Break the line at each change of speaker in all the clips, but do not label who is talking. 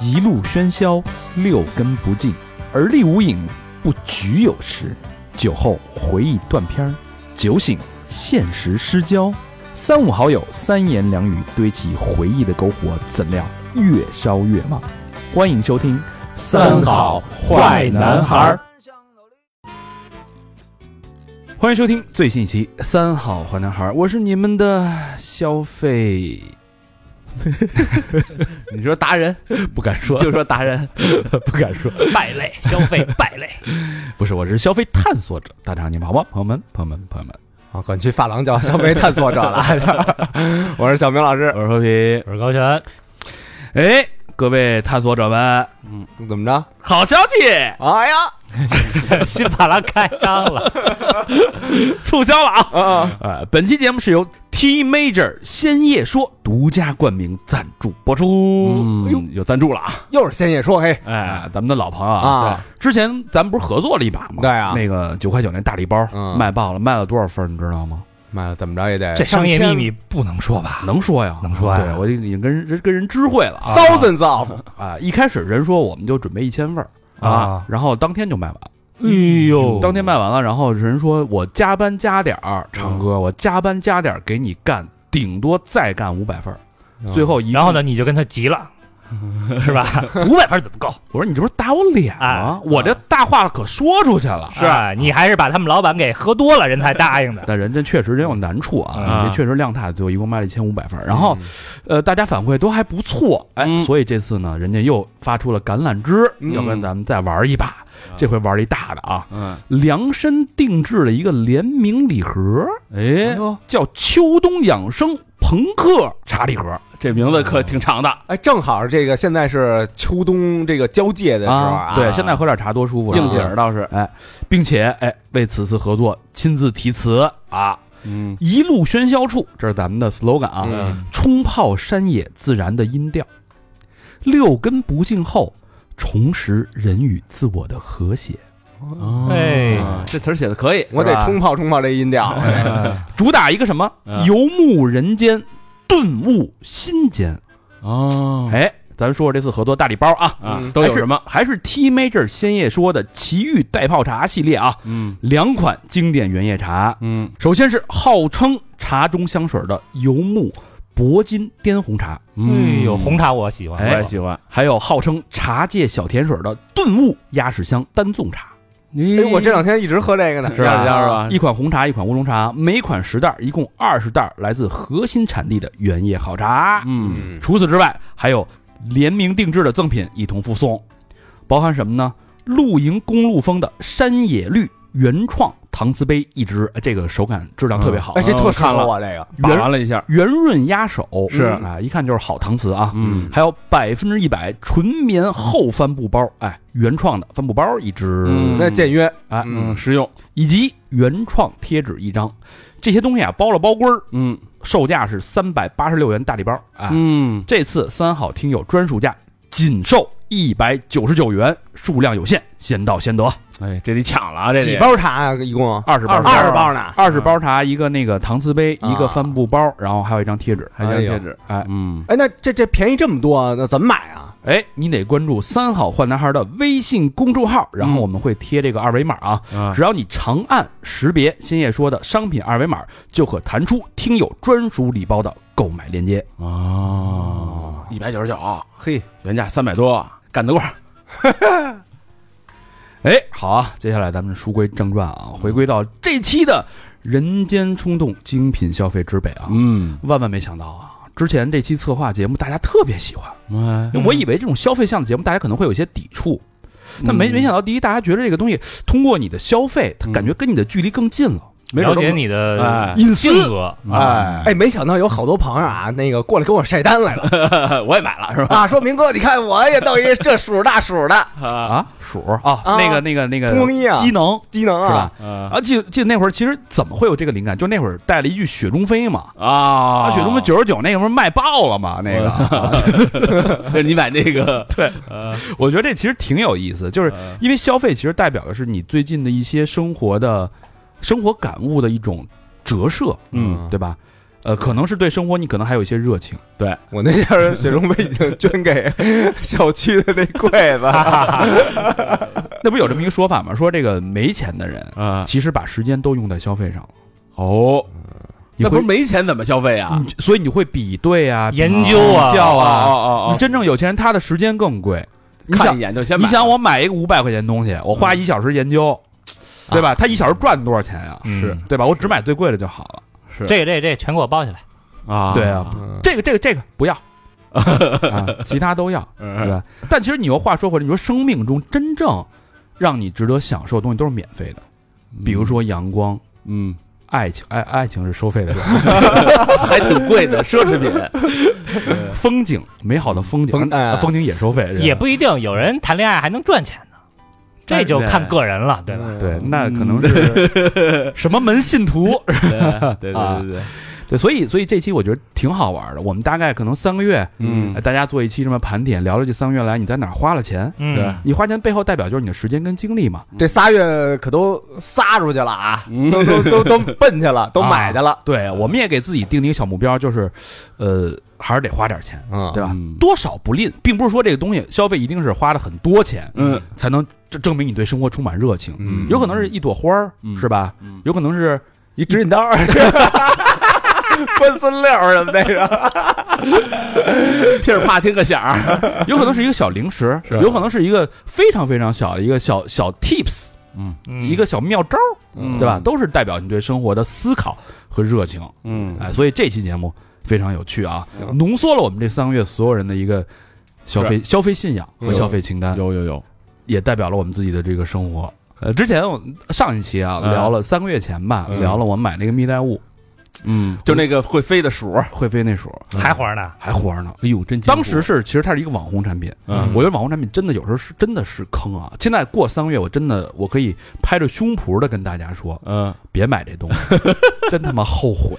一路喧嚣，六根不净，而立无影，不局有时。酒后回忆断片儿，酒醒现实失焦。三五好友，三言两语堆起回忆的篝火，怎料越烧越旺。欢迎收听《
三好坏男孩儿》。
欢迎收听最新一期《三好坏男孩儿》，我是你们的消费，
你说 达人
不敢说，
就说达人，
不敢说，
败类消费败类。
不是，我是消费探索者。大家好，你们好吗？朋友们，朋友们，朋友们，
啊，管去发廊叫消费探索者 了。我是小明老师，嗯
我是和 平，
我是高泉，
哎，各位探索者们，
嗯怎么着？
好消息，
哎呀，
新发廊开张了，
促销了啊！
啊，
呃，本期节目是由 T Major 仙叶说独家冠名赞助播出，嗯，有赞助了啊！
又是仙野说嘿
哎，咱们的老朋友啊，
啊，
之前咱们不是合作了一把吗？
对啊
那个九块九那大礼包
嗯
卖爆了，卖了多少份儿你知道吗？
妈呀，怎么着也得
这商业秘密不能说吧？
能说呀，
能说呀
对我已经跟人跟人知会了啊
thousands of
啊！一开始人说我们就准备一千份儿
啊
然后当天就卖完了。
哎呦
当天卖完了，然后人说我加班加点儿，唱歌我加班加点儿给你干，顶多再干五百份儿，
嗯
最后一
然后呢，你就跟他急了，是吧？五百分怎么够？
我说你这不是打我脸吗
哎？
我这大话可说出去了。哎
是啊吧哎你还是把他们老板给喝多了，人才答应的。
但人家确实人有难处啊，
啊
这确实量大，最后一共卖了一千五百份儿。然后，呃，大家反馈都还不错，哎，
嗯
所以这次呢，人家又发出了橄榄枝，
嗯
要跟咱们再玩一把。这回玩了一大的啊，
嗯，
量身定制了一个联名礼盒，
哎，
叫“秋冬养生朋克茶礼盒”。
这名字可挺长的，
哎，正好这个现在是秋冬这个交界的时候啊，
对，现在喝点茶多舒服，
应景
是吧
儿倒是，
并且哎，为此次合作亲自题词啊，
嗯
一路喧嚣处，这是咱们的 slogan 啊，
嗯
冲泡山野自然的音调，六根不净后，重拾人与自我的和谐。
哎
啊这词儿写的可以，
我得
是吧哎
冲泡冲泡这音调，
主打一个什么？
嗯
游牧人间，顿悟心间。
哦，
哎，咱说说这次合作大礼包啊，
啊
嗯，
都有什么？
么？还是 T Major 先叶说的奇遇代泡茶系列啊，
嗯
两款经典原叶茶，
嗯
首先是号称茶中香水的游牧铂金滇红茶，哎
哎呦，红茶我喜欢，
我也喜欢，
还有号称茶界小甜水的顿悟鸭屎香单粽茶。
哎
哎，
我这两天一直喝这个呢，
是吧？
啊
是？吧？
一款红茶，一款乌龙茶，每款十袋儿，一共二十袋儿，来自核心产地的原叶好茶。
嗯
嗯，
除此之外，还有联名定制的赠品一同附送，包含什么呢？露营公路风的山野绿原创搪瓷杯一只，呃这个手感质量特别好
嗯
啊
哎，，这特适
看了
合我这个，
把玩了一下，
圆润压手
是
啊，一看就是好搪瓷啊。
嗯
还有百分之一百纯棉厚帆布包，哎，原创的帆布包一只，
嗯
那简约，
哎，
嗯，实用，
以及原创贴纸一张，这些东西啊包了包规儿，
嗯
售价是三百八十六元大礼包啊。
嗯，
这次三好听友专属价仅售一百九十九元，数量有限，先到先得。
哎，这得抢了啊，这
几
得
包茶啊，一共
二十包，
二十包呢，
二十包茶，一个那个搪瓷杯，
啊
一个帆布包，然后还有一张贴纸。
还有贴纸，
哎
嗯，
哎，那这这便宜这么多，那怎么买啊？
哎，你得关注“三好坏男孩”的微信公众号，然后我们会贴这个二维码啊。
啊
只要你长按识别新叶说的商品二维码，就可弹出听友专属礼包的购买链接。
哦，一百九十九，
嘿，
原价三百多，干得过，
哎，好啊，接下来咱们书归正传啊，回归到这期的“人间冲动精品消费之北”啊，
嗯，
万万没想到啊。之前这期策划节目大家特别喜欢，
哎，
我以为这种消费向的节目大家可能会有一些抵触，但没
嗯
没想到，第一大家觉得这个东西通过你的消费，它感觉跟你的距离更近了，
没准
了
都
解你的
哎
性格，
哎
哎，没想到有好多朋友啊，那个过来跟我晒单来了
我也买了是吧？
啊，说明哥，你看我也到一个这数大数的
啊，鼠啊，
啊
那个那个那个
通风衣啊
机能
机能
是吧
啊，？
啊
啊，记记得那会儿其实怎么会有这个灵感？就那会儿带了一句雪中飞嘛，啊，
啊
雪中飞九十九那个不是卖爆了嘛？那个，
就是你 买那个 啊
对，我觉得这其实挺有意思，就是因为消费其实代表的是你最近的一些生活的生活感悟的一种折射，
嗯
对吧？呃，可能是对生活你可能还有一些热情。
我那件儿雪中杯已经捐给小区的那柜子，
那不有这么一个说法吗？说这个没钱的人
啊，
其实把时间都用在消费上了。
哦，
你
那
会
不是没钱怎么消费啊？
你所以你会比对啊，比
研究啊
比较
哦
啊。
哦
你真正有钱人，他的时间更贵。你
看
想
一，眼就先买嗯
你想，我买一个五百块钱东西，我花一小时研究，
啊
对吧？他一小时赚多少钱呀？
是
对吧？我只买最贵的就好了。
这个这个这个全给我包起来，
啊，
对啊，这个这个这个 不要，啊，其他都要，对啊
嗯，
吧？但其实你又话说回来，你说生命中真正让你值得享受的东西都是免费的，比如说阳光、
嗯，
爱情，爱爱情是收 费的，
还挺贵的奢侈 品，
风景，美好的风景，
风哎
啊风景也收费，是吧
也不一定有人谈恋爱还能赚钱呢，这就看个人了，对吧？
嗯
对，
嗯
那可能是什么门信徒？
对对
啊
对对对，
对，所以所以这期我觉得挺好玩的。我们大概可能三个月，
嗯
呃大家做一期什么盘点，聊聊这三个月来你在哪儿花了钱。
对
嗯，
你花钱背后代表就是你的时间跟精力嘛。
这仨月可都撒出去了啊，都都都都奔去了，都买去了，
对，我们也给自己定了一个小目标，就是，呃，还是得花点钱，
嗯
对吧？
嗯
多少不吝，并不是说这个东西消费一定是花了很多钱，
嗯，
才能证证明你对生活充满热情。
嗯
有可能是一朵花儿，
嗯
是吧？
嗯
有可能 是
一指引 刀，关孙六什么那个，
噼儿啪听个响儿，
有可能是一个小零食，
是啊
有可能是一个非常非常小的一个小小 tips，
嗯
一个小妙招儿，
嗯
对吧？都是代表你对生活的思考和热情。
嗯
哎，所以这期节目非常有趣啊，
嗯
浓缩了我们这三个月所有人的一个消费消费信仰和
嗯
消费清单，
有有有，
也代表了我们自己的这个生活。呃，之前我上一期啊
嗯
聊了三个月前吧，
嗯
聊了我们买那个蜜袋鼯
嗯，就那个会飞的鼠，
会飞那鼠
还嗯活呢，
还活着呢。
哎呦，真
当时是，其实它是一个网红产品，
嗯
我觉得网红产品真的有时候是真的是坑啊！现在过三个月，我真的我可以拍着胸脯的跟大家说，
嗯，
别买这东西， 真他妈后悔。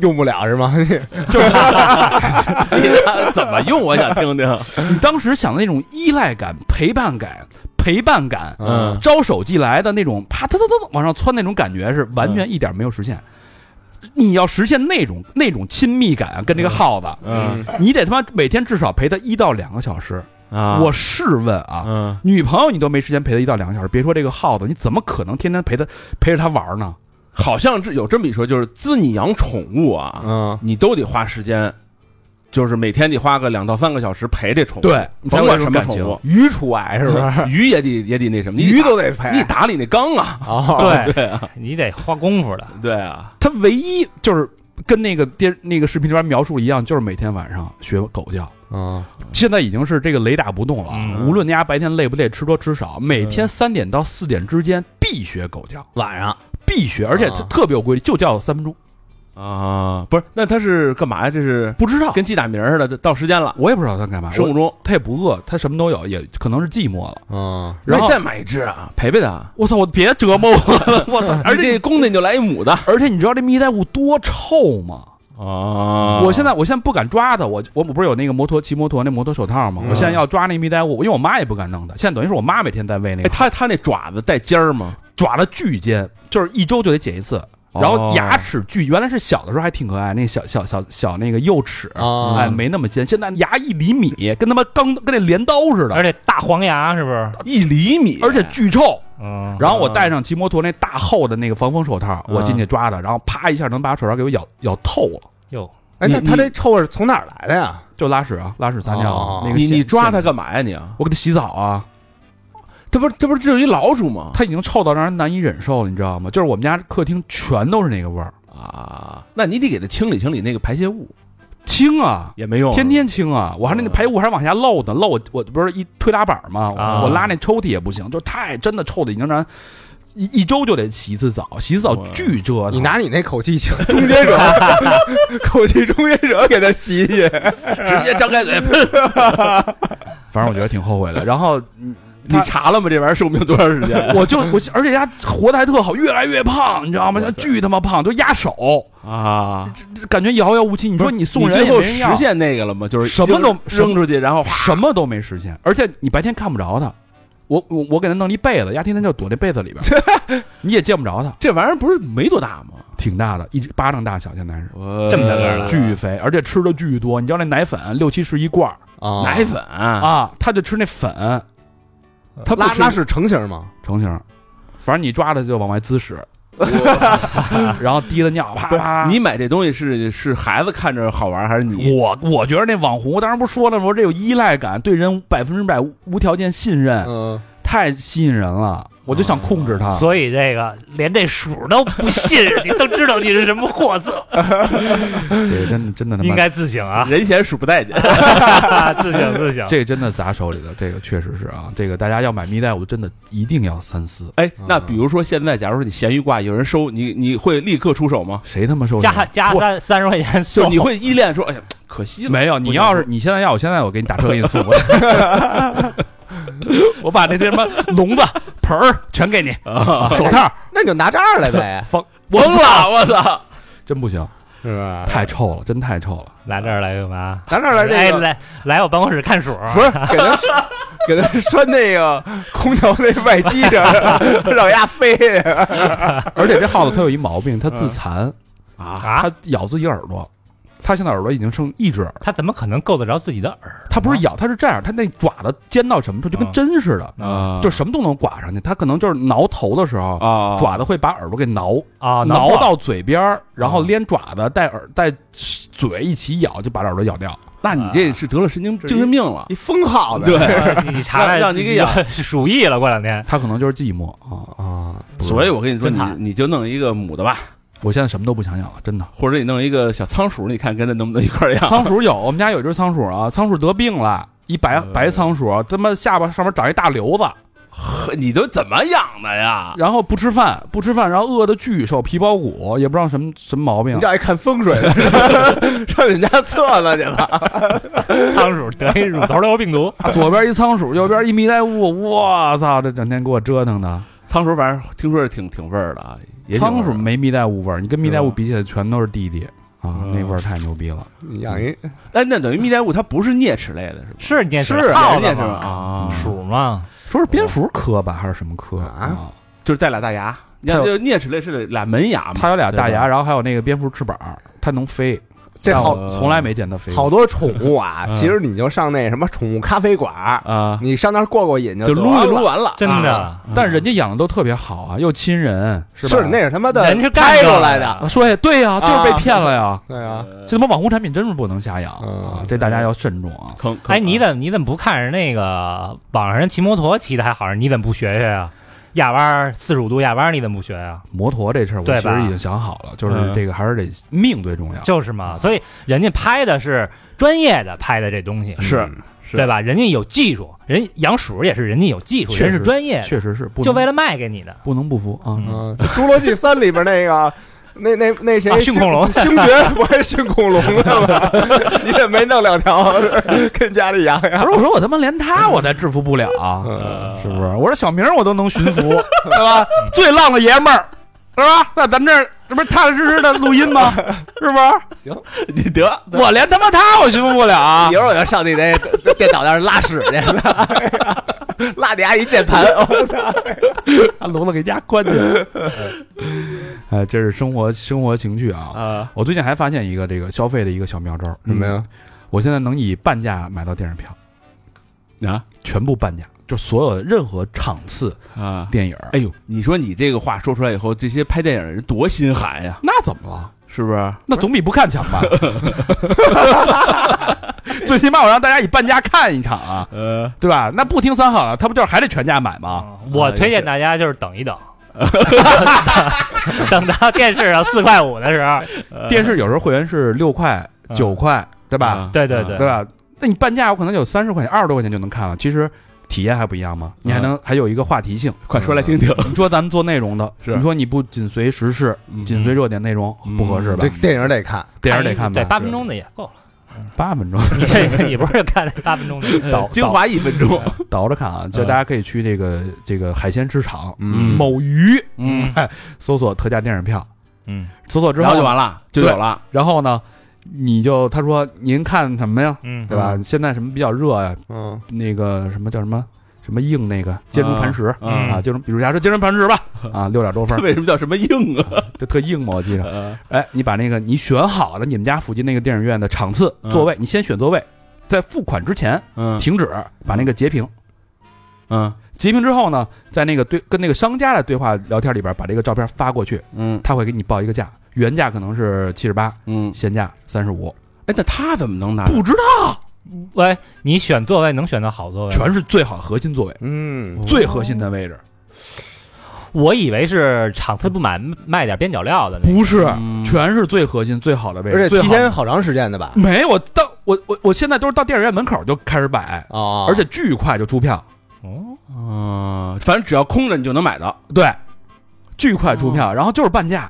用不了是吗？
哎怎么用？我想听听。
你当时想的那种依赖感、陪伴感、陪伴感，
嗯
招手即来的那种，啪哒哒哒哒往上窜那种感觉，是完全一点没有实现。你要实现那种那种亲密感，跟这个耗子，
嗯
你得他妈每天至少陪他一到两个小时。
啊
我试问啊，
嗯
女朋友你都没时间陪她一到两个小时，别说这个耗子，你怎么可能天天陪她陪着她玩呢？
好像是有这么一说，就是自你养宠物啊，
嗯，
你都得花时间，就是每天得花个两到三个小时陪这宠物，
对你才有
嗯甭管
这
什
种
么
感
宠
情
物，
鱼除外是不是？
鱼也得也得那什么，你得
鱼
打
都得赔
你得打理那缸 啊，
哦，
对，
对啊，
你得花功夫的，
对啊，
她唯一就是跟那个电那个视频里边描述一样，就是每天晚上学狗叫。
嗯，
现在已经是这个雷打不动了啊，
嗯
无论大家白天累不累，吃多吃少，每天三点到四点之间必学狗叫，
晚上
必学，而且
啊
特别有规律，就叫三分钟。
啊，不是，那它是干嘛呀？这是
不知道，
跟记打名儿似的，到时间了，
我也不知道他干嘛，
生物
我
钟，
他也不饿，他什么都有，也可能是寂寞了。
嗯，
然后
那再买一只啊，陪陪它，
我操，我别折磨我了，我操！
而且公的你就来一母的
而且你知道这蜜袋鼯多臭吗？
啊
我现在我现在不敢抓它，我我不是有那个摩托骑摩托那摩托手套吗？我现在要抓那蜜袋鼯，因为我妈也不敢弄它。现在等于是我妈每天在喂那
哎，
个，
它它那爪子带尖儿吗？
爪子巨尖，就是一周就得剪一次，然
哦
后牙齿巨，原来是小的时候还挺可爱，那小小小小那个幼齿，
啊
哦
哎没那么尖，现在牙一厘米，跟他妈钢跟那镰刀似的，
而且大黄牙是不是？
一厘米，
而且巨
啊
臭。
嗯，
然后我戴上骑摩托那大厚的那个防风手套，
嗯
我进去抓它，然后啪一下能把手套给我咬咬透了，
哟，
哎，
你
那他
你
这臭味儿从哪儿来的呀？
就拉屎啊，拉屎撒尿啊
哦。
那个
你
线
你抓它，
线
干嘛呀你？
我给它洗澡啊。
这不这不是只有一老鼠吗？
它已经臭到让人难以忍受了，你知道吗？就是我们家客厅全都是那个味儿，
啊，那你得给它清理清理那个排泄物，
清啊，
也没用
天 天清啊，我还那个排污还往下漏呢，漏我我不是一推拉板嘛，
啊
我我拉那抽屉也不行，就太真的臭的已经让人一一周就得洗一次澡，洗一次澡
哇
巨折腾。
你 拿你那口气 请终结者，口气终结者给他洗洗。
直接张开嘴。
反正我觉得挺后悔的。然后
你查了吗？这玩意儿寿命多长时间啊
我就我，而且丫活得还特好，越来越胖，你知道吗？
哇
像
塞
巨他妈胖，都压手，
啊？
感觉遥遥无期。 你
你
说你送人
最
也
后
没人要
实现那个了吗？就是
什么都
扔出去，然后
什么都没实现，而且你白天看不着它，我我我给他弄了一被子，丫天天就躲那被子里边儿， 你也见不着他，
这玩意儿不是没多大吗？
挺大的，一只巴掌大小，现在是
这
这么大个儿
呃
了
巨肥，而且吃的巨多。你知道那奶粉六七十一罐儿
啊，
奶粉
啊，他就吃那粉，
嗯
他不
拉
吃
拉是成型吗？
成型儿，反正你抓着就往外滋屎， 然后滴的尿啪
不是
啪。
你买这东西是是孩子看着好玩，还是你
我我觉得那网红，我当时不是说了吗？我这有依赖感，对人百分之百无无条件信任，
嗯，
太吸引人了，我就想控制他。
嗯所以这个连这鼠都不信任你，都知道你是什么货色，
这真的真的他
应
妈，
该自省 啊，
人嫌鼠不待见？
自省自省。
这真的砸手里了，这个确实是啊，这个大家要买蜜袋鼯真的一定要三思，
哎，那比如说现在，假如说你闲鱼挂有人收你，你会立刻出手吗？
谁他妈收拾啊
加加
我
三三十块钱
就
送
你会依恋说，哎呀，可惜了，
没有，你要是你现在要，我现在我给你 打车给你送过来。我把那什么笼 子、盆儿全给你，
呃
啊
手套
那你就拿这儿来 呗，
疯了，我操！
真不行，
是吧？
太臭了，真太臭了。
来这儿来干嘛？
拿这儿来
哎
这个
来来我办公室看鼠，
不是给他给他拴那个空调那外机上，让鸭飞。
而且这耗子它有一毛病，它自残，
啊，
啊？
它咬自己耳朵。它现在耳朵已经剩一只耳，
他怎么可能够得着自己的耳？
它不是咬，它是这样，它那爪子尖到什么处就跟
啊
针似的，
啊
嗯就什么都能刮上去。它可能就是挠头的时候，
啊，
爪子会把耳朵给挠，
啊，
嗯挠
到
到嗯嘴边儿，然后连爪子带耳带嘴一起咬，就把耳朵咬掉。
那你这是得了神经精神病了
一疯耗子，
对
呃你查查，
让让你给养
鼠疫了。过两天
它可能就是寂寞啊。
啊，
所以我跟你说，
真
你
惨
你就弄一个母的吧，
我现在什么都不想养了，真的。
或者你弄一个小仓鼠，你看跟它能不能一块儿养？
仓鼠有，我们家有一只仓鼠啊，仓鼠得病了，一
哎
白白仓鼠，他妈下巴上面长一大瘤
啊
子，
呵你都怎么养的呀？
然后不吃饭，不吃饭，然后饿得巨瘦，皮包骨，也不知道什么什么 毛病
你。这爱看风水的，上你们家测测去吧。
仓鼠得一乳头瘤病毒，
左边一仓鼠，右边一蜜袋鼯，我操，这整天给我折腾的。
仓鼠反正听说是挺挺味儿的啊，也挺
仓
味
鼠
儿的
没蜜袋鼯味儿，你跟蜜袋
是
鼯
吧
比起来，全都是弟弟啊，
嗯
那味儿太牛逼了。
你养一
哎，那等于蜜袋鼯它不是啮齿类的，是吧？
是你
也是
耗子
啮齿吗
吗？
啊，
鼠吗？
说是蝙蝠科吧，还是什么科
啊？
就是带俩大牙，你
它
看
有
这啮齿类是俩门牙嘛，
啊它有俩大牙，
对吧，
然后还有那个蝙蝠翅膀，它能飞。
这
但
好
我从来没见它飞过。
好多宠物啊，
嗯
其实你就上那什么宠物咖啡馆儿，
啊，
你上那儿过过瘾
就
得
撸一
了
撸。完了，
真的哎
啊，
但人家养的都特别好啊，又亲人，是吧？
是那是他妈的
人是干
开出
这个
来
的
的，
啊说也对呀、
啊
就是被骗了呀。
对啊，
呃
这他妈网红产品真是不能瞎养啊
嗯，
这大家要慎重啊。
坑坑
哎，你怎么你怎么不看人那个网上人骑摩托骑的还好，你怎么不学学啊？压弯四十五度压弯，你怎么不学呀、
摩托这事儿，我
对
其
吧嗯
实已经想好了，就是这个还是得命最重要。
就是嘛，所以人家拍的是专业的拍的这东西，
嗯是是
对吧？人家有技术，人家养鼠也是人家有技术，
确
人
实
是专业的，
确实是不能
就为了卖给你的。
不能不服啊。
嗯
嗯，侏罗纪三里边那个。那那那谁
啊，驯恐龙
星爵不还驯恐龙呢吗？ 你也没弄两条，跟家里养
不
养，
是我说我他妈连他
嗯
我才制服不了啊，是不是？我说小明我都能驯 服，对吧？最浪的爷们儿，是吧？在咱这儿这不是踏踏实实的录音 吗？是不是？
你得
我连他妈他我驯服不了啊
一！会儿我就上你那电脑那儿拉屎去了， 拉你阿姨键盘，我操
把笼子给家关起来。 哎，这是生活生活情趣啊！
啊，
我最近还发现一个这个消费的一个小妙招，
什么呀？
我现在能以半价买到电影票，
啊
全部半价，就所有的任何场次
啊！
电影。
哎，呦，你说你这个话说出来以后，这些拍电影的人多心寒呀，
那怎么了？
是不是？
那总比不看强吧？ 最起码我让大家以半价看一场啊，
呃，
对吧？那不听三好了，他不就是还得全价买吗？
啊
我推荐大家就是 等一等，等到电视上四块五的时候，
电视有时候会员是六块、
嗯
九块，对
对
吧？
对
啊
对对
对吧？那你半价，我可能有三十块钱、二十多块钱就能看了，其实体验还不一样吗？你还能还有一个话题性。
快说来听 听，
你说咱们做内容的，
是
你说你不紧随时事、紧随热点内容
嗯
不合适吧
这？电影得看，
电影得看吧
哎对，，八分钟的也够了。
八分钟
你这你不 是看那八分钟的
倒
精华一分钟，
倒着看啊，就
嗯
大家可以去这个这个海鲜市场
嗯
某鱼哎
嗯，
搜索特价电影票，
嗯，
搜索之
然
后
后就完了，就有了，
然后呢，你就他说您看什么呀？
嗯，
对吧？现在什么比较热呀、
嗯，
那个什么叫什么什么硬那个坚如磐石
啊，
啊，就是比如假如说坚如磐石吧，啊，六点多分
为什么叫什么硬 啊？
就特硬嘛，我记着。
呃
哎，你把那个你选好了你们家附近那个电影院的场次
嗯
座位，你先选座位，在付款之前
嗯
停止，把那个截屏。
嗯
截屏之后呢，在那个对跟那个商家的对话聊天里边，把这个照片发过去，
嗯
他会给你报一个价，原价可能是七十八，
嗯，
现价三十五，
哎，那他怎么能拿？
不知道，
喂，你选座位能选到好座位吗？
全是最好核心座位，
嗯，
最核心的位置，
我以为是场次不满卖点边角料的那种。
不是，
嗯
全是最核心最好的位
而
置，
且
最
提
好
前好长时间的吧？
没我到我我我现在都是到电影院门口就开始摆，
哦，
而且巨快就出票，
哦，
啊，反正只要空着你就能买到，
对，巨快
嗯
出票，然后就是半价，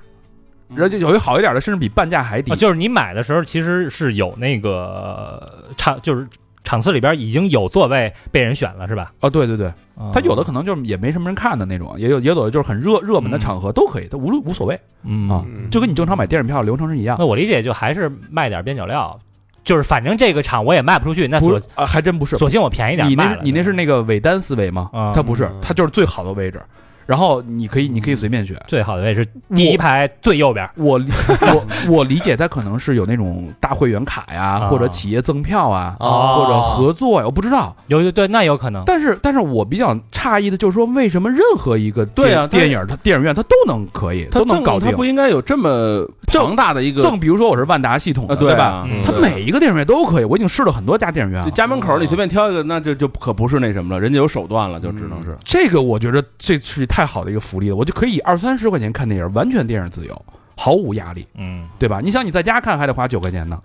然后就有一好一点的，甚至比半价还低
啊，就是你买的时候其实是有那个呃场，就是场次里边已经有座位被人选了，是吧？
哦，对对对，
哦
他有的可能就是也没什么人看的那种，也有也有的就是很热热门的场合都可以，他无论无所谓
嗯
啊，就跟你正常买电影票流程是一样。
那我理解就还是卖点边角料，就是反正这个场我也卖不出去，那
不
索
是啊，还真不是，
索性我便宜点
你
卖
那
了
你那是那个尾单思维吗
啊？
他不是
嗯，
他就是最好的位置，然后你可以你
嗯
可以随便 选。
最好的位置，第一排最右边。
我理我我理解他可能是有那种大会员卡呀，
啊
或者企业赠票啊，
哦
或者合作呀，我不知道。
有有对，那有可能。
但是但是我比较诧异的就是说，为什么任何一个
对啊
电电影它电影院它都能可以，
他
都能
赠
搞
他
定
不。应该有这么庞大的一个
赠比如说我是万达系统
啊，
的，对吧？
吧
嗯？
它每一个电影院都可以，我已经试了很多家电影院
这
了。
家门口你随便挑一个，那就就可不是那什么了，人家有手段了，就只能是
这个我觉得这是太好的一个福利了，我就可以二三十块钱看电影，完全电影自由，毫无压力，
嗯，
对吧？你想你在家看还得花九块钱呢，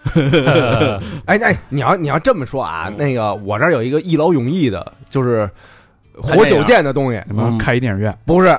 呃
哎，那你要你要这么说啊，
嗯
那个我这儿有一个一劳永逸的，就是活久见的东西，
什么
嗯
开一电影院
不是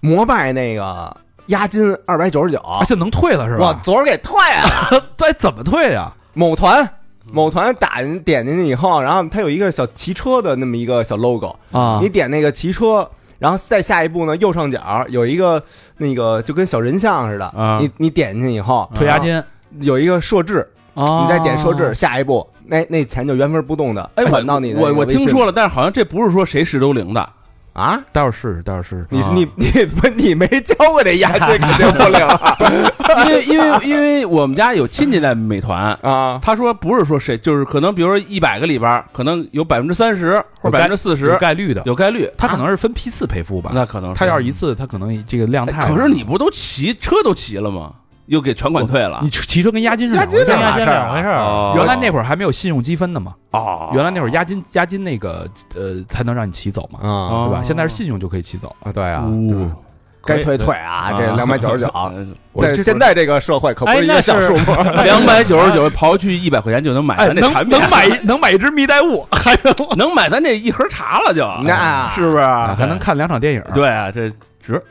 摩拜那个押金二百九十九，
啊，现在能退了是
我
吧？
昨儿给退了。
这怎么退啊呀？
某团某团打点进去以后，然后它有一个小骑车的那么一个小 logo，
啊
你点那个骑车，然后再下一步呢，右上角有一个那个就跟小人像似的，
啊
你你点进去以后，
退押金，
有一个设置，
啊
你再点设置，下一步那那钱就原封不动的
哎，我
转到你的
我
那个
我
微信
听说了，但是好像这不是说谁是都灵的，
啊。
待会儿试试，待会儿试试。
你
啊
你你不你没交过这押金，肯定不领啊
因为 因为因为我们家有亲戚在美团，
啊！
他说不是说谁，就是可能比如说一百个里边儿，可能有百分之三十或者百分之四
有
十
概率的，
有概率，啊
他可能是分批次赔付吧？
那可能
他要是一次，他可能这个量
哎
太。
可是你啊不都骑车都骑了吗？又给全款退了
你骑车跟押金是两回事
押金
跟
哦儿
啊
押金两回事儿。
哦
原来那会儿还没有信用积分呢嘛，
哦，
原来那会儿押金押金那个呃才能让你骑走嘛，
啊
哦
对吧？现在是信用就可以骑走。
啊，对啊，
哦
该退退啊，这两百九十九，
我
在
这
现在这个社会可不
哎
是一
那
个小
是
数目，
两百九十九，刨去一百块钱就能买
哎，
咱这
能
产 品，啊
能买能买一只迷袋鼯，还 有
能买咱这一盒茶了就，
那
是不是？
啊还能看两场电影。，
对啊，这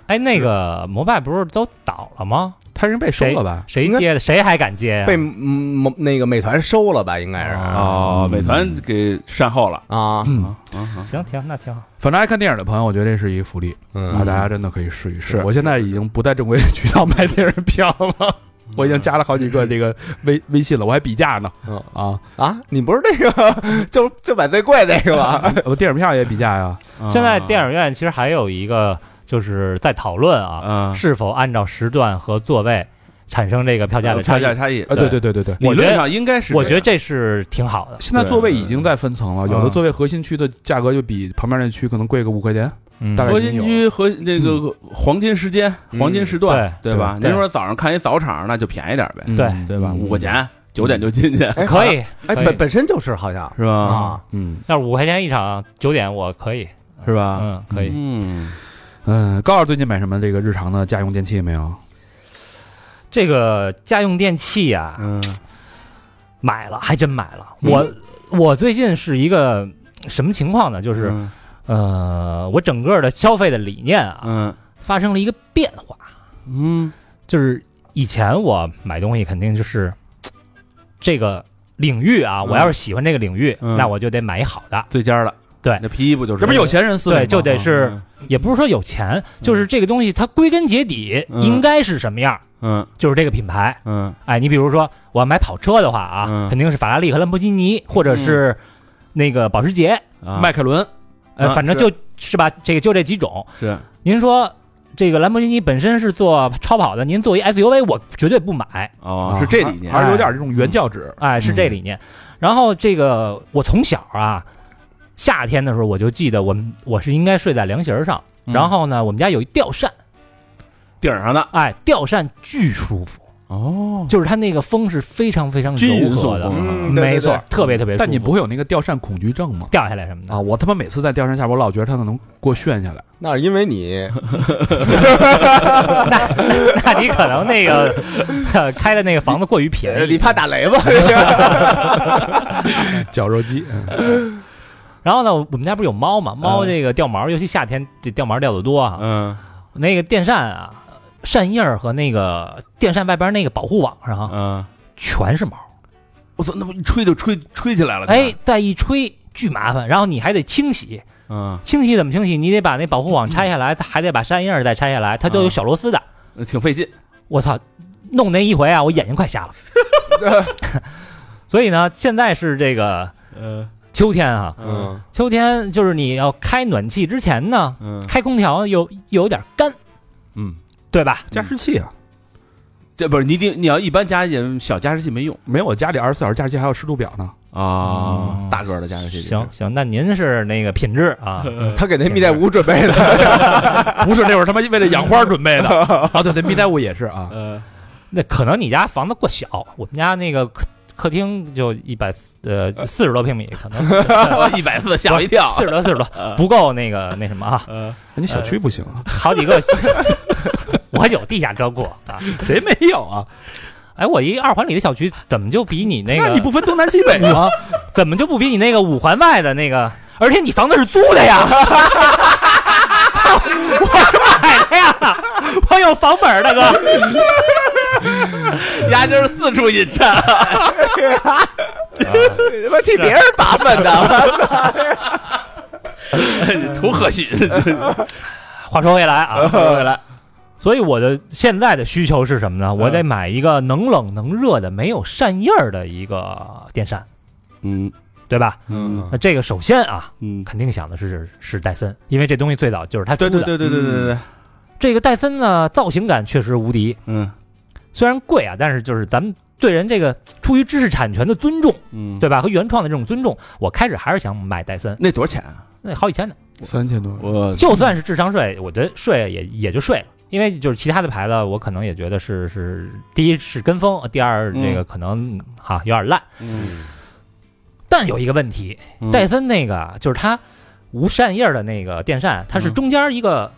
哎，那个摩拜不是都倒了吗？
他人被收了吧？
谁接的？谁还敢接呀？
被嗯某那个美团收了吧？应该是
哦，美团给善后了
啊，
嗯，
啊
行，挺好那挺好。
反正爱看电影的朋友，我觉得这是一个福利，
嗯
啊，大家真的可以试一试。
是
我现在已经不在正规 渠道买电影票了，我已经加了好几个这个微微信了，我还比价呢
嗯
啊，
啊，你不是那个就就买最贵那个吗？
我呃电影票也比价呀。
啊
现在电影院其实还有一个就是在讨论啊，
啊，
是否按照时段和座位产生这个票价的差
差
异。
呃价差异
啊，对对，对对对，
理
我觉
论
得
上应该是这样，
我觉得这是挺好的。
现在座位已经在分层了，
对
有的座位核心区的价格就比旁边那区可能贵个五块钱。
嗯
大概
核心区和那个黄金时间、
嗯
黄金时段，
对
对吧？
对
您说早上看一早场，那就便宜点呗，
对
嗯
对吧？
嗯
五块钱，九点就进去
可，
哎
以，
好像哎，
可以
本本身就是好像
是吧？
啊，
嗯
要是五块钱一场，九点我可以，
是吧？
嗯，可以。
啊嗯，
嗯，高老师最近买什么这个日常的家用电器没有？
这个家用电器啊，
嗯
买了，还真买了。
嗯
我我最近是一个什么情况呢？就是
嗯
呃，我整个的消费的理念啊，
嗯
发生了一个变化。
嗯
就是以前我买东西肯定就是嘖这个领域啊，
嗯
我要是喜欢这个领域，
嗯
那我就得买一好的。
对尖儿了，
对
那皮衣不就是
这不是有钱人思维吗
对，就得是，也不是说有钱，就是这个东西它归根结底
嗯
应该是什么样，
嗯
就是这个品牌。
嗯
哎，你比如说我要买跑车的话啊，
嗯
嗯肯定是法拉利和兰博基尼，或者是那个保时捷。
啊
迈凯伦
哎呃，
啊
反正就是吧，这个就这几种。
是
您说这个兰博基尼本身是做超跑的，您做一 SUV，我绝对不买，
哦
啊，
是这理念
啊
还是有点这种原教旨。
哎，是这理念。然后这个我从小啊，夏天的时候我就记得我们我是应该睡在凉席儿上，
嗯
然后呢，我们家有一吊扇，
顶上的
哎，吊扇巨舒服，
哦，
就是它那个风是非常非常
均
柔
匀
和
送
的，
风
嗯
啊，
对对
没错
对，
特别特别舒服。
嗯但你不会有那个吊扇恐惧症吗？
掉下来什么的
啊，我他妈每次在吊扇下边，我老觉得它可能给我炫下来。
那是因为你
那你可能那个呃开的那个房子过于便宜。
怕打雷吧？
绞肉机，嗯
然后呢，我们家不是有猫嘛？猫
嗯
这个掉毛，尤其夏天这掉毛掉的多啊。
嗯
那个电扇啊，扇叶儿和那个电扇外边那个保护网上啊
嗯，
全是毛，
我操，那不一吹就吹吹起来了，
哎，，再一吹巨麻烦。然后你还得清洗，
嗯，
清洗怎么清洗？你得把那保护网拆下来，还得把扇叶儿再拆下来，它都有小螺丝的。
挺费劲，
我操，弄那一回啊，我眼睛快 瞎了。所以呢，现在是这个
嗯
秋天啊，
嗯
嗯，
秋天就是你要开暖气之前呢，
嗯
开空调又又有点干，
嗯，
对吧？
加湿器啊，
这不是你得你要一般加进小加湿器没用
没有我家里二十四小时加湿器还有湿度表呢。
啊
嗯，
大个儿的加湿器
行行，那您是那个品质啊，
他给那蜜袋鼯准备 的，
不是那会儿他妈为了养花准备的 啊，对对，蜜袋鼯也是啊，
呃
那可能你家房子过小，我们家那个客客厅就一百呃四十多平米，可能
呃 一百四吓我一跳
四，十多四十
呃
多不够那个那什么啊，
呃
你小区不行 啊，
好几个。 我有地下车库啊！
谁没有啊？
哎，我一二环里的小区，怎么就比你那
那
个
你不分东南西 北吗？
怎么就不比你那个五环外的那个？而且你房子是租 的呀， 我是买的呀，我有房本儿，大哥。
压就是四处引战，
他妈替别人拔粪的。
图何许？
话说回来 啊，
回来，
所以我的现在的需求是什么呢？我
嗯
得买一个能冷能热的、没有扇叶儿的一个电扇，
嗯
对吧？
嗯
那这个首先啊，
嗯，
肯定想的是是戴森，因为这东西最早就是它出
对
的。
对对对对对对对，
这个戴森呢，造型感确实无敌，
嗯
虽然贵啊，但是就是咱们对人这个出于知识产权的尊重。
嗯，
对吧？和原创的这种尊重，我开始还是想买戴森，
那多少钱啊？
那好几千呢。
三千多，
我
就算是智商税，我觉得税也也就税了，因为就是其他的牌子，我可能也觉得是是第一是跟风，第二
嗯
这个可能哈、有点烂。
嗯，
但有一个问题，戴森那个就是它无扇叶儿的那个电扇，它是
嗯哦
中间一个、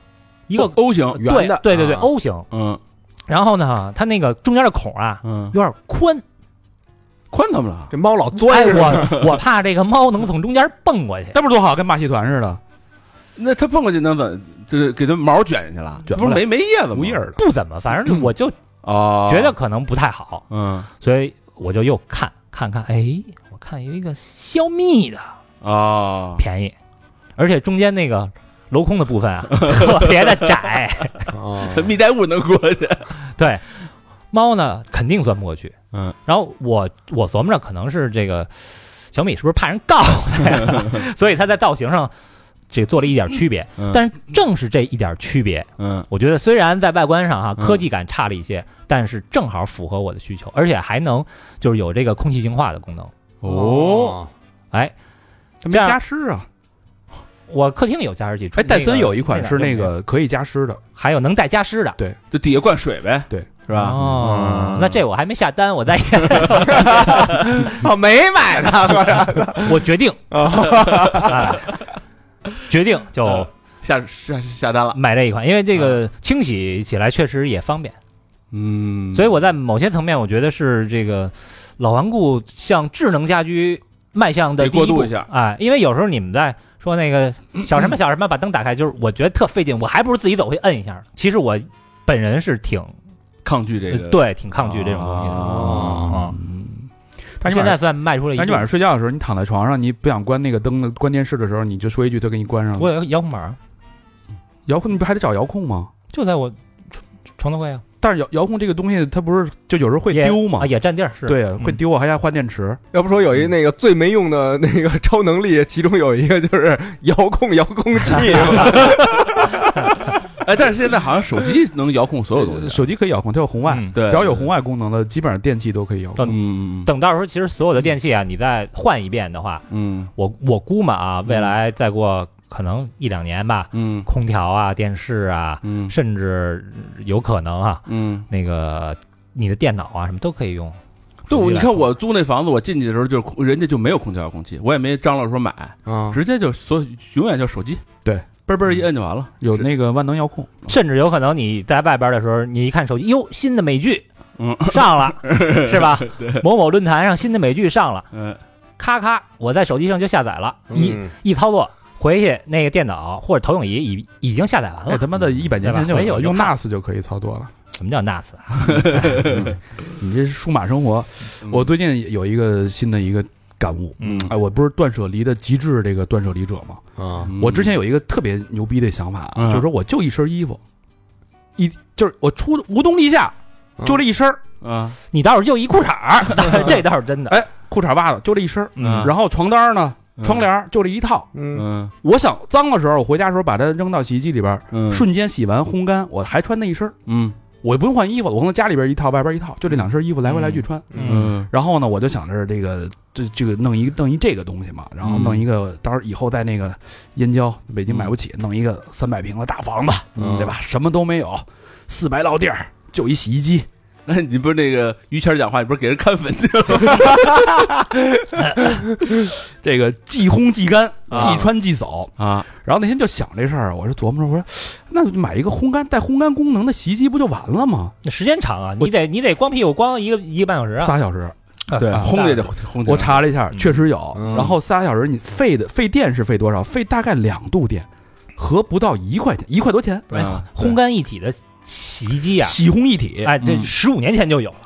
一个
O 型，
对
圆的
对对对
啊
O 型，
嗯
然后呢，它那个中间的孔啊
嗯，
有点宽，
宽他们了，啊
这猫老
哎
钻着，
我我怕这个猫能从中间蹦 过去。
那不是多好，跟马戏团似的，
那他碰过去能怎么？就是给他毛卷进去了，
卷
不
不了
是没没叶子吗？
无叶儿的。
不怎么，反正我就
嗯哦，
觉得可能不太好。
嗯
所以我就又看看看，哎，我看有一个小米的
哦，
便宜，而且中间那个镂空的部分 啊特别的窄，
啊
蜜袋鼯能过去，
对，猫呢肯定钻不过去。
嗯，
然后我我琢磨着可能是这个小米是不是怕人告他 呀，所以它在造型上这做了一点区别，
嗯
但是正是这一点区别。
嗯
我觉得虽然在外观上哈、
嗯
科技感差了一些，但是正好符合我的需求，而且还能就是有这个空气净化的功能。
哦，，
哎，
它没
这样
加湿啊！
我客厅有加湿器，
哎，
那
戴
个
森有一款是那
两
个可以加湿的，
还有能带加湿的，
就底下灌水呗，
对，
是吧？
哦
嗯，
那这我还没下单， 我再
我没买呢，合着
我决 定，哎决定就
下下下单了，
买这一款，因为这个清洗起来确实也方便，
嗯，
所以我在某些层面我觉得是这个老顽固向智能家居迈向的
得
第一
过
步
渡一下
哎，因为有时候你们在。说那个小什么小什么把灯打开，就是我觉得特费劲，我还不如自己走过去摁一下呢。其实我本人是挺
抗拒这个，，
呃对挺抗拒这种东西的。
啊
哦
哦，
但是
现在算迈出了一
嗯但
步。
你晚上睡觉的时候，你躺在床上，你不想关那个灯的关电视的时候，你就说一句，它给你关上了。
我有个遥控板儿，
遥控你不还得找遥控吗？
就在我床床头柜啊，
但是遥遥控这个东西，它不是就有时候会
也
丢嘛
啊，？也占地儿是。，
对，会
嗯
丢啊，还要换电池。
要不说有一那个最没用的那个超能力，其中有一个就是遥控遥控器，
哎，但是现在好像手机能遥控所有东 西，啊
呃手机可以遥控，它有红外，
嗯哦
对，
只要有红外功能的，基本上电器都可以遥控。
嗯，嗯
等到时候其实所有的电器啊，你再换一遍的话，
嗯
我我估摸啊，未来再过可能一两年吧，
嗯
空调啊、电视啊，
嗯
甚至有可能啊，
嗯，
那个你的电脑啊什么都可以用。
对，
手
我
机
你
来
看我租那房子，我进去的时候就是人家就没有空调遥控器，我也没张罗说买，
啊，
直接就所有永远就手机，
对，
嘣嘣一摁就完了，
有那个万能遥控，
甚至有可能你在外边的时候，你一看手机，哟，新的美剧，
嗯，
上了，是吧？某某论坛上新的美剧上了，
嗯
咔咔，我在手机上就下载了，一
嗯
一操作回去，那个电脑或者投影仪已已经下载完
哎，
了。
他妈的一百年前
嗯对吧
就
没有就
用
看
NAS 就可以操作了。
什么叫 NAS？啊
你这数码生活，
嗯
我最近有一个新的一个感悟。
嗯，
哎，我不是断舍离的极致这个断舍离者吗？
啊，
嗯我之前有一个特别牛逼的想法啊，
嗯
就是说我就一身衣服，一就是我出无冬立夏，
嗯
就这一身儿，
啊，
你倒是就一裤衩儿，这倒是真的。
哎裤衩袜子就这一身儿，
嗯
然后床单儿呢，
嗯
窗帘儿就这一套。
嗯
嗯
我想脏的时候，我回家的时候把它扔到洗衣机里边儿，
嗯
瞬间洗完烘干，我还穿那一身儿，
嗯
我不用换衣服，我可能家里边一套，外边一套，就这两身衣服来回来去穿。
嗯
嗯
然后呢，我就想着这个这这个弄一弄一这个东西嘛，然后弄一个，到时候以后在那个燕郊北京买不起，弄一个三百平的大房子，
嗯
对吧？什么都没有，四百落地儿，就一洗衣机，
那 你不是那个于谦儿讲话，你不是给人看坟去了？
这个即烘即干，
啊
即穿即扫。
啊，
然后那天就想这事儿，啊我就琢磨着，我说那就买一个烘干带烘干功能的洗衣机不就完了吗？
那时间长啊，你得你得光屁股光一个一个半小时啊。
仨小时，
啊
对
仨
轰也得轰起来。
我查了一下，
嗯
确实有。
嗯
然后仨小时你费的费电是费多少？费大概两度电，合不到一块钱，一块多钱。
哎
嗯
啊
烘干一体的洗衣机啊，
洗烘一体，
哎，这
嗯
十五年前就有了。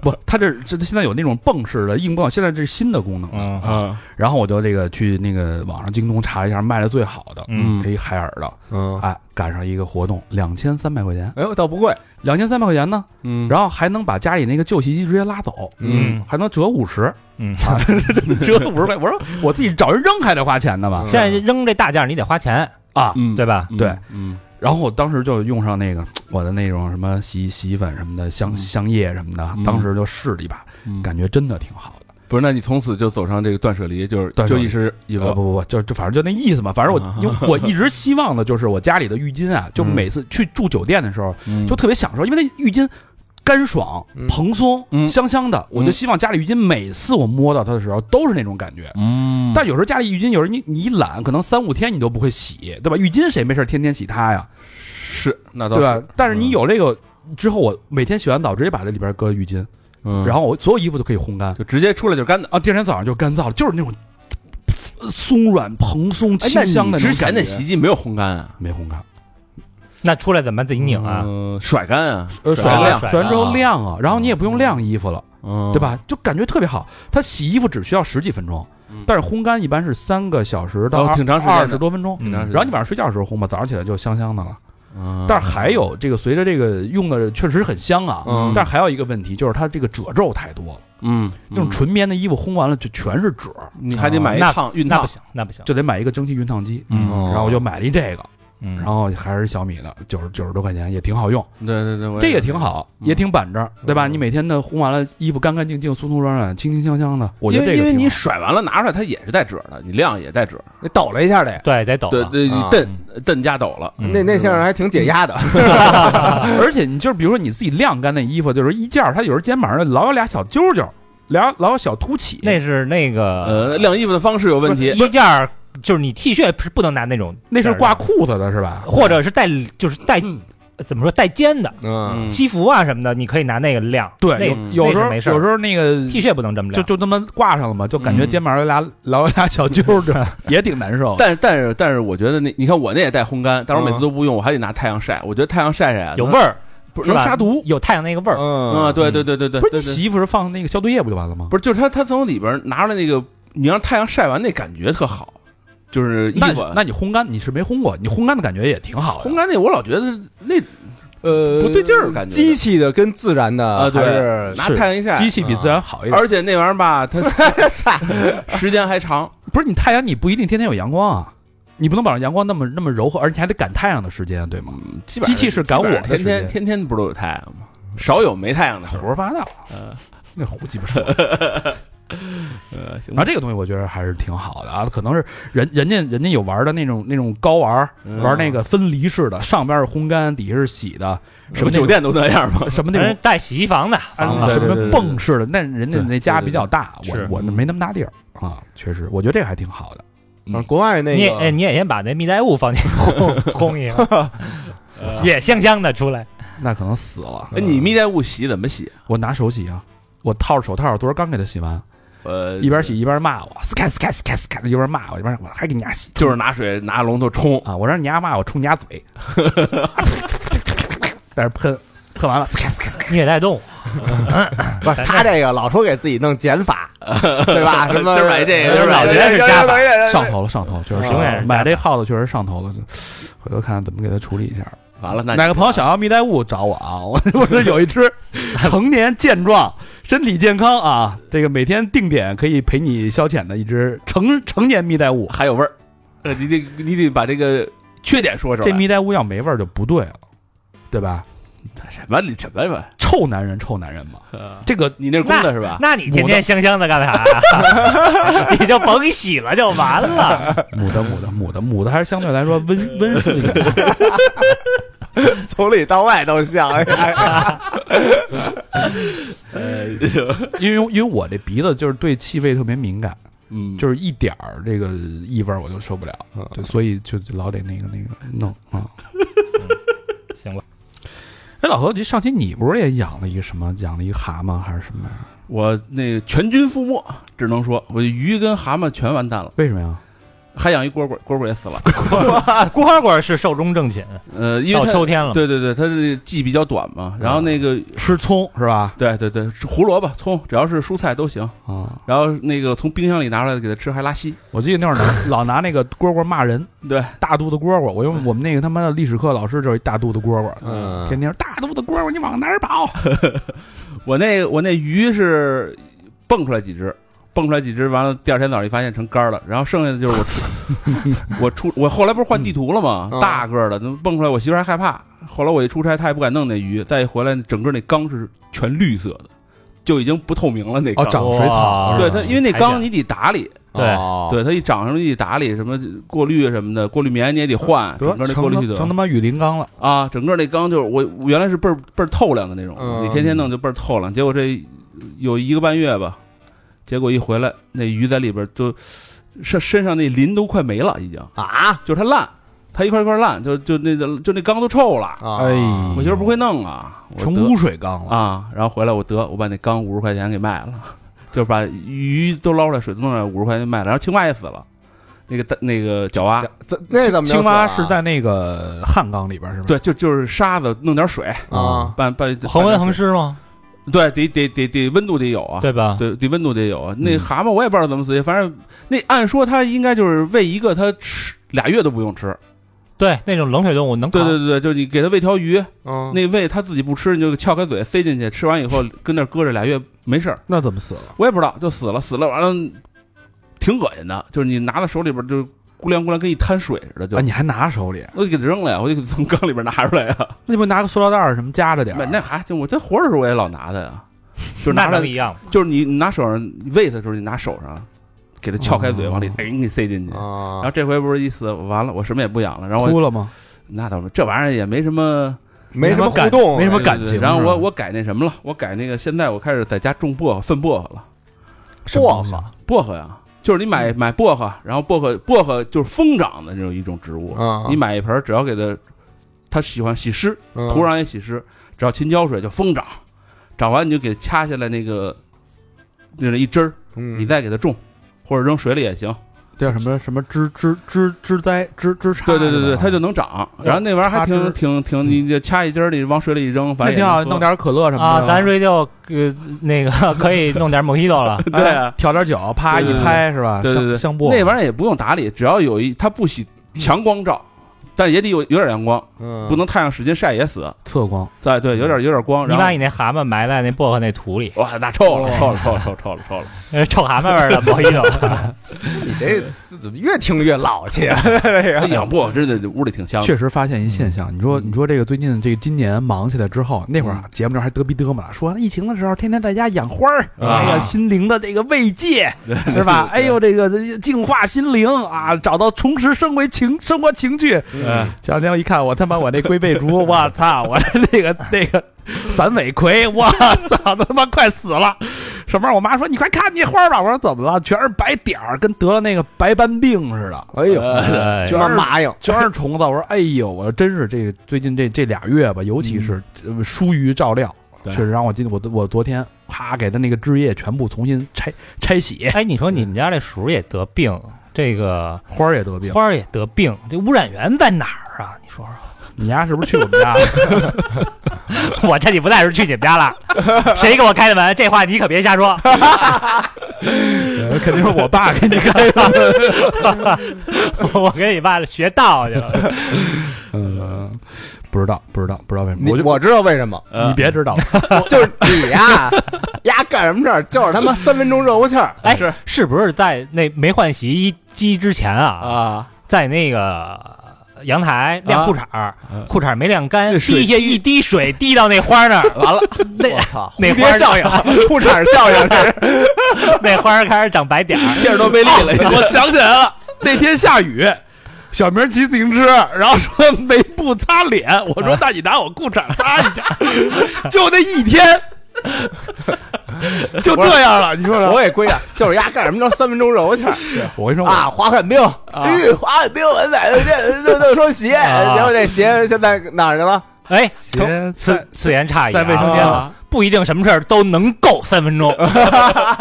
不，它这这现在有那种泵式的硬泵，现在这是新的功能了。
嗯
啊，
然后我就这个去那个网上京东查一下卖的最好的，
嗯
一海尔的，
嗯，
哎，赶上一个活动，两千三百块钱，
哎呦，倒不贵，
两千三百块钱呢，
嗯
然后还能把家里那个旧洗衣机直接拉走，
嗯
还能折五十，啊
嗯，
折五十块，我说我自己找人扔还得花钱呢吧
嗯？
现在扔这大件儿你得花钱，
啊，
嗯
对吧？
嗯
对
嗯
然后我当时就用上那个我的那种什么洗衣洗衣粉什么的，香
嗯
香叶什么的，
嗯
当时就试了一把，
嗯，
感觉真的挺好的。
不是，那你从此就走上这个断舍离，就是
断舍
就
离
一身衣
呃，
服，
不不不，就就反正就那意思嘛。反正我因为我一直希望的就是我家里的浴巾啊，就
啊嗯
每次去住酒店的时候
嗯
就特别享受，因为那浴巾干爽
嗯、
蓬松、
嗯
香香的，我就希望家里浴巾每次我摸到它的时候都是那种感觉。
嗯，
但有时候家里浴巾，有时候你你一懒，可能三五天你都不会洗，对吧？浴巾谁没事天天洗它呀，
是那倒
对
是嗯
吧？但是你有这个之后，我每天洗完澡直接把这里边搁浴巾，
嗯
然后我所有衣服都可以烘干
就直接出来就是干的。
啊，第二天早上就干燥了，就是那种松软蓬松、
哎，
清
那你
香的
之
种
前
感
那
觉
洗衣机没有烘干啊，
没烘干，
那出来怎么自己拧啊？
嗯，甩干啊，
呃，
甩
甩
干
完
甩
甩完之后
干啊
晾啊，然后你也不用晾衣服了，
嗯，
对？吧？就感觉特别好。它洗衣服只需要十几分钟
嗯，
但是烘干一般是三个小时到
哦
二
挺长时间的
二十多分钟。
嗯
挺长时间
然后你晚上睡觉的时候烘吧，早上起来就香香的了。
嗯，
但是还有这个，随着这个用的确实很香啊，
嗯
但是还有一个问题就是它这个褶皱太多了，
嗯，
那种
嗯
纯啊棉的衣服烘完了就全是褶儿，
你还得买一
那
烫熨
那不
烫，
行，那不行。
就得买一个蒸汽熨烫机。
嗯
然后我就买了一这个，
嗯，
然后还是小米的，九十九十多块钱也挺好用。
对对对，我
这
也嗯
也挺好，也挺板正，对吧？
嗯
你每天呢烘完了衣服干干净净、松松软软、清清香香的，我觉
因
得
为
这
因
个
为
挺
你
好。
甩完了拿出来，它也是带褶的，你晾也带褶，
你抖了一下得，
对，得抖
对
了。
对，你
啊
蹬蹬加抖了，
嗯
那那相声还挺解压的，
而且你就是比如说你自己晾干那衣服，就是衣架，它有时候肩膀上老有俩小揪揪，俩老有小凸起。
那是那个
呃，晾衣服的方式有问题，
衣架儿，就是你 T 恤是不能拿那种，
那是挂，裤子的是吧？
或者是带就是带怎么说带肩的
嗯
嗯
西服啊什么的，你可以拿那个晾。
对，
那
嗯有有时候
那是没事儿
有时候那个
T 恤不能这么
就
晾。
就那么挂上了嘛，就感觉
嗯
肩膀上有俩老有俩小揪揪， 也挺难受的。
但但是但是，我觉得那你看我那也带烘干，但是
嗯
我每次都不用，我还得拿太阳晒。我觉得太阳晒晒啊，
有味儿，
不是
是
能
吧
杀毒
有太阳那个味儿。
啊？
嗯，
对对对对对，
不是
对
你
对
洗衣服时放那个消毒液不就完了吗？
不是就是它它从里边拿出来那个，你让太阳晒完那感觉特好，就是衣
那
服
那你烘干你是没烘过，你烘干的感觉也挺好的。
烘干那我老觉得那
呃
不对劲儿感觉
机器的跟自然的
啊对
还 是
拿太阳一晒，
机器比自然好一点。
而且那玩意儿 吧，它时间还长，
不是你太阳，你不一定天天有阳光啊，你不能保证阳光那么那么柔和，而且你还得赶太阳的时间，对吗？
基本上
机器是赶我的
基本上天
时间
天天天不是都有太阳吗？少有没太阳的活
胡
儿。
说八道，
嗯
那胡鸡巴 说。
呃，行
然后
吧，
这个东西我觉得还是挺好的啊，可能是人人家人家有玩的那种那种高玩儿，
嗯
玩那个分离式的，上边是烘干，底下是洗的，
什
什
么
么
嗯酒
酒
店都那样 吗？
什么那
人
种
家带洗衣房的房
啊
对
子，
什
对对
么泵式的，那人家
对嗯
那家比较大，
对对
我
是
我那没那么大地儿啊，确实，我觉得这个还挺好的。
啊国外那
你也哎
个
你也先把那蜜袋鼯放进去烘烘一个，也香香的出来。
那可能死了，
哎你蜜袋鼯洗怎么洗？
我拿手洗啊，我套着手套，昨儿刚给他洗完，
呃，
一边洗一边骂我，斯凯斯凯斯凯斯凯，一边骂我，一边我还给你家洗，
就是拿水拿龙头冲，
啊，我让你家骂我冲你家嘴， 在那喷，喷完了，斯凯斯凯斯凯
你也带动，
不是他这个老说给自己弄减 法，对吧？什么
今儿买这个
今儿买这个
这
加法
法
上头了，上头，确实上
永
头
远是
嗯
了。
加
买这耗子确实上头了，就回头看看怎么给它处理一下。
完了那
哪个朋友想要蜜袋鼯找我啊？ 我我这有一 只成年健壮、身体健康啊，这个每天定点可以陪你消遣的一只成成年蜜袋鼯。
还有味儿？呃，你得你得把这个缺点说出来。
这蜜袋鼯要没味儿就不对了，对吧？
什么你什么呀？
臭男人，臭男人嘛。
嗯
这个
你那是公的是吧？
那你天天香香的干啥呀？你就甭洗了就完了。
母的母的母的母的还是相对来说 温温顺一点。
从里到外都像，哎呀
因为因为我这鼻子就是对气味特别敏感，
嗯，
就是一点儿这个异味儿我就受不了，
嗯
对，所以就老得那个那个弄啊。
嗯行吧，
哎，老何，就上期你不是也养了一个什么，养了一个蛤蟆还是什么呀？
我那个全军覆没，只能说我鱼跟蛤蟆全完蛋了，
为什么呀？
还养一蝈蝈，蝈蝈也死 了。
蝈蝈是寿终正寝，
呃，因为
到
它
秋天了嘛。
对对对，它的季比较短嘛，然后那个
吃葱是吧？
对对对，胡萝卜、葱，只要是蔬菜都行。
啊，
然后那个从冰箱里拿出来给它吃，还拉稀。
我记得那会儿拿老拿那个蝈蝈骂人，
对，
大肚子蝈蝈。我用我们那个他妈的历史课老师就是一大肚子蝈蝈，
嗯
天天说大肚子蝈蝈，你往哪儿跑？
我那我那鱼是蹦出来几只，蹦出来几只，完了第二天早上一发现成干儿了，然后剩下的就是我出我出我后来不是换地图了吗？
嗯
大个儿的，那蹦出来我媳妇儿还害怕。后来我一出差，她也不敢弄那鱼，再一回来，整个那缸是全绿色的，就已经不透明了那
哦，
缸。
长水草是吧。
哇
对它，因为那
还
缸
行
你得打理，
对
哦
对它一长什么你得打理，什么过滤什么的，过滤棉你也得换，整个
得
那过
成
滤
他
系
成他
统
妈雨林缸了，
啊，整个那缸就是我我原来是倍儿倍儿透亮的那种，
嗯
你天天弄就倍儿透亮，结果这有一个半月吧，结果一回来那鱼在里边就身身上那鳞都快没了，已经
啊
就是它烂，它一块一块烂，就就那个就那缸都臭了，
啊
哎
我媳妇儿不会弄啊，我
成
得
污水缸了。
啊，然后回来我得我把那缸五十块钱给卖了， 就是把鱼都捞出来，水都弄出来，五十块钱卖了。然后青蛙也死了，那个大那个角蛙，
这那怎么就啊
青蛙
死
是
了
在那个汉缸里边是吗？
对，就就是沙子弄点水，
啊
半半
恒温恒
湿，
湿吗？
对，得得得得温度得有啊，
对吧？
对得温度得有啊。那蛤蟆我也不知道怎么死的，反正那按说它应该就是喂一个它吃俩月都不用吃，
对，那种冷水动物能
对
扛
对对，对就你给它喂条鱼，
嗯
那喂它自己不吃，你就撬开嘴塞进去，吃完以后跟那儿搁着俩月没事儿。
那怎么死了？
我也不知道，就死了，死了完了，挺恶心的，就是你拿到手里边就咕凉咕凉跟一滩水似的，就、
啊，你还拿手里？
我就给它扔了呀，我就给它从缸里边拿出来呀。
那不拿个塑料袋儿什么夹着点
那
儿？
那还就我在活着的时候我也老拿它呀，就是
那
拿
能
着，
一样吗？
就是你你拿手上你喂它的时候，你拿手上给它撬开嘴，
哦
往里哎给你塞进去。然后
啊，
这回不是一死完了，我什么也不养了，然后
哭
我
了吗？
那倒没，这玩意儿也没什么
没什么
感
互动，
没什么
对对
感
对
情
然后
是吧
我我改那什么了，我改那个现在我开始在家种薄荷，粪薄荷了。
薄荷
薄荷呀，就是你
嗯
买买薄荷，然后薄荷薄荷就是疯长的这种一种植物，
啊
你买一盆儿，只要给它，它喜欢喜湿，
嗯
土壤也喜湿，只要勤浇水就疯长，长完你就给掐下来那个那一枝儿，
嗯
你再给它种，或者扔水里也行。
叫什么什么枝枝枝枝栽枝枝杈？
对对对对，
它
它就能长。然后那玩意儿还
插
挺
枝
挺挺，你就掐一枝儿，你往水里一扔，反
那
正也
挺好，
能喝
弄点可乐什么
啊，
的。
咱 radio 呃那个 可以弄点 mojito 了。
哎
对啊
调点酒，啪
对对
一
对
拍是吧？
对对对
香香薄
那玩意儿也不用打理，只要有一它不喜强光照，但是也得有有点阳光，
嗯，
不能太阳使劲晒也死。
侧光，
对对，有点有点光，
你
然后
把你那蛤蟆埋在那薄荷那土里，
哇，那臭了，臭了，臭了，臭了，臭了，臭了。
呃臭蛤蟆味儿的不好意思。
你 这这怎么越听越老啊气？
哎呀，不，真的这屋里挺香的。
确实发现一现象。你说，你说这个最近这个今年忙起来之后，那会儿啊节目上还嘚逼嘚嘛，说疫情的时候天天在家养花儿，
啊
哎呀，心灵的这个慰藉 是吧？哎呦，这个这净化心灵啊，找到重拾生活情生活情趣。
嗯，
前两天一看，我他妈我那龟背竹，我操，我那个那个散尾葵，我操，他妈快死了。什么？我妈说你快看这花儿吧。我说怎么了？全是白点儿，跟得了那个白斑病似的。
哎呦，
哎
这麻痒，
全是虫子。我说，哎呦，我真是这个最近这这俩月吧，尤其是呃疏于照料，
对
确实让我今我我昨天啪给它那个枝叶全部重新拆拆洗，
哎，你说你们家这鼠也得病，这个
花儿也得病。
花儿也得病，这污染源在哪儿啊？你说
你丫是不是去我们家？
说， 我这里不带是去你们 家了，谁给我开的门？这话你可别瞎说。
呃 肯定是我爸给你开的。
我跟你爸学道去 了，
嗯，不知道，不知道，不知道为什么。
你
我就
我知道为什么，
呃
你别知道，
就是你呀，呀干什么事儿，就是他妈三分钟热乎气儿。
哎
是
是不是在那没换洗衣机之前啊，
啊，
在那个阳台晾裤衩
啊
儿
嗯，
裤衩儿没晾干，
那水
滴下一滴水滴到那花儿那儿，
完了，
啊那
我操，
那花
蝴蝶
儿
效应，裤衩效应这是， 哦
那花儿开始长白点儿。
气儿都没力了已经。
我想起来了， 那天下雨。小明骑自行车，然后说没布擦脸，我说
啊
那你拿我裤衩擦一下，就那一天，就这样了。你说说，
我也归啊，就是呀干什么着三分钟热乎气儿
我跟你说，
啊，滑旱冰，嗯滑旱冰，我买了这这这双鞋，然后这鞋现在哪儿去了？
哎，
鞋
此
在
此言差矣、啊，
在卫生
间
了
不一定什么事儿都能够三 分钟。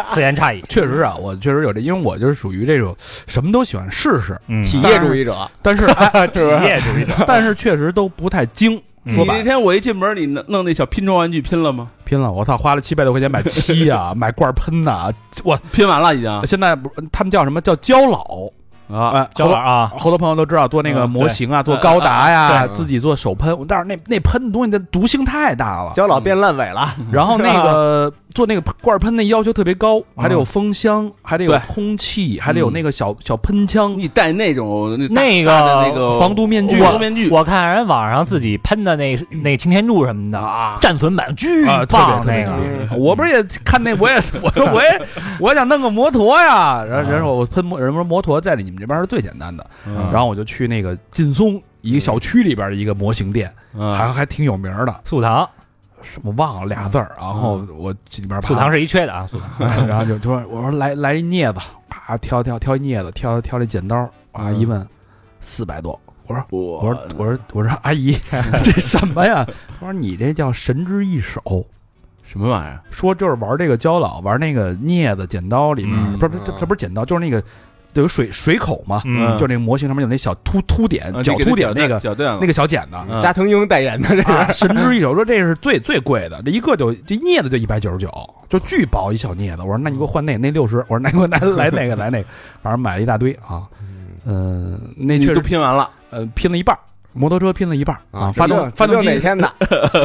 此言差矣，
确实啊，我确实有这，因为我就是属于这种什么都喜欢试试，
嗯，
体液主义者，
但是、
体液主义者，
但是确实都不太精。
你
说
那
白了，
天我一进门，你弄弄那小拼装玩具拼了吗？
拼了，我操，花了七百多块钱买漆 呀、买罐喷呐、我
拼完了已经
现在不他们叫什么叫胶老
啊，
啊，
小
好多
宝啊，
好多朋友都知道做那个
嗯
模型啊，做
嗯
高达呀、
嗯嗯嗯
自己做手喷，但是那那喷的东西的毒性太大了。
脚老变烂尾了，
然 后那个做那个罐喷那要求特别高，还得有风箱，还得有
嗯对嗯
空气，还得有那个小小喷枪、
你戴那种那大
那个
大的那个
防毒面具。
防毒面具，
我看人网上自己喷的那那擎天柱什么的
啊
战损版巨
啊，特
棒
别
那
特别
个。
牛逼我不是也看那， 我也我说我也我想弄个摩托呀，然后人说我喷摩，人说摩托在你们这边是最简单的，
嗯
然后我就去那个劲松一个小区里边的一个模型店，
嗯
还还挺有名的，
素糖，
什么忘了俩字儿，然后我进里边
素糖
爬，
是一缺的啊，素糖。
然后就就说我说来来一镊子，啪挑挑挑一镊子，挑挑这剪刀，啊一问四百多，我说。
我
我说我说我说阿姨， 这什么呀？他说你这叫神之一手，
什么玩意儿？
说就是玩这个胶老，玩那个镊子、剪刀里面，
嗯
不是这
嗯
这不是剪刀，就是那个有水水口嘛，
嗯
就那个模型上面有那小凸凸点
啊，
角
你给
呃凸
他
点那个
绞断了
那个小剪子。
嗯
加藤鹰代言的这
啊，
是，
神之一手说这是最最贵的，这一个就这镊子就一百九十九，就巨薄一小镊子。我说那你给我换那那六十，我说那给我来来那个来那个， 反正买了一大堆啊。嗯、那
你
确
都
实
拼完了，
呃拼了一半儿，摩托车拼了一半儿啊，发动发动
指定哪
机
天的，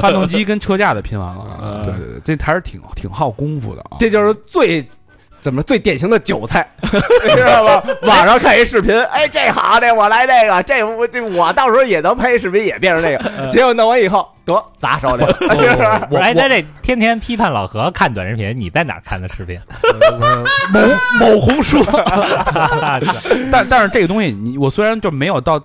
发动机跟车架的拼完了啊。
嗯
对对对，这还是挺挺耗功夫的啊。
这就是最怎么最典型的韭菜， 你知道吧？网上看一视频，哎，这好，这我来这个，这我这我到时候也能拍一视频，也变成这个。结果弄完以后，得砸手里，是不是？
我哎，在这天天批判老何看短视频，你在哪儿看的视频？
某某红书， 但但是这个东西，你我虽然就没有到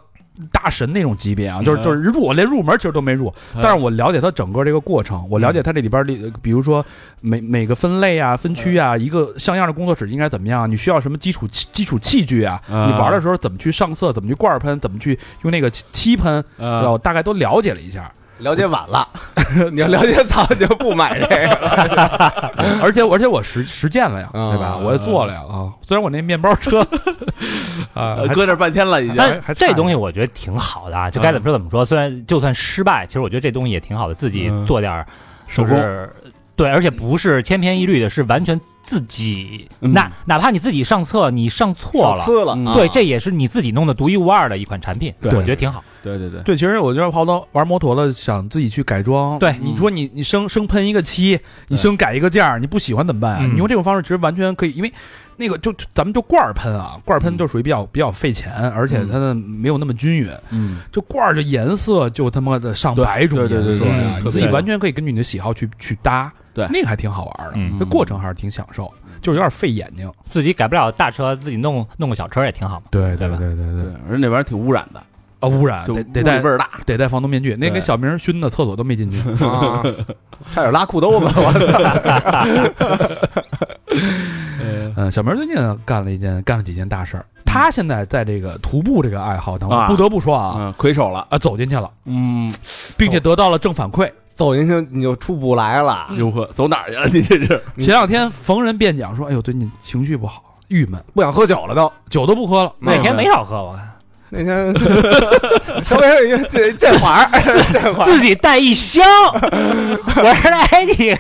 大神那种级别啊，就是
嗯
就是入我连入门其实都没入，但是我了解它整个这个过程，我了解它这里边儿的，比如说每每个分类啊、分区啊，一个像样的工作室应该怎么样，你需要什么基础器基础器具啊，
嗯
你玩的时候怎么去上色，怎么去罐儿喷，怎么去用那个漆漆喷，
呃，
我大概都了解了一下，
了解晚了，你要了解早，你就不买这个了。
而且而且我实实践了呀，
嗯
对吧？我也做了呀啊，虽然我那面包车啊
呃
还
搁这半天了已经。
还
但
还差
这
一
东西
点
我觉得挺好的啊，就该怎么说怎么说。虽然就算失败，其实我觉得这东西也挺好的，自己
嗯
做点儿
手
就
工
是对，而且不是千篇一律的，是完全自己。
嗯
哪哪怕你自己上册，你上错了，
次了
嗯，
啊
对，这也是你自己弄的独一无二的一款产品，
对
我觉得挺好。
对对对，
对，其实我觉得好多玩摩托的想自己去改装，
对
你说你你生生喷一个漆，你生改一个件儿，你不喜欢怎么办啊？
嗯
你用这种方式其实完全可以，因为那个就就咱们就罐儿喷啊，罐儿
嗯
喷就属于比较、比较费钱，而且它的没有那么均匀，
嗯，
就罐儿的颜色就他妈的上
对
百种
对对
颜
对
色
对
呀
对，
你自己
特别
完全可以根据你的喜好去去搭，
对
那个还挺好玩的，
嗯
这过程还是挺享受，就是有点费眼睛，
自己改不了大车，自己弄弄个小车也挺好嘛。
对
对吧
对对
对，而且那玩意儿挺污染的，
啊，污染
就
得得
污
戴
味儿大，
得戴防毒面具，那给
对
小明熏的厕所都没进去。
啊，差点拉裤兜子，我操！
呃
嗯，小明最近干了一件，干了几件大事儿。他现在在这个徒步这个爱好当中，
啊
不得不说啊
嗯，魁首了，
啊，走进去了，
嗯，
并且得到了正反馈。
走进去你就出不来了，
如何走哪儿去了？你这是
嗯
前两天逢人便讲说，哎呦，最近情绪不好，郁闷，
不想喝酒了都。
酒都不喝了。
那天没少喝，我看
那天稍微有一个这这会儿，这会儿。
自己带一箱， 我说哎你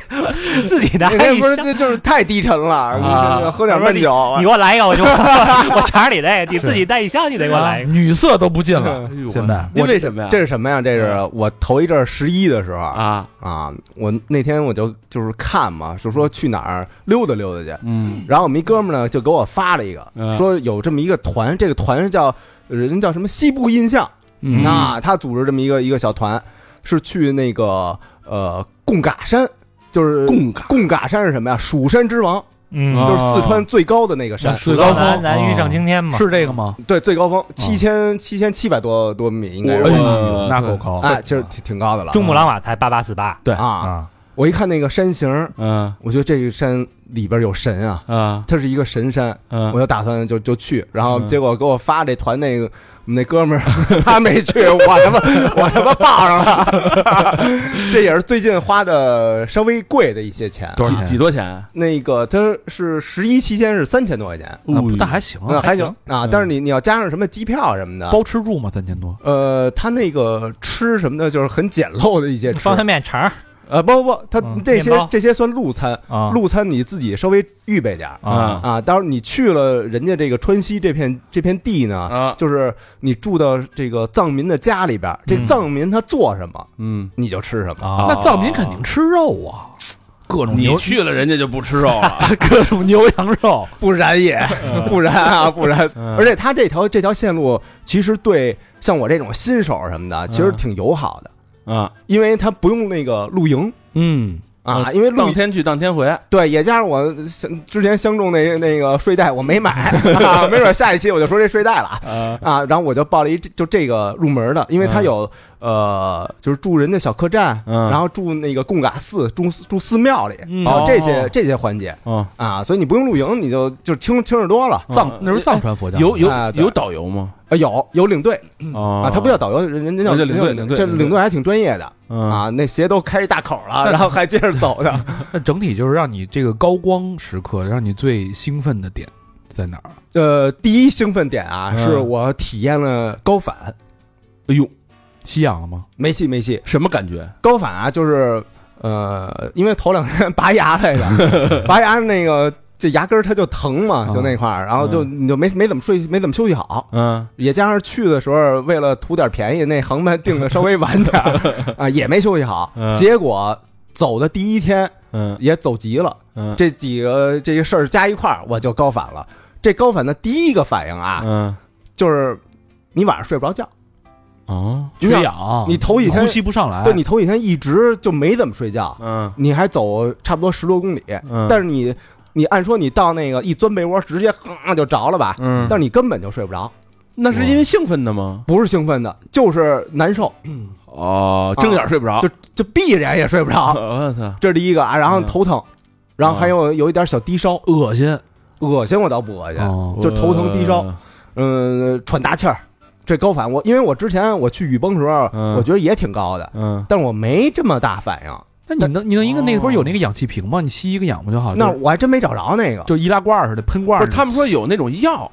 自己拿
那天
一
不是
箱，
就就是太低沉了，就是喝点闷酒
你给，我来一个，我就我尝着你那个，你自己带一箱，你得给我来一个。
啊女色都不进了，
哎呦
现在
我因为什
啊
么呀？
这是什么呀？这
嗯
是我头一阵儿十一的时候啊
啊，
啊，我那天我就就是看嘛，就说去哪儿溜达溜达去，
嗯
然后我们一哥们儿呢就给我发了一个，
嗯
说有这么一个团，这个团是叫呃人叫什么西部印象，
嗯
啊，他组织这么一个一个小团，是去那个呃贡嘎山，就是
贡嘎
贡嘎山是什么呀？蜀山之王，
嗯啊
啊
就是四川最高的那个山，
那最
高
高
咱
峰
咱遇上青天嘛，
是这个吗？
对，最高峰七千七千七百多多米，应该
哎
我
是。
呦，那够高！
哎，其实挺挺高的了。
珠穆朗玛才八八四八
对
啊，
啊，
我一看那个山形，
嗯
我觉得这个山里边有神啊，
啊
它是一个神山，我
嗯，
就打算就就去，然后
嗯
结果给我发这团那个我们那哥们儿他没去，我他妈我他妈报上了， 这也是最近花的稍微贵的一些钱。啊
多少
几几
钱？啊
多钱？
那个它是十一期间是三千多块钱，
啊
哦
那还行啊，
那还
行
行，啊，但是你你要加上什么机票什么的，
包吃住吗？三千多。
呃，他那个吃什么的，就是很简陋的一些吃
方，便面肠儿
呃，不不不，他
嗯
这些
面包
这些算路餐，
啊
路餐你自己稍微预备点儿
哎
啊
啊。当然你去了人家这个川西这片这片地呢，
啊，
就是你住到这个藏民的家里边儿，这
嗯
藏民他做什么
嗯，
你就吃什么。
啊
那藏民肯定吃肉啊， 各种
你
牛，
去了，人家就不吃肉了。
各种牛羊肉。
不然 也不然啊，不然。
嗯
而且他这条这条线路其实对像我这种新手什么的，其实挺友好的，
啊，
因为他不用那个露营
嗯，
啊，
呃
因为露
当天去当天回，
对，也加上我像之前相中那那个睡袋我没 买，啊、没准下一期我就说这睡袋了。
啊
啊，然后我就报了一这就这个入门的，因为它有、呃，就是住人家小客栈，
嗯
然后住那个贡嘎寺，住住寺庙里，
嗯
然后这些、
哦
这些环节
哦，
啊，所以你不用露营，你就就轻轻着多
嗯
了。
藏那是藏传佛教，
有有
啊对
有导游吗？
啊，有有领队
啊
啊，他不叫导游，人人家叫
人家领队领队
这
领队
领队还挺专业的
啊，
啊，那鞋都开一大口 了，然后还接着走的。
那整体就是让你这个高光时刻，让你最兴奋的点在哪儿？
呃，第一兴奋点啊，
嗯
是我体验了高反，
哎呦，
吸氧了吗？
没戏没戏，
什么感觉？
高反啊，就是呃，因为头两天 拔牙来着，拔牙那个这牙根儿它就疼嘛，
啊
就那块儿，然后就你就没没怎么睡，没怎么休息好，
嗯
也加上去的时候为了图点便宜，那航班订的稍微晚点儿 啊，也没休息好
嗯，
结果走的第一天
嗯
也走急了，
嗯，
这几个这些事儿加一块儿，我就高反了。这高反的第一个反应啊，
嗯
就是你晚上睡不着觉，
哦
缺
你想
氧，
你头一天
呼吸不上
哎
来，
对你头几天一直就没怎么睡觉，
嗯
你还走差不多十多公里，
嗯，
但是
是
你你按说你到那个一钻被窝直接啊就着了吧，
嗯，
但是你根本就睡不着，
那是因为兴奋的吗？
不是兴奋的，就是难受，
哦，睁眼睡不着
就。就闭着眼也睡不着，
我操，
这是第一个啊，然后
嗯
头疼，然后还有有一点小低烧，
恶心
恶心我倒不恶心，
哦
就头疼低烧，嗯，喘大气儿，这高反我因为我之前我去雨崩时候，
嗯啊
我觉得也挺高的，
嗯，
但是我没这么大反应，
那你能你能一个那个不是有那个氧气瓶吗？你吸一个氧不就好？
哦那
就
我还真没找着那个，
就易拉罐似的喷罐
不
儿
是他们说有那种药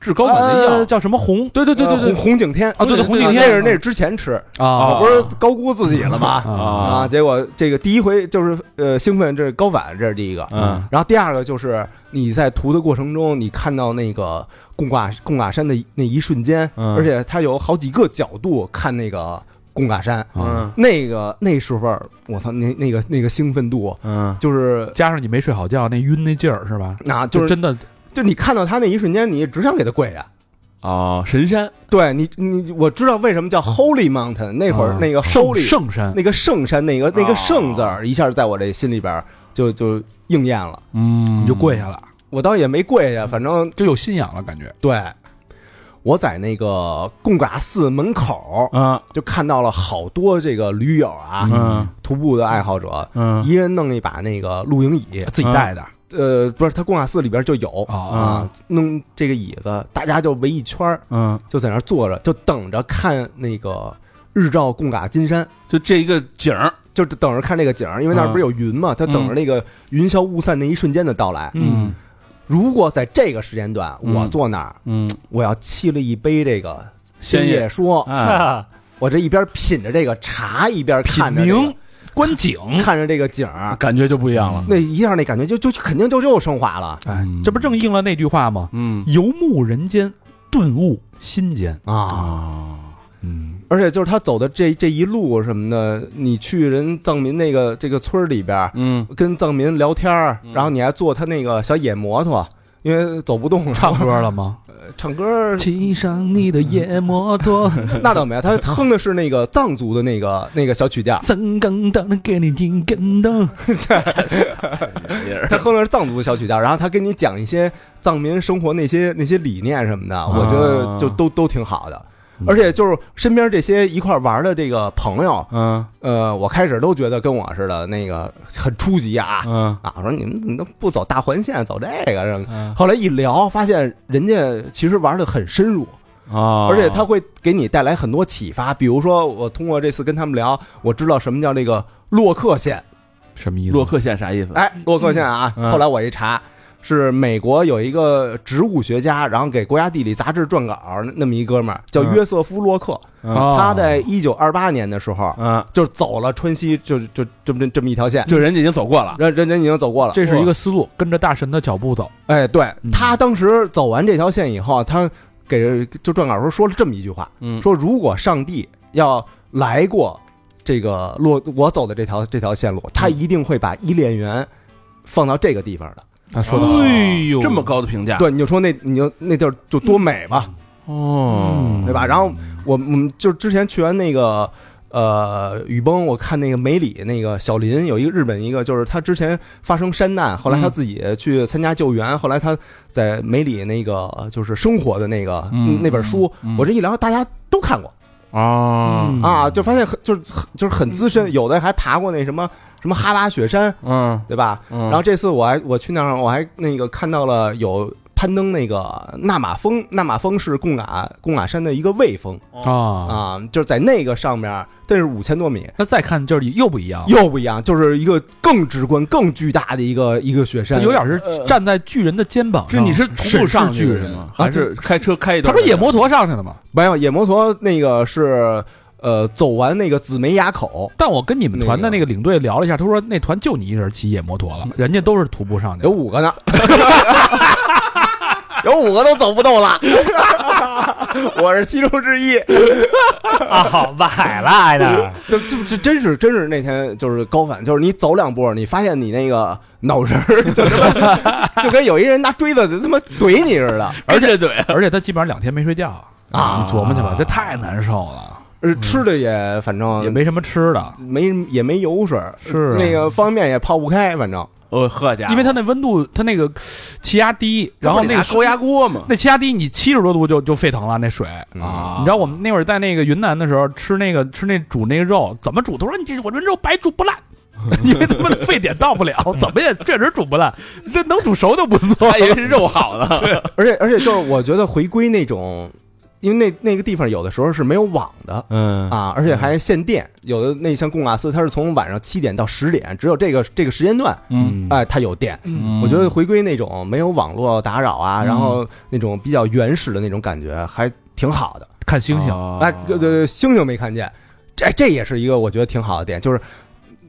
治高反的药
呃，叫什么红
对对对对
呃
对
红红景天
啊对对红景天
那是那是之前吃，我
啊
不是高估自己了吗？
啊
啊，结果这个第一回就是呃兴奋，这是高反，这是第一个。
嗯
然后第二个就是你在涂的过程中，你看到那个贡嘎贡嘎山的那一瞬间，
嗯
而且它有好几个角度看那个贡嘎山，
嗯，
那个那时候我操，那那个那个兴奋度
嗯
就是。
加上你没睡好觉那晕那劲儿是吧？
那、就是
真的
就你看到他那一瞬间，你只想给他跪下。
哦，神山
对你，你我知道为什么叫 Holy Mountain。那会儿
啊
那个
圣
Holy，、
圣山
那个圣山，那个那个
嗯哦
圣字儿，一下在我这心里边儿就就应验了。
嗯
你就跪下了，
我倒也没跪下，反正
就有信仰了感觉。
对我在那个贡嘎寺门口
啊
就看到了好多这个驴友啊，
嗯
徒步的爱好者，
嗯
一人弄一把那个露营椅，
自己带的
呃，不是，他贡嘎寺里边就有
哦
啊
啊，弄这个椅子，大家就围一圈儿，
嗯，
就在那儿坐着，就等着看那个日照贡嘎金山。
就这一个景儿，
就等着看这个景儿，因为那儿不是有云嘛，他等着那个云消雾散那一瞬间的到来。
嗯
如果在这个时间段
嗯
我坐那儿，
嗯，
我要沏了一杯这个
鲜
叶说，
啊
哎，
我这一边品着这个茶，一边
品
看着、这个、
茗观景，
看着这个景儿，
啊感觉就不一样了。
那一下那感觉就就肯定就又升华了
哎，这
嗯
不正应了那句话吗？
嗯
游牧人间，顿悟心间。
啊！
啊，
嗯，
而且就是他走的这这一路什么的，你去人藏民那个这个村儿里边儿，
嗯
跟藏民聊天儿，
嗯
然后你还坐他那个小野摩托，因为走不动了，
唱歌了吗？
唱歌儿
骑上你的野摩托，，
那倒没有，他哼的是那个藏族的那个那个小曲调
三更灯给你一根灯。
他哼的是藏族的小曲调，然后他跟你讲一些藏民生活那些那些理念什么的，我觉得就都都挺好的。而且就是身边这些一块玩的这个朋友，
嗯
呃，我开始都觉得跟我似的，那个很初级啊
嗯
啊，我说你们怎么都不走大环线，走这个什么？
嗯
后来一聊，发现人家其实玩的很深入，
啊，
而且他会给你带来很多启发。比如说，我通过这次跟他们聊，我知道什么叫这个洛克县。
什么意
洛克县啥意思？
哎，洛克县啊，
嗯
后来我一查，是美国有一个植物学家，然后给《国家地理》杂志撰稿那么一哥们儿叫
嗯
约瑟夫·洛克，
哦
嗯
他在一九二八年的时候
嗯，
就走了川西，就就这么这么一条线，
就人家已经走过了。
人人人已经走过了。
这是一个思路，跟着大神的脚步走。
哎，对
嗯
他当时走完这条线以后，他给就撰稿时候说了这么一句话，
嗯
说如果上帝要来过这个洛我走的这条这条线路，他一定会把伊甸园放到这个地方的。
他
说
说
得
的
好
呦
这么高的评价，
对，你就说那你就那地儿就多美吧，
哦
嗯
对吧？然后我我们就之前去完那个呃雨崩，我看那个梅里那个小林有一个日本一个，就是他之前发生山难，后来他
嗯
自己去参加救援，后来他在梅里那个呃就是生活的那个、
嗯
那本书，
嗯
我这一聊大家都看过、
啊，
嗯
啊，就发现很就是很就是很资深，有的还爬过那什么什么哈拉雪山，
嗯，
对吧？
然
然后这次我还我去那儿，我还那个看到了有攀登那个纳马峰，纳马峰是贡嘎贡嘎山的一个卫峰
啊。
啊、就是在那个上面，这是五千多米，
那再看就是又不一样，
又不一样，就是一个更直观、更巨大的一个一个雪
他
山，
有点是站在巨人的肩膀
这
上。
你是徒步上去
审视巨
的
人
吗？
啊
还是开车开一
他
段？
不是野摩托上去的吗？
没有野摩托那个是呃走完那个紫梅垭口，
但我跟你们团的那个领队聊了一下，他说那团就你一人骑野摩托了，人家都是徒步上去
有
的。
五个呢。 有五个都走不动了， 我是其中之一。
啊，崴了挨那儿，
这这这真是真是那天就是高反，就是你走两步，你发现你那个脑仁儿就他妈就跟有一人拿锥子就他妈怼你似的
而且对，
而且他基本上两天没睡觉，你
啊！
琢磨去吧，这太难受了，
呃吃的也反正
也没什么吃的，
没也没油水，
是啊
那个方便面也泡不开，反正
哦，喝家伙，
因为他那温度，他那个气压低，然后那个
他不得拿高压锅嘛
那气压低，你七十多度就就沸腾了那水。
啊，
你知道我们那会儿在那个云南的时候吃那个吃那煮那个肉怎么煮？他说你这我这肉白煮不烂， 因为他妈沸点到 不了，怎么也确实煮不烂，这能煮熟就不错
他以为是肉好呢，
而且而且就是我觉得回归那种。因为那那个地方有的时候是没有网的
嗯
啊，而且还限电，有的那像贡嘎斯，它是从晚上七点到十点，只有这个这个时间段，
嗯，
哎，它有电。
嗯
我觉得回归那种没有网络打扰啊，然
嗯
后那种比较原始的那种感觉，还挺好的。
看星星，
哦
哦
哎，对对，对星星没看见，这这也是一个我觉得挺好的点，就是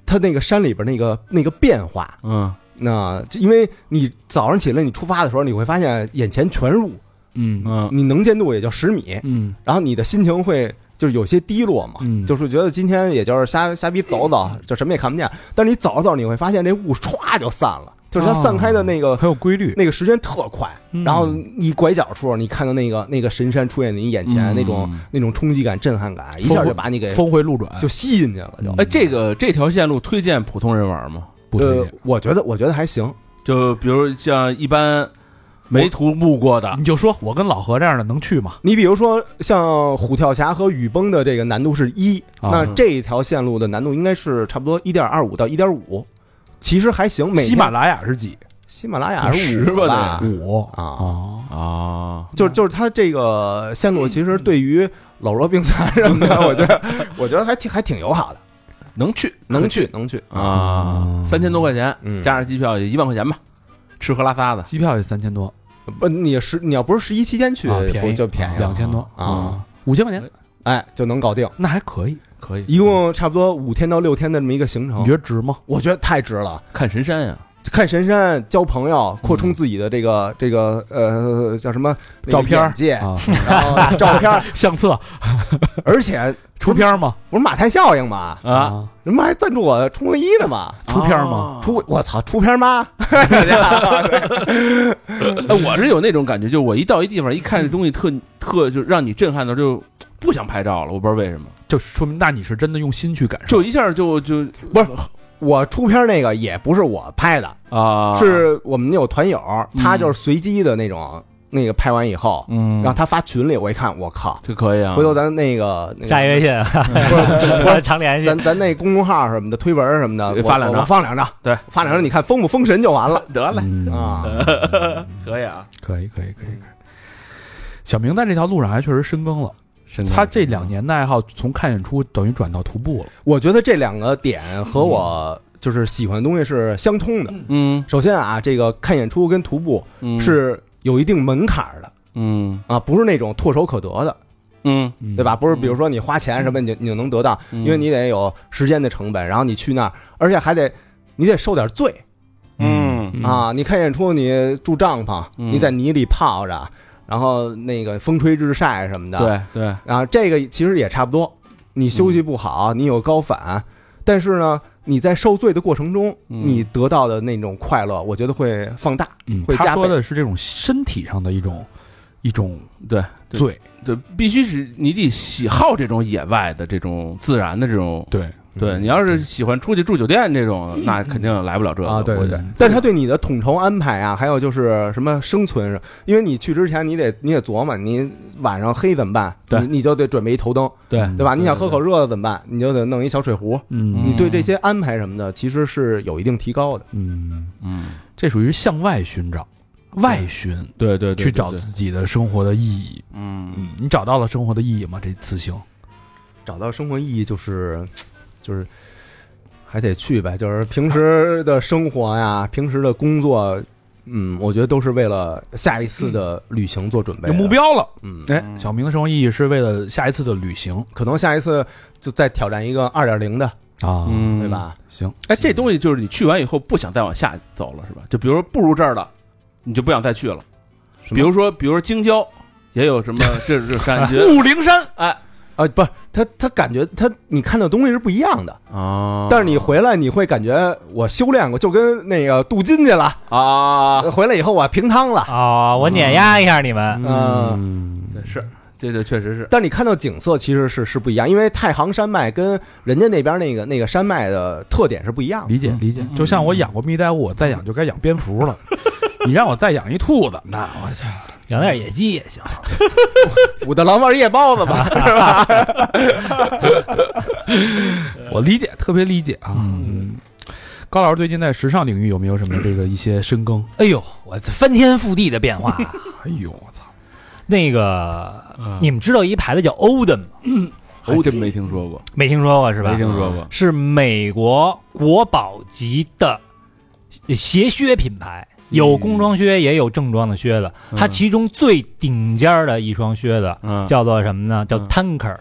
它那个山里边那个那个变化，
嗯
那就因为你早上起来，你出发的时候，你会发现眼前全是雾，
嗯
嗯
你能见度也就十米，
嗯
然后你的心情会就是有些低落嘛，
嗯
就是觉得今天也就是瞎瞎逼走走，就什么也看不见。但是你走着走着，你会发现这雾唰就散了，就是它散开的那个、
啊很有规律，
那个时间特快，
嗯
然后你拐角处，你看到那个那个神山出现在你眼前，
嗯
那种那种冲击感、震撼感，一下就把你给
峰回路转，
就吸进去了，就。
嗯
哎，这个这条线路推荐普通人玩吗？
不推
呃
荐，，
我觉得我觉得还行，
就比如像一般没徒步过
啊
的，
你就说我跟老何这样的能去吗？
你比如说像虎跳峡和雨崩的这个难度是一、
啊
那这一条线路的难度应该是差不多一点二五到一点五，其实还行。每天
喜马拉雅是几？
喜马拉雅是
十
五
吧
吧？
五
啊，
哦，
啊，
就就是它这个线路其实对于老弱病残什么的，我觉得嗯 我觉得还挺还挺友好的，
能去
能去能去
嗯
啊，三千多块钱，
嗯
加上机票也一万块钱吧，吃喝拉撒的。
机票也三千多，
不，你是你要不是十一期间去，
啊便宜
不就便宜了
两千多嗯
哎啊，
五千块钱，
哎，就能搞定。
那还可以。
可以
一共差不多五天到六天的这么一个行
哦
程，
你觉得值吗？
我觉得太值了。
看神山呀，
看神山、交朋友、扩充自己的这个、这个呃叫什么那个
照片儿
眼
哎
界，
啊，
然后照片儿，
相 册
而且
出片儿吗？
不是马太效应吗？
啊，
人们还赞助我冲锋衣呢嘛，
出片儿吗？
出我操出片儿吗？
哎，我是有那种感觉，就我一到一地方，一看这东西特特就让你震撼的，就不想拍照了。我不知道为什么，
就说明那你是真的用心去感受，
就一下就就
不是我出片儿那个也不是我拍的，
啊，嗯
是我们有团友，他就是随机的那种，那个拍完以后，
嗯
让他发群里，我一看，我靠，
这可以啊。
回头咱那个那个
加一微信，我常联系
咱。咱那公众号什么的推文什么 的，
对
我
发两张
我我放两张，
对，
发两张，你看封不封神就完了
得嘞，
啊。
可以啊。
可以，可以，可以，可以。小明在这条路上还确实深耕了，
神
他这两年的爱好从看演出等于转到徒步了。
我觉得这两个点和我就是喜欢的东西是相通的。
嗯
首先啊，这个看演出跟徒步
嗯
是有一定门槛儿的
嗯
啊，不是那种唾手可得的，
嗯，
嗯
对吧？不是，比如说你花钱什么，你你就能得到，因为你得有时间的成本，然后你去那儿，而且还得你得受点罪
嗯嗯
啊。你看演出，你住帐篷，
嗯
你在泥里泡着，然后那个风吹日晒什么的，
对对，
啊，这个其实也差不多。你休息不好，你有高反，但是呢，你在受罪的过程中，
嗯
你得到的那种快乐，我觉得会放大。
嗯，
会
他
加倍
说的是这种身体上的一种一种
对对
罪，
对，必须是你得喜好这种野外的、这种自然的这种。
对，
对你要是喜欢出去住酒店这种，那肯定来不了这个
啊，对对
我
对，但他对你的统筹安排啊，还有就是什么生存，因为你去之前你得你得琢磨，你晚上黑怎么办？
对嗯
你你就得准备一头灯，
对
对吧？你想喝口热的怎么办？你就得弄一小水壶。
嗯
你对这些安排什么的，其实是有一定提高的。
嗯，
嗯，
这属于向外寻找，外寻
对对对，
去找
对对
自己的生活的意义。
嗯，
嗯，你找到了生活的意义吗？这次行，
找到生活意义就是，就是还得去呗，就是平时的生活呀，平时的工作，嗯，我觉得都是为了下一次的旅行做准备。
有目，标了。
嗯，
哎，小明的生活意义是为了下一次的旅行
可能下一次就再挑战一个二点零的，
啊
嗯
对？吧？
行，
哎，这东西就是你去完以后不想再往下走了，是吧？就比如说不如这儿了，你就不想再去了。
什么
比如说，比如说京郊也有什么这这感 觉
雾灵山，
哎
啊，不是，他他感觉他你看到东西是不一样的，
啊
但是你回来你会感觉我修炼过，就跟那个镀金去了，
啊，
回来以后我平汤了。
哦，我碾压一下你们。
啊嗯，
对是这个确实是
但你看到景色其实是是不一样，因为太行山脉跟人家那边那个那个山脉的特点是不一样的。
理解理解。就像我养过蜜袋鼯，我再养就该养蝙蝠了。你让我再养一兔子，那我去
养点野鸡也行，
武大郎味夜包子 吧，是吧？
我理解，特别理解啊。嗯，高老师最近在时尚领域有没有什么这个一些深耕？
哎呦，我这翻天覆地的变化，
哎呦，我操！
那个
嗯
你们知道一牌子叫 Odin 吗？
哦我真没听说过，
没听说过是吧？
没听说过。
是美国国宝级的鞋靴品牌，有工装靴，也有正装的靴子。
嗯
它其中最顶尖儿的一双靴子
嗯，
叫做什么呢？叫
嗯
Tanker，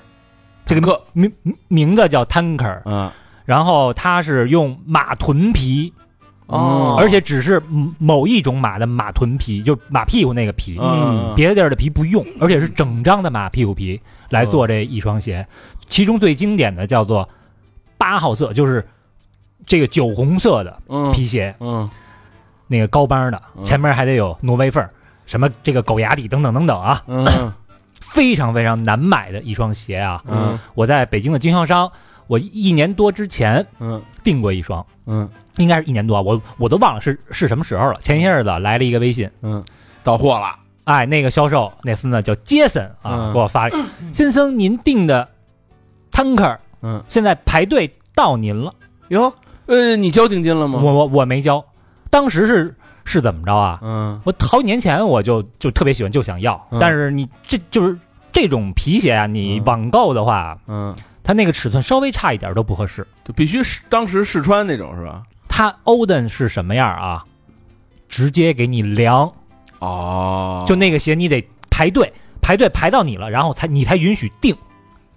这个
这个
名名字叫 Tanker。
嗯
然后它是用马臀皮，
哦
而且只是某一种马的马臀皮，就马屁股那个皮。
嗯，
别的地儿的皮不用，而且是整张的马屁股皮来做这一双鞋，
嗯
其中最经典的叫做八号色，就是这个酒红色的
嗯
皮鞋，
嗯
那个高帮的，
嗯
前面还得有挪威缝儿，什么这个狗牙底等等等等啊，
嗯
非常非常难买的一双鞋啊！
嗯
我在北京的经销商，我一年多之前
嗯
订过一双，
嗯
应该是一年多啊，我我都忘了是是什么时候了。前些日子来了一个微信，
嗯，到货了，
哎，那个销售那孙子叫杰森啊，
嗯
给我发，先生您订的 Tanker，
嗯，
现在排队到您了。
哟，呃，你交定金了吗？
我我我没交，当时是是怎么着啊？
嗯
我好几年前我就就特别喜欢，就想要，
嗯
但是你这就是这种皮鞋啊，你
嗯
网购的话，
嗯，
它那个尺寸稍微差一点都不合适。
就必须是当时试穿那种是吧？
它 Oden 是什么样啊？直接给你量，
哦，
就那个鞋你得排队，排队排到你了，然后才你才允许定。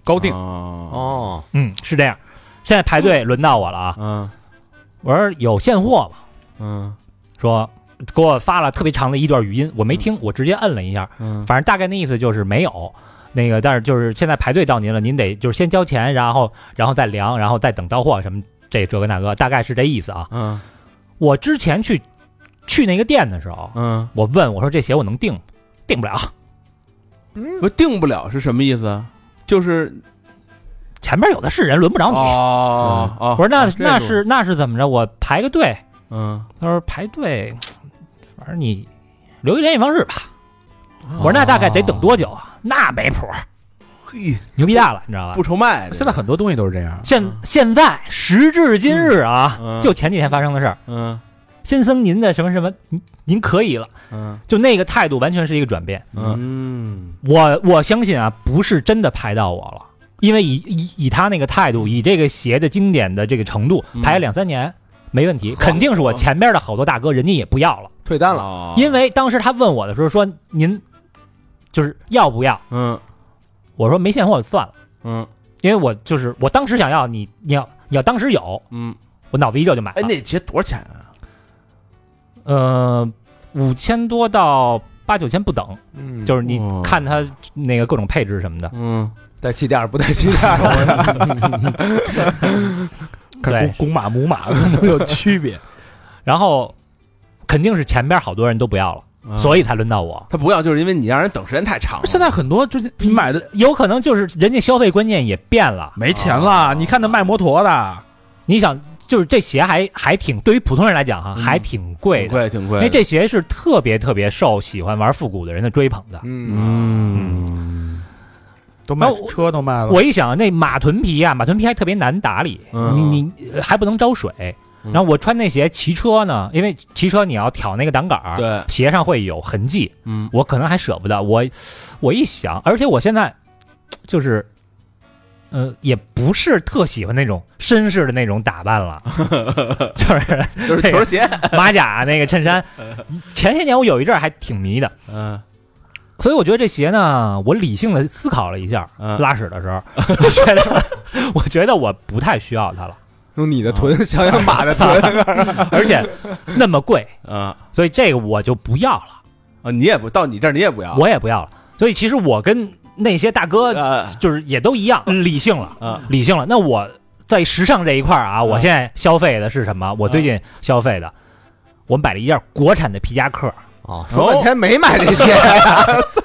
高定，
哦，
哦，
嗯，是这样。现在排队轮到我了啊！
嗯
我说有现货吗？
嗯
说给我发了特别长的一段语音，我没听，我直接摁了一下，
嗯
反正大概那意思就是没有。那个，但是就是现在排队到您了，您得就是先交钱，然后然后再量，然后再等到货什么这这个那个，大概是这意思啊。
嗯
我之前去去那个店的时候，
嗯，
我问我说这鞋我能定吗？定不了，
不定不了是什么意思啊？就是
前面有的是人，轮不着你。
哦哦，
我说那
这种
那是那是怎么着？我排个队，
嗯，
他说排队，反正你留一联系方式吧。我说那大概得等多久啊？那没谱，
嘿，
牛逼大了，你知道吧
哦不？愁卖这个，
现在很多东西都是这样。
现现在时至今日啊，
嗯
就前几天发生的事儿，
嗯
先生您的什么什么，您您可以了，
嗯
就那个态度完全是一个转变。
嗯
嗯，
我我相信啊，不是真的排到我了。因为以以以他那个态度，以这个鞋的经典的这个程度，
嗯
排两三年没问题，肯定是我前边的好多大哥人家也不要了。
退单了，
了
因为当时他问我的时候说：“您就是要不要
嗯？”
我说：“没现货算了，
嗯
因为我就是我当时想要你，你要你要当时有，
嗯，
我脑子一热就买
哎，
了。
那鞋多少钱啊？
呃，五千多到八九千不等，
嗯
就是你
哇
看它那个各种配置什么的。
嗯，
带气垫儿不带气垫儿，
看
对
公公马母马可能有区别。
然后肯定是前边好多人都不要了，
啊
所以才轮到我。
嗯他不要，就是因为你让人等时间太长了。
现在很多就是你买的
有可能就是人家消费观念也变了。
没钱了，你看那卖摩托的，
你想，就是这鞋还还挺，对于普通人来讲哈，
嗯
还挺贵
挺
的。
贵，挺贵
因
的。
为这鞋是特别特别受喜欢玩复古的人的追捧的。
嗯，都卖
那我
车都卖了，
我一想，那马臀皮啊，马臀皮还特别难打理，
嗯
你你呃还不能招水。
嗯
然后我穿那鞋骑车呢，因为骑车你要挑那个挡杆儿，
对，
鞋上会有痕迹，
嗯
我可能还舍不得。我我一想，而且我现在就是，呃，也不是特喜欢那种绅士的那种打扮 了，就是
就是球鞋，
马甲那个衬衫。前些年我有一阵儿还挺迷的，
嗯
所以我觉得这鞋呢，我理性的思考了一下，
嗯
拉屎的时候， 我觉得，我觉得我不太需要它 了，
用你的臀想想马的臀，
而且那么贵，
啊
所以这个我就不要了，
啊，你也不到你这儿，你也不要，
我也不要了。所以其实我跟那些大哥
呃
就是也都一样，理性了，
啊
理性了。那我在时尚这一块儿啊，我
嗯
现在消费的是什么？我最近消费的，我买了一件国产的皮夹克，
哦，说半天没买这些，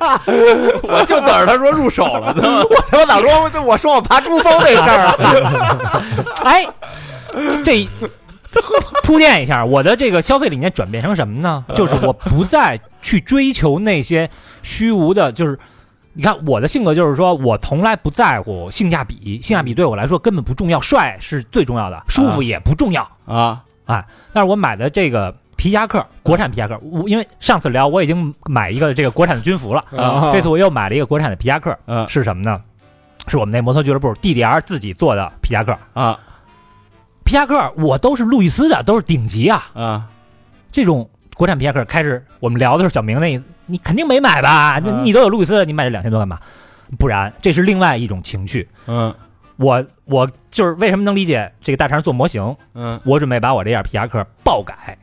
我就等着他说入手了呢。
我老说我说我爬珠峰那事儿啊，
哎，这铺垫一下，我的这个消费理念转变成什么呢？就是我不再去追求那些虚无的，就是你看我的性格就是说我从来不在乎性价比，性价比对我来说根本不重要，帅是最重要的，舒服也不重要。
啊，
但是我买的这个皮夹克，国产皮夹克。我因为上次聊我已经买一个这个国产的军服了，
啊
这次我又买了一个国产的皮夹克，
嗯
是什么呢？是我们那摩托俱乐部 DDR 自己做的皮夹克。
啊
皮夹克我都是路易斯的，都是顶级啊。
啊
这种国产皮夹克，开始我们聊的时候，小明那，你肯定没买吧？你
嗯
你都有路易斯的，你买这两千多干嘛？不然，这是另外一种情趣。
嗯
我我就是为什么能理解这个大肠做模型，
嗯
我准备把我这件皮夹克爆改，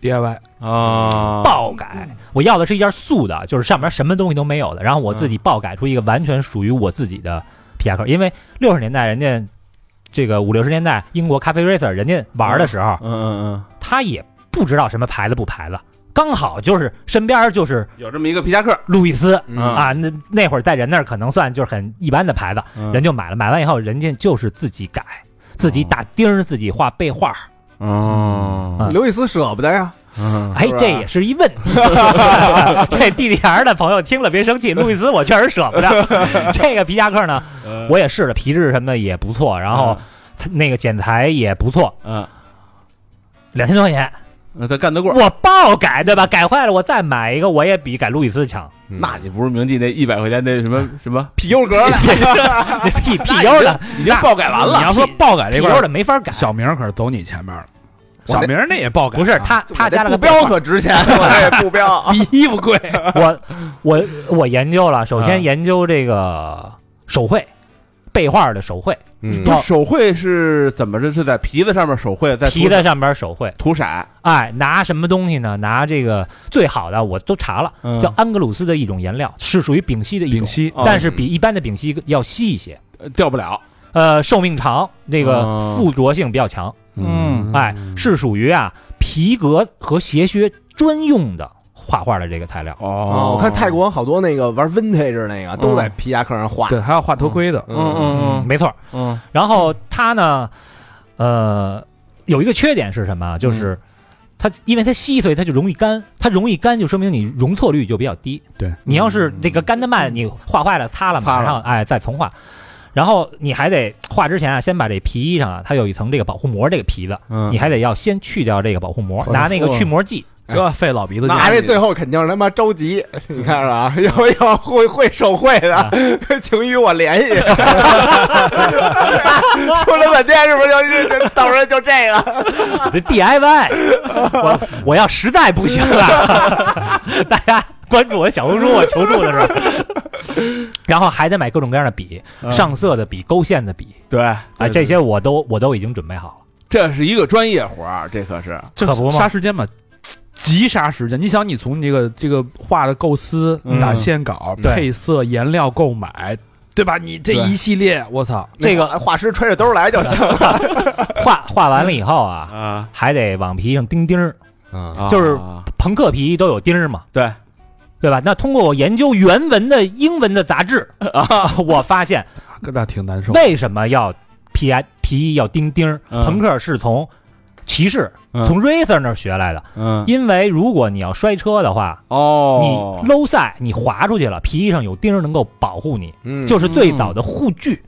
DIY
啊
爆改。我要的是一件素的，就是上面什么东西都没有的，然后我自己爆改出一个完全属于我自己的皮夹克。因为六十年代人家这个五六十年代英国咖啡 racer 人家玩的时候，
嗯嗯
他也不知道什么牌子不牌子，刚好就是身边就是
嗯，有这么一个皮夹克，
路易斯。
嗯
啊，那那会儿在人那儿可能算就是很一般的牌子，人
嗯
家
就买了，买完以后人家就是自己改，自己打钉儿，自己画背画儿，
哦
刘易斯舍不得呀，
嗯
哎
是，吧
这也是一问 题。 这 DDR 的朋友听了别生气，路易斯我确实舍不
嗯
得。这个皮夹克呢，
嗯
我也试了，皮质什么的也不错，然后
嗯
那个剪裁也不错，
嗯，
两千多块钱，
那他干得过，
我爆改对吧？改坏了我再买一个，我也比改路易斯强。
那你不是铭记那一百块钱那什
嗯
么什么
皮优格了，
那 P P U 的
已经爆改完了
你要说
爆改
P U 的没法改，
小明可是走你前面了。
我那
小明那也爆改，
不是
啊
他他家
这
的
不标可值 钱，哦我这不 标，
比 衣服贵。
我我我研究了，首
嗯
先研究这个手绘，背画的手绘，
嗯
不是手绘是怎么着？是在皮子上面手绘，在涂
皮在上边手绘。
涂色，
哎，拿什么东西呢？拿这个最好的，我都查了，
嗯
叫安格鲁斯的一种颜料，是属于丙烯的一
丙
种，
烯
哦
但是比一般的丙烯要稀一些，
呃掉不了。
呃，寿命长，这
哦
个附着性比较强。
嗯
哎，是属于啊皮革和鞋靴专用的画画的这个材料。
哦
我看泰，国好多那个玩 vintage 那
嗯
个都在皮夹克上画，
对，还要画头盔的，
嗯嗯嗯
没错儿。
嗯
然后它呢，呃，有一个缺点是什么啊？就是它因为它稀，所以它就容易干。它容易干，就说明你容错率就比较低。
对，
你要是这个干得慢，你画坏了擦了，
擦了
马上哎再重画。然后你还得画之前啊，先把这皮衣上啊，它有一层这个保护膜，这个皮子，
嗯
你还得要先去掉这个保护膜，
哎
拿那个
呦
去膜剂。
这费老鼻子劲
那这最后肯定是他妈着急， 你看着啊，有有会会手绘
啊
的， 请与我联系。说了半天是不是就就就到时候就这个？
这 DIY，我我要实在不行了， 大家关注我小红书，我求助的时候，然后还得买各种各样的笔，上色的笔、勾线的笔，
嗯对
哎，这些我都我都已经准备好
这是一个专业活儿，这可是
这
可不嘛
杀时间嘛，极杀时间。你想，你从这个这个画的构思
嗯、
打线稿、
对
配色、颜料购买，对吧？你这
对
一系列，我操，
这个
那画师揣着兜来就行了。
了，画画完了以后啊，
啊，
还得往皮上钉钉儿，
嗯
啊
就是朋克皮都有钉儿嘛，
对，
对吧？那通过我研究原文的英文的杂 志，
啊
我发现
那挺难受。
为什么要皮啊皮衣要钉钉儿？
嗯
朋克是从骑士
嗯
从 racer 那儿学来的。
嗯
因为如果你要摔车的话，
哦
你，搂赛你滑出去了，皮衣上有钉儿能够保护你，
嗯
就是最早的护具。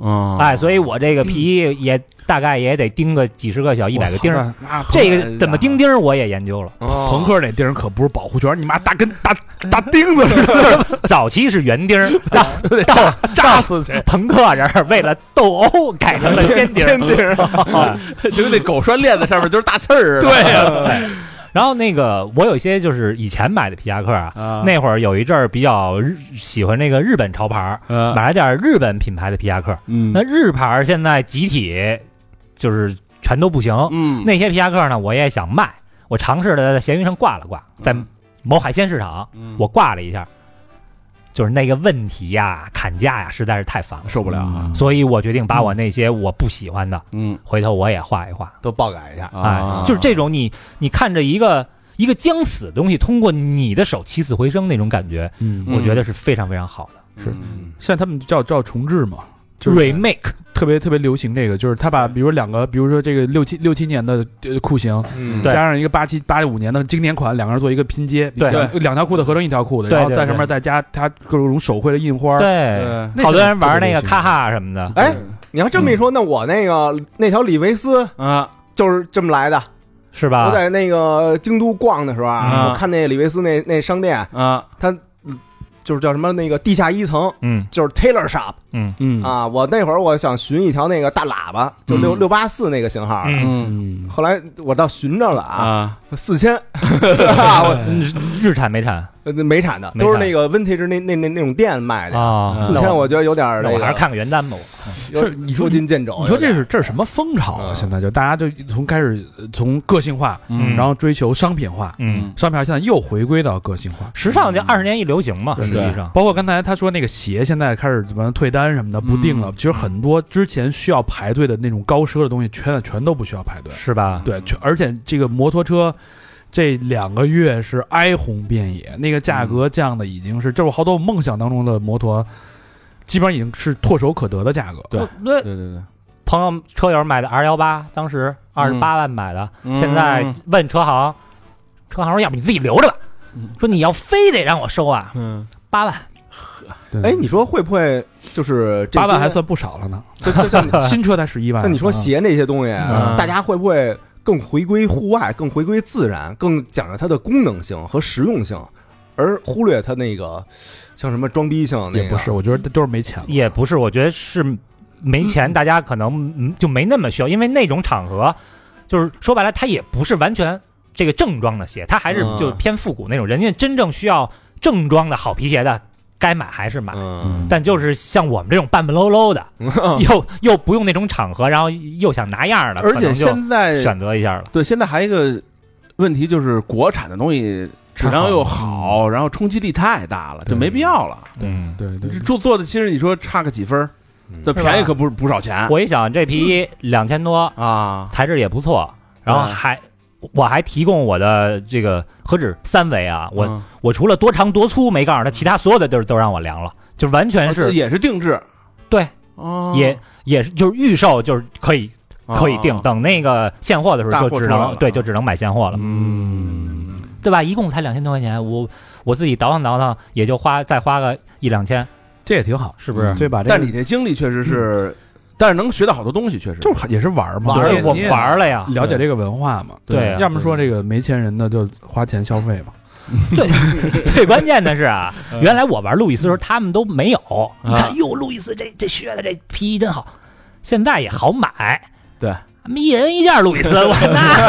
嗯
哎，所以我这个皮衣也大概也得钉个几十个小一百个钉儿。
我操，那
啊这个怎么钉钉儿我也研究了。哦
朋
朋
克那钉儿可不是保护圈，你妈大跟大大钉子似的，
早期是圆钉儿，然后到
炸死谁？
朋克人儿为了斗殴改成了尖钉儿。 哎
就跟那狗拴链子上面就是大刺儿似的。
对 呀。然后那个我有一些就是以前买的皮夹克啊，
啊，
那会儿有一阵儿比较日喜欢那个日本潮牌儿，
嗯
买了点儿日本品牌的皮夹克。
嗯
那日牌儿现在集体就是全都不行，
嗯
那些皮夹克呢，我也想卖，我尝试的在闲鱼上挂了挂，在
嗯
某海鲜市场我挂了一下，就是那个问题呀、砍价呀，实在是太烦了，
受不了啊，
所以我决定把我那些我不喜欢的，
嗯
回头我也画一画。
都爆改一下，
啊
哎，就是这种你你看着一个一个将死的东西通过你的手起死回生那种感觉，
嗯，
我觉得是非常非常好的。
是
嗯
现在他们叫叫重置嘛，就是
remake
特别特别流行这个，就是他把比如两个，比如说这个六七六七年的呃裤型，
嗯
对
加上一个八七八五年的经典款，两个人做一个拼接，
对
两呃两条裤子合成一条裤子，
对
然后
对
在
对
上面再加它各种手绘的印花，
对，
对，
那
好多
是
人玩那
特别流
个
行
咔哈什么的，嗯
哎，你要这么一说，那我那个那条李维斯
啊，
就是这么来的，
是
我
吧？
在那个京都逛的时候啊，
嗯
我看那李维斯那那商店，
啊，
它就是叫什么那个地下一层，
嗯
就是 Taylor Shop
嗯
嗯
啊。我那会儿我想寻一条那个大喇叭，就六
嗯
六八四那个型号的，
嗯
嗯
嗯，
后来我倒寻着了啊，
啊，
四千，啊我
嗯日产没产
呃美产的
美产
都是那个 vintage 那那那那种店卖的。
啊？
哎四
那
千
我
我觉得有点儿
那
那
我
个，
还是看看原单吧。我
有
是你说
捉襟见肘。
你说这
有点
是这是什么风潮啊？
嗯
现在就大家就从开始呃从个性化，
嗯
然后追求商品化，
嗯，
商品化现在又回归到个性化。
时尚就二十年一流行嘛，
对
实际上
包括刚才他说那个鞋，现在开始什么退单什么的不定
嗯
了。其实很多之前需要排队的那种高奢的东西，全全都不需要排队。
是吧？
对，全而且这个摩托车这两个月是哀鸿遍野，那个价格降的已经是，就是好多我梦想当中的摩托，基本上已经是唾手可得的价格。
对
我那
对对对，
朋友车友买的 R 幺八，当时二十八万买的，
嗯
现在问车行，车行说要不你自己留着吧，
嗯
说你要非得让我收啊，
嗯，
八万，
对
哎，你说会不会就是这些
八万还算不少了呢，
就就像你
新车才十一万。啊
那你说鞋那些东西，
哎嗯
大家会不会更回归户外，更回归自然，更讲究它的功能性和实用性，而忽略它那个像什么装逼性那个？
也不是，，我觉得都是没钱了。
也不是，我觉得是没钱，大家可能嗯就没那么需要，因为那种场合，就是说白了，它也不是完全这个正装的鞋，它还是
嗯
就偏复古那种，人家真正需要正装的好皮鞋的，该买还是买。
嗯，
但就是像我们这种半半喽喽的， 又又不用那种场合，然后又想拿样儿的，
嗯而
可
且
能就
现在
选择一下了。
对现在还有一个问题就是国产的东西质量又好，然后冲击力太大了，就没必要了。
嗯，
对对
这做做的其实你说差个几分儿，这
吧
便宜可不是不少钱
嗯我一想这皮
嗯
衣两千多，
啊。
材质也不错，然后
嗯
还我还提供我的这个何止三围啊，我
嗯
我除了多长多粗没告诉他，其他所有的都是都让我量了，就是完全
啊
是
也是定制，
对，
哦
也也是就是预售就是可以可以定，
啊
等那个现货的时
大
候
货
就只
出来
能
了
对
啊
就只能买现货了，
嗯，
对吧？一共才两千多块钱，我我自己倒腾倒腾也就花再花个一两千，
这也挺好，
是不是？
嗯对吧？这
但是你这经历确实是，但是能学到好多东西，确实
就是也是玩儿嘛，
玩
对
儿我
你也
玩儿了呀，
了解这个文化嘛，
对对啊
要么说这个没钱人的就花钱消费嘛，
最关键的是啊，原来我玩路易斯的时候他们都没有，你
嗯啊
看哟，路易斯这这靴子这皮衣真好，现在也好买，
对。
他们一人一件路易斯， 我那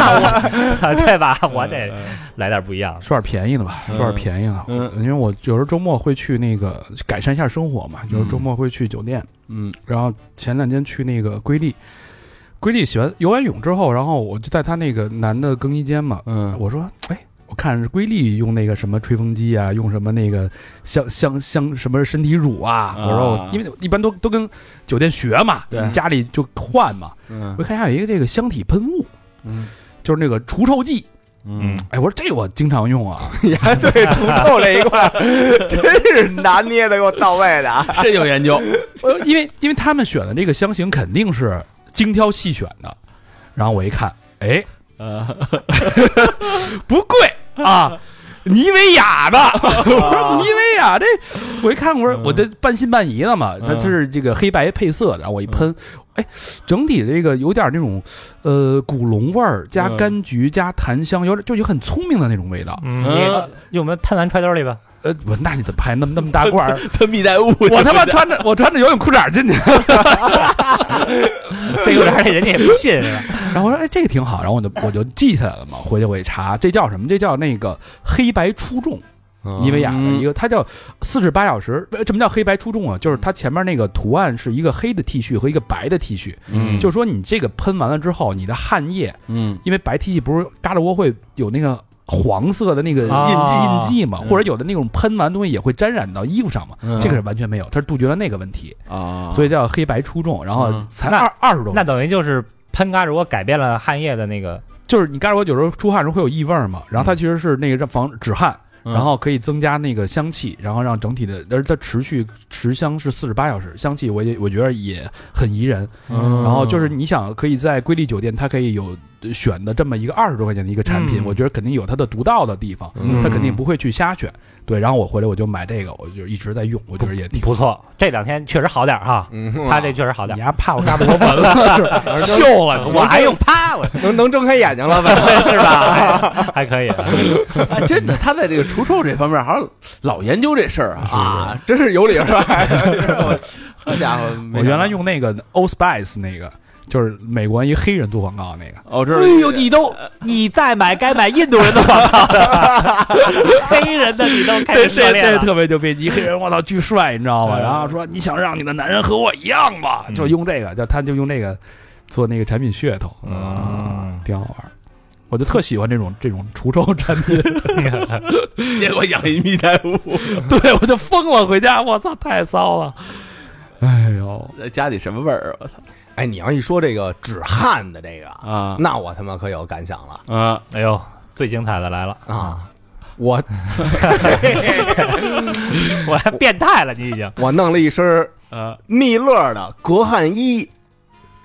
我对吧？我得来点不一样的。
说点便宜的吧，
嗯
说点便宜的，
嗯
因为我有时候周末会去那个改善一下生活嘛，有时候周末会去酒店，
嗯
然后前两天去那个瑰丽，瑰丽洗完游完泳之后，然后我就在他那个男的更衣间嘛，
嗯
我说，哎，我看是瑰丽用那个什么吹风机啊，用什么那个香香香什么身体乳啊，
啊
我说，因为一般都都跟酒店学嘛，
对
家里就换嘛，
嗯
我看下有一个这个香体喷雾，
嗯
就是那个除臭剂。
嗯，
哎，我说这我经常用啊，
你还 对除臭这一块 儿真是拿捏的给我到位的啊！
这有研究，
我呃因为因为他们选的这个香型肯定是精挑细选的，然后我一看，哎，不贵啊，妮维雅的， 我说妮维雅这，我一看我说我这半信半疑的嘛，它它是这个黑白配色的，然后我一喷，哎，整体这个有点那种呃古龙味儿加
嗯
柑橘加檀香，有点就有很聪明的那种味道。
嗯，
嗯
你用我们喷完揣兜里吧。
呃，我那你怎么拍那么那么大罐儿？
喷蜜袋鼯，
我他妈穿着我穿着游泳裤衩进去，
这有点儿人家也不信啊 是吧？
然后我说哎这个挺好，然后我就我就记下来了嘛，回去我一查，这叫什么？这叫那个黑白出众，
嗯
妮维雅的一个，它叫四十八小时。呃什么叫黑白出众啊？就是它前面那个图案是一个黑的 T 恤和一个白的 T 恤，
嗯
就是说你这个喷完了之后，你的汗液，
嗯
因为白 T 恤不是嘎吱窝会有那个。黄色的那个
啊
印记印记嘛，
嗯
或者有的那种喷完东西也会沾染到衣服上嘛，
嗯
这个是完全没有，它是杜绝了那个问题。
啊，
所以叫黑白出众，然后
嗯
才
那
二二十多
那
块，
等于就是喷嘎，如果改变了汗液的那个，
就是你刚才我有时候出汗时候会有异味儿嘛，然后它其实是那个让防止汗，
嗯
然后可以增加那个香气，然后让整体的，而它持续持香是四十八小时，香气我也我觉得也很宜人。
嗯
然后就是你想可以在瑰丽酒店，它可以有选的这么一个二十多块钱的一个产品，
嗯
我觉得肯定有它的独到的地方，
嗯
它肯定不会去瞎选。对，然后我回来我就买这个，我就一直在用，我觉得也挺。
不错，这两天确实好点儿哈，
嗯，
他这确实好点
你
儿，
还怕我嘎巴我纹了？
秀了，
嗯
我还用啪， 我
嗯能能睁开眼睛了吧？
是吧？还可以，啊
哎，真的，他在这个除臭这方面好像老研究这事儿啊。
啊，真是有理啊是吧？
好家伙，没
我
想到
原来用那个 Old Spice 那个，就是美国一黑人做广告那个，
哦，这
哎呦，你都你再买该买印度人的广告 了，黑人的你都开
这
始涉
这
猎
这
了。
特别牛逼！一黑人我操巨帅，你知道吗？
嗯
然后说你想让你的男人和我一样吧，
嗯
就用这个，就他就用这个做那个产品噱头，啊
嗯
挺好玩儿。我就特喜欢这种这种除臭产品，
结果养一蜜袋鼯，
对我就疯了，回家我操太骚了，哎呦，
在家里什么味儿啊？我操
哎，你要一说这个止汗的这个，
啊
那我他妈可有感想了
啊！
哎呦，最精彩的 来了，
啊！我
我还变态了，你 已经
我弄了一身
呃，
密勒的隔汗衣，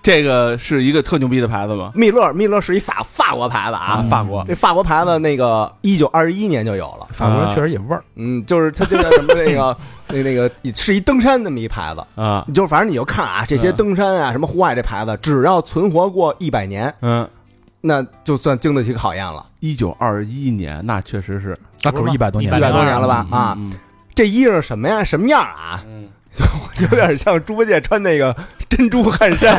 这个是一个特牛逼的牌子吗？
密勒密勒是一法法国牌子啊，
啊，法国
这法国牌子那个一九二一年就有了，
法国人确实也味儿，
嗯，就是它就叫什么那个那那个是一登山那么一牌子，
啊，
你就反正你就看啊，这些
嗯
登山啊什么户外这牌子，只要存活过一百年，
嗯，
那就算经得起考验了。
一九二一年，那确实是
那可是一百多年了，
一
百多
120
年了吧？啊，
嗯
这衣裳什么呀？什么样啊？
嗯
有点像猪八戒穿那个珍珠汗 衫，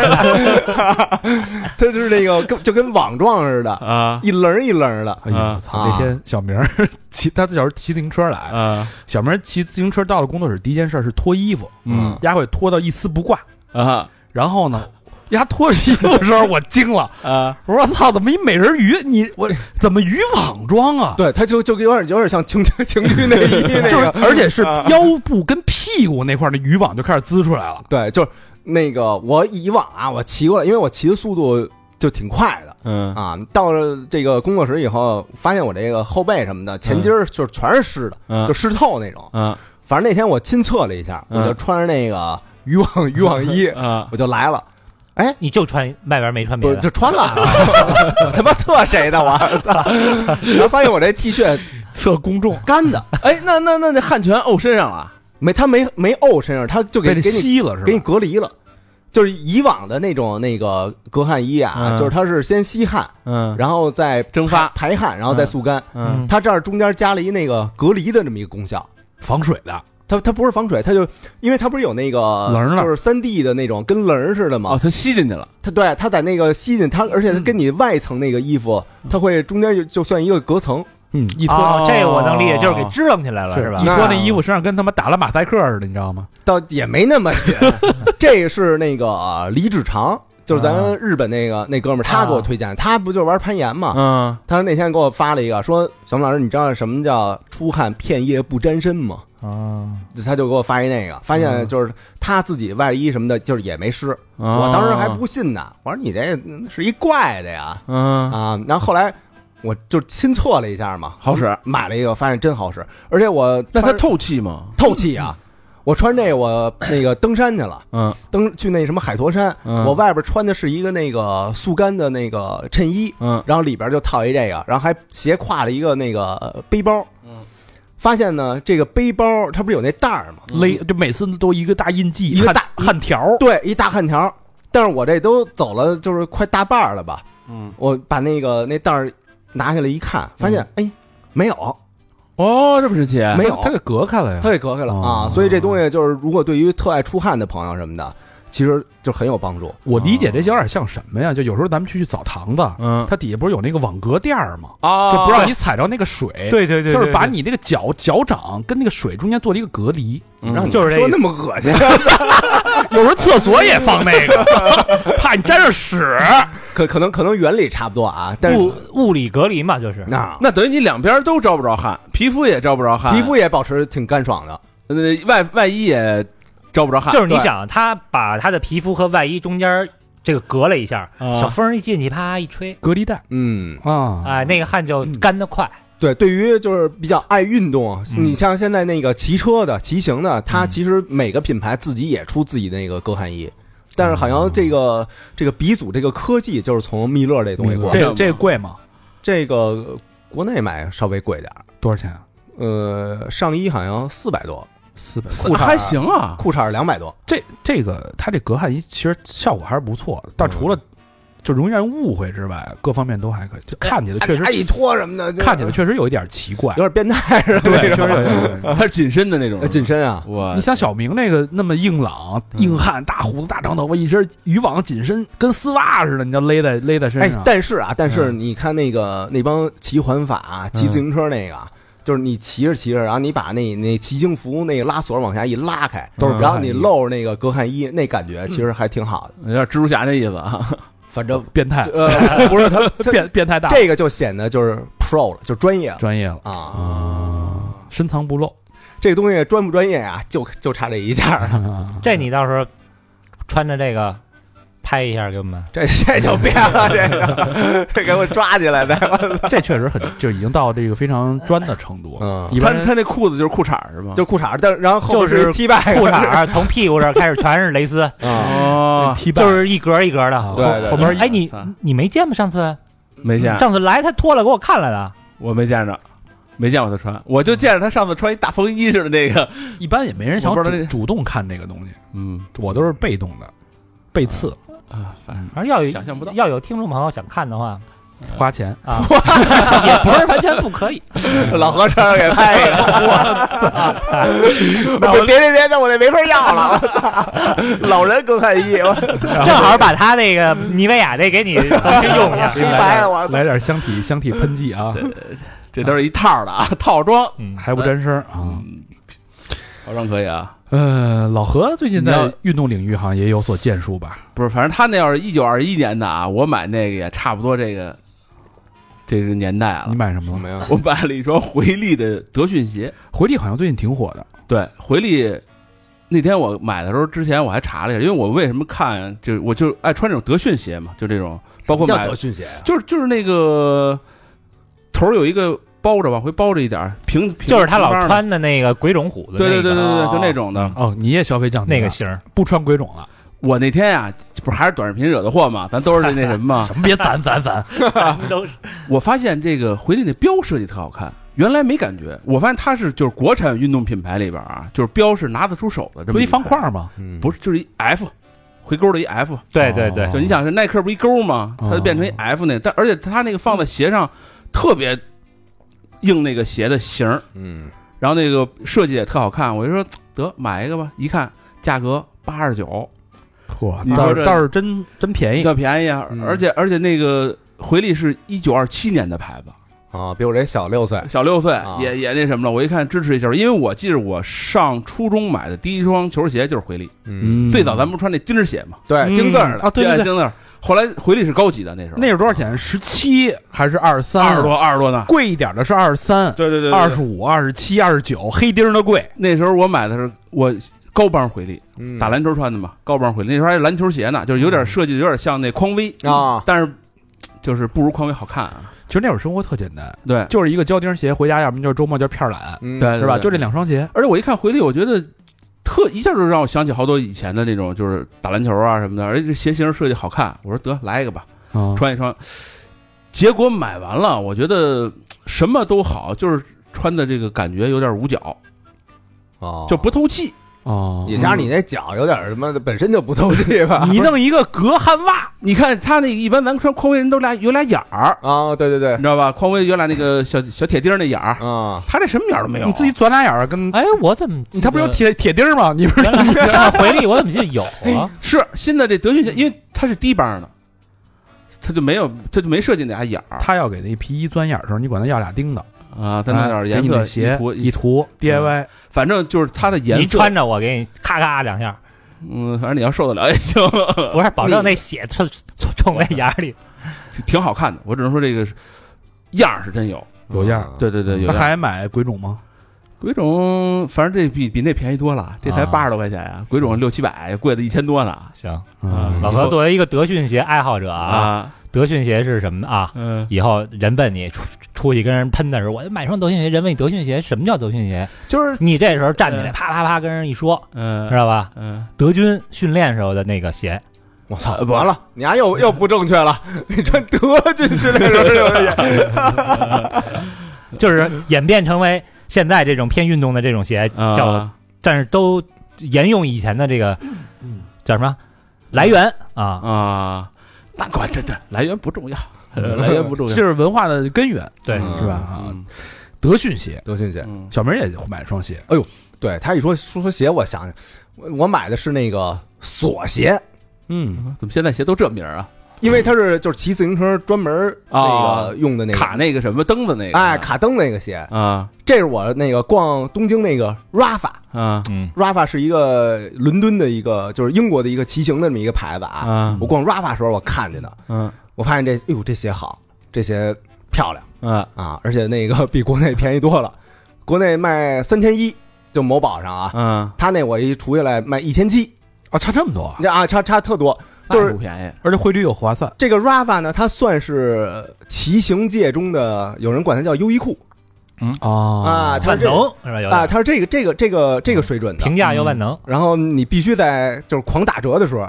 它就是那个跟就跟网状似的，
啊
一棱一棱的。
哎呦，
啊
我操！那天小明儿 骑，他小时候骑自行车来，
啊
小明儿骑自行车到了工作室，第一件事是脱衣服，
嗯
丫会脱到一丝不挂，
啊
然后呢，丫脱衣服的时候我惊了，
啊！
我说操，怎么一美人鱼？你我怎么渔网装啊？
对，它就就有点有点像 情趣情趣内衣 那
就是
个，
而且是腰部跟屁股那块儿的渔网就开始滋出来了。
对，就是那个我以往啊，我骑过来，因为我骑的速度就挺快的
嗯
啊。到了这个工作室以后，发现我这个后背什么的，前襟儿就是全是湿的，
嗯
就湿透那种。
嗯
反正那天我亲测了一下，
嗯
我就穿着那个渔网渔网衣，
啊
我就来 了。哎，
你就穿外边没穿
不
别
是
的
就穿了啊， 我他妈测谁的我操！然后发现我这 T 恤
测公众
干的，
哎，那那那那汉泉沤身上了，
没他没没沤身上，他就给
被这
给你
吸了是
给你
吧？
隔离了。就是以往的那种那个隔汗衣啊，
嗯
就是它是先吸汗，
嗯
然后再
蒸发
排汗，然后再速干。
嗯
嗯
它这儿中间加了一那个隔离的这么一个功效。
防水的，
它它不是防水，它就因为它不是有那个
棱儿了
就是三 D 的那种跟棱儿似的嘛。
哦，它吸进去了，
它对它在那个吸进它，而且它跟你外层那个衣服，它会中间就就算一个隔层。
嗯，一脱
哦，这我能理解，就是给支棱起来了，
是
是吧
一？脱
那
那衣服身上跟他妈打了马赛克似的，你知道吗？
倒也没那么紧。这是那个呃李志长，就是咱们日本那个、那哥们儿，他给我推荐，他不就是玩攀岩嘛？
嗯
他那天给我发了一个，说小马老师，你知道什么叫出汗片叶不沾身吗？
啊，
他就给我发一那个，发现就是他自己外衣什么的，就是也没湿。我
我
当时还不信呢，我说你这嗯是一怪的呀
嗯
啊！然后后来我就亲测了一下嘛，
好使，
买了一个，发现真好使，而且我
那它
穿
透气吗？
透气啊！我穿这个我那个登山去了。
嗯
登去那什么海坨山，
嗯
我外边穿的是一个那个速干的那个衬衣，
嗯
然后里边就套一这个，然后还斜挎了一个那个呃背包。
嗯，
发现呢，这个背包它不是有那袋儿吗？
嗯
勒就每次都一个大印记，
一个
汗
大
汗条儿，
对，一大汗条。但是我这都走了，就是快大半儿了吧？
嗯
我把那个那袋儿拿下来一看，发现、哎没有，
哦，这么神奇，
它
没有
它给隔开了呀
它。给隔开了、
哦
啊。所以这东西就是，如果对于特爱出汗的朋友什么的，其实就很有帮助。
我理解这有点像什么呀？就有时候咱们去去澡堂子，
嗯
它底下不是有那个网格垫儿吗？
啊
就不让你踩着那个水。。
对对对，
就是
对
把
对
你那个脚脚掌跟那个水中间做了一个隔离，
让
让
你
就是这
说
意思
那么恶心，
有时候厕所也放那个， 怕你沾上屎。
可可能可能原理差不多啊，但是
物物理隔离嘛，就是
那
那等于你两边都招不着汗，皮肤也招不着汗，
皮肤也保持挺干爽的，
呃外外衣也招不着汗，
就是你想，他把他的皮肤和外衣中间这个隔了一下，
啊
小风一进去，啪一吹，
隔离带
嗯，
啊，
哎，那个汗就干得快，
对，对于就是比较爱运动，啊
嗯
你像现在那个骑车的、骑行的，它其实每个品牌自己也出自己的那个隔汗衣，但是好像这个这个鼻祖这个科技就是从密勒这东西过来
密勒
的，
这这贵吗？
这个呃国内买稍微贵点儿，
多少钱啊？
呃，上衣好像四百多，
四百
裤衩
还行 啊，
裤衩两百多，
这这个它这隔汗衣其实效果还是不错的，但
嗯
除了就容易让人误会之外，各方面都还可以，就看起来确实
哎一脱什么的，就
看起来确实有一点奇怪
有，点变态是 吧？
对，确实
那种
有一点。
他是紧身的那种
嗯
呃，紧身啊，
我
你想小明那个那么硬朗、硬汉、大胡子、大长头发，一身渔网紧身，跟丝袜似的，你就勒在勒在身
哎
上。，
但是啊，但是
嗯
你看那个那帮骑环法、骑自行车那
嗯
个啊。就是你骑着骑着，然后你把那那骑行服那个拉锁往下一拉开，
都是
然后
隔汗
你
衣
露着那个隔汗衣，那感
嗯
觉其实还挺好的。
有点蜘蛛侠那意思啊，
反正
变态，
呃，不 是他他
变变态大，
这个就显得就是 pro 了，就专业了
专业了
啊。
啊，深藏不露。
这个东西专不专业啊，就就差这一件儿，
这你到时候穿着这个拍一下给我们，
这这就变了，这个这给我抓起来呗。
这确实很，就已经到这个非常专的程度。
嗯，
一
他
般人
他那裤子就是裤衩是吗？
就裤衩，但然后后面
就是
一 T 恤
哎
裤衩 儿从屁股这儿开始全是蕾 丝，
啊，
哦，
踢
就
就是
一格一格的。
对
后
对对
后边儿
对
哎，你
嗯
你没见吗？上次
没见，
上次来他脱了给我看来的，
我没见着，没见过他穿，我就见着他上次穿一大风衣似的那个，
一般也没人想
我不知道
主
这
主动看这个东西，
嗯
我都是被动的，被刺
啊，反正
而要有
想象不到
要有听众朋友想看的话
花钱。
啊， 也不是完全不 可以。
老何车上给拍 一个，我操！别别别，那我这没法要了，我操！老人更汉衣，我
正好把他那个妮维雅那给你重新用一 下。
黑白的
嗯
我操
来点香体香体喷剂啊，
这都是一套的啊，套装，
嗯，
还不沾声啊。
嗯套装可以啊，
呃，老何最近
你
在
要
运动领域好像也有所建树吧？
不是，反正他那要是一九二一年的啊，我买那个也差不多这个这个年代
你
了。
买什么了？
没有
我买了一双回力的德训鞋，
回力好像最近挺火的，
对，回力那天我买的时候，之前我还查了一下，因为我为什么看就我就爱穿这种德训鞋嘛，就这种，包括买
叫德训鞋，
就是就是那个头儿有一个包着，往回包着一点儿，平平
就是他老
平帮的
穿的那个鬼冢虎的，
对对对对
哦
对，就那种的。
哦，你也消费降级了
那个型儿。
不穿鬼冢了，
我那天呀、不是还是短视频惹的祸嘛，咱都是那什么嘛。
什么别攒攒攒， 都是
我发现这个回力那标设计特好看，原来没感觉。我发现它是就是国产运动品牌里边啊，就是标是拿得出手的，这
不
么
一
一
方
个
块，吗？
嗯
不是就是一 F，回勾的一 F。
对对对
哦
就你想是耐克不一勾吗？它就变成一
哦
F 那，但而且它那个放在鞋上特别应那个鞋的型儿，
嗯，
然后那个设计也特好看，我就说得买一个吧。一看价格八十九，
嚯
你，
倒
说
是
这
倒是真真便宜，
特便宜啊
嗯！
而且而且那个回力是一九二七年的牌子，
啊，比我这小六岁，
小六岁
啊
也也那什么了。我一看支持一下，因为我记着我上初中买的第一双球鞋就是回力，
嗯，
最早咱们不穿那钉儿鞋嘛，
对，京字儿的
啊，对对对，
钉儿。后来回力是高级的那时候，
那是多少钱？十七还是二三？
二十多，二十多呢。
贵一点的是二十三，
对对对，对
二十五、二十七、二十九，黑钉儿的贵。
那时候我买的是我高帮回力，
嗯
打篮球穿的嘛，高帮回力。那时候还是篮球鞋呢，就是有点设计，有点像那匡威，
啊，
但是嘖就是不如匡威好看啊。
其实那会儿生活特简单，
对，
就是一个胶钉鞋，回家要么就是周末就是片儿懒，
嗯
对
是吧？就这。两双鞋。
而且我一看回力，我觉得特一下就让我想起好多以前的那种，就是打篮球啊什么的，而且这鞋型设计好看。我说得来一个吧，
啊
穿一穿。结果买完了，我觉得嘖什么都好，就是穿的这个感觉有点捂脚，
哦，
就不透气。
哦，
也加上你那脚有点什么的，本身啊就不透气吧？
你弄一个隔汗袜，
你看他那一般咱穿匡威人都俩有俩眼儿，
啊，对对对，
你知道吧？匡威原来那个小小铁钉儿那眼儿，
啊，
他这什么眼儿都没有。
你自己钻俩眼儿跟。
哎，我怎么
你他不是有铁铁钉儿吗？你不是
原来原来回力，我怎么记得有
哎
啊？
是新的这德训鞋，因为它是低帮的，它就没有，它就没设计那俩眼儿
他要给那皮衣钻眼儿的时候，你管他要俩钉子，
啊，它那点儿
哎给
颜
你
色
那鞋
涂嗯
一涂 DIY，
反正就是它的颜色，
你穿着我给你咔咔两下，
嗯，反正你要受得了也行，
不是保证那血冲冲冲在眼里。
挺挺好看的。我只能说这个是样儿是真有，
有样
啊
儿
对对对，有
他
样
嗯
儿。
还买鬼冢吗？
鬼冢，反正这比比那便宜多了，这才
啊
八十多块钱呀、鬼冢六七百，贵的一千多呢
行，
嗯
老何作为一个德训鞋爱好者啊，
啊！
德训鞋是什么啊？
嗯，
以后人问你出出去跟人喷的时候，我买双德训鞋，人问你德训鞋什么叫德训 鞋，
就是
你这时候站起来
嗯
啪啪啪跟人一说，
嗯
知道吧？
嗯，
德军训练时候的那个鞋，
我操，呃完了， 你丫又又不正确了，你穿德军训练时候留的眼，
就是演变成为现在这种偏运动的这种鞋，
嗯
啊
叫，但是都沿用以前的这个叫什么来源啊？
啊，那管这这来源不重要，来源不重
这
要，
是文化的根源，
对，
嗯
是吧？啊，
嗯
德训鞋，
德训鞋。
嗯
小明也买了双鞋，
对他一说说说鞋，我想想，我我买的是那个锁鞋，
嗯，
怎么现在鞋都这名儿啊？
因为它是就是骑自行车专门那
啊
个用的那个
卡那个什么蹬子那个，
哎，卡蹬那个鞋，
啊
这是我那个逛东京那个 Rafa。
啊
嗯
Rafa 是一个伦敦的一个，就是英国的一个骑行的这么一个牌子啊。
啊
我逛 Rafa 的时候，我看见的，
嗯
我发现这，哎呦，这鞋好，这鞋漂亮
啊
啊，而且那个比国内便宜多了，国内卖三千一，就某宝上啊，
啊，
他那我一除下来卖一千七，
啊，差这么多啊，
这啊差差特多，就
那
是
不。便宜，
而且汇率又划算，
这个 Rafa 呢，它算是骑行界中的，有人管它叫优衣库
嗯啊
啊，它
万
是这
能嗯
个嗯
是吧？有
啊，
点
它是这个这个这个这个水准的。
评价又万能，
然后你必须在就是狂打折的时候，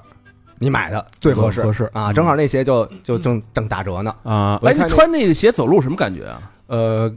你买的最合适
合适
啊，正好那鞋就
嗯
就正正打折呢。
啊，
我
哎，
看
你
那
穿那个鞋走路什么感觉啊？
呃，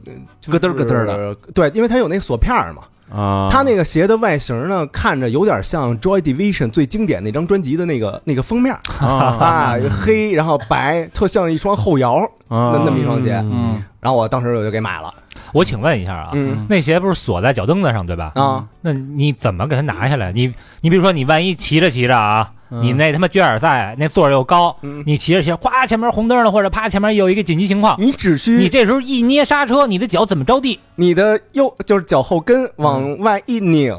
咯噔儿咯噔儿的
的，对，因为它有那个锁片儿嘛。
啊，
它那个鞋的外形呢，看着有点像 Joy Division 最经典那张专辑的那个那个封面儿
啊
啊，黑然后白，特像一双后摇。
啊
那么一双鞋
嗯，
然后我当时我就给买了，
我请问一下啊，
嗯
那鞋不是锁在脚蹬子上对吧？
啊，
那你怎么给它拿下来？你你比如说，你万一骑着骑着啊，
嗯
你那他妈卷耳赛那座儿又高，
嗯
你骑着骑着，咵前面红灯了，或者啪前面有一个紧急情况，
你只
你
需
这时候一捏刹车，你的脚怎么着地？
你的右就是脚后跟往外一拧，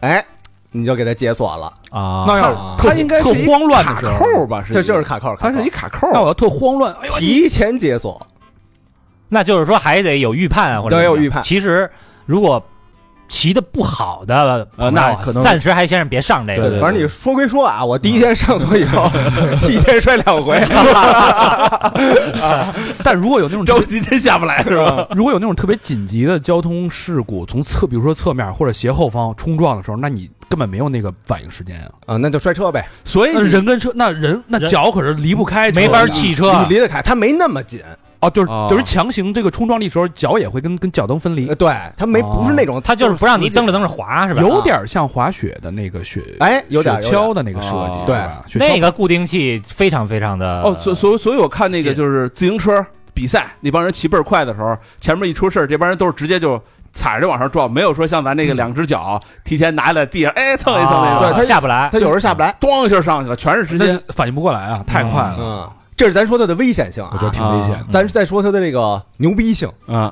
哎，你就给它解锁了。
啊
那
它
要
它应该是
特
一
慌乱
卡
的时候
扣吧？
这就是
一，
卡扣，
它是
卡
一
扣
卡扣，
那我要特慌乱，哎呦，
提前解锁。
那就是说还得有预判啊，或者
得有
什么
预判
其实如果骑的不好的朋友啊，
那可能
暂时还先生别上这
对对
个。
反正你说归说啊，我第一天上锁以后， 一天摔两回，
但如果有那种嗯
着急真下不 来是吧？
如果有那种特别紧急的交通事故，从侧，比如说侧面或者斜后方冲撞的时候，那你根本没有那个反应时间啊。
啊，那就摔车呗，
所以
那
你
人跟车，那人那
人
脚可是离不开车的，
没法汽车啊
你离得开，它没那么紧，
哦，就是
哦
等于强行这个冲撞力时候，脚也会跟跟脚蹬分离
呃，对，它没
哦
不是那种，
他就是不让你蹬
蹬
着蹬着滑是吧？啊
有点像滑雪的那个雪，
哎，有点
雪
有点
橇的那个设
哦
计，
对
是吧？雪橇
那个固定器非常非常的
哦，所所所以，我看那个
是
就是自行车比赛，那帮人骑倍儿快的时候，前面一出事儿，这帮人都是直接就踩着往上撞，没有说像咱这个两只脚提前拿在地上，哎蹭一蹭
嗯
那
对
啊
种，
它
下不来
它。有时候下不来，
咣一下上去了，全是直
那
接
反应不过来啊，太快了，
嗯，这是咱说它的危险性
我觉得
啊，
挺危险的。
咱再说它的这个牛逼性，
嗯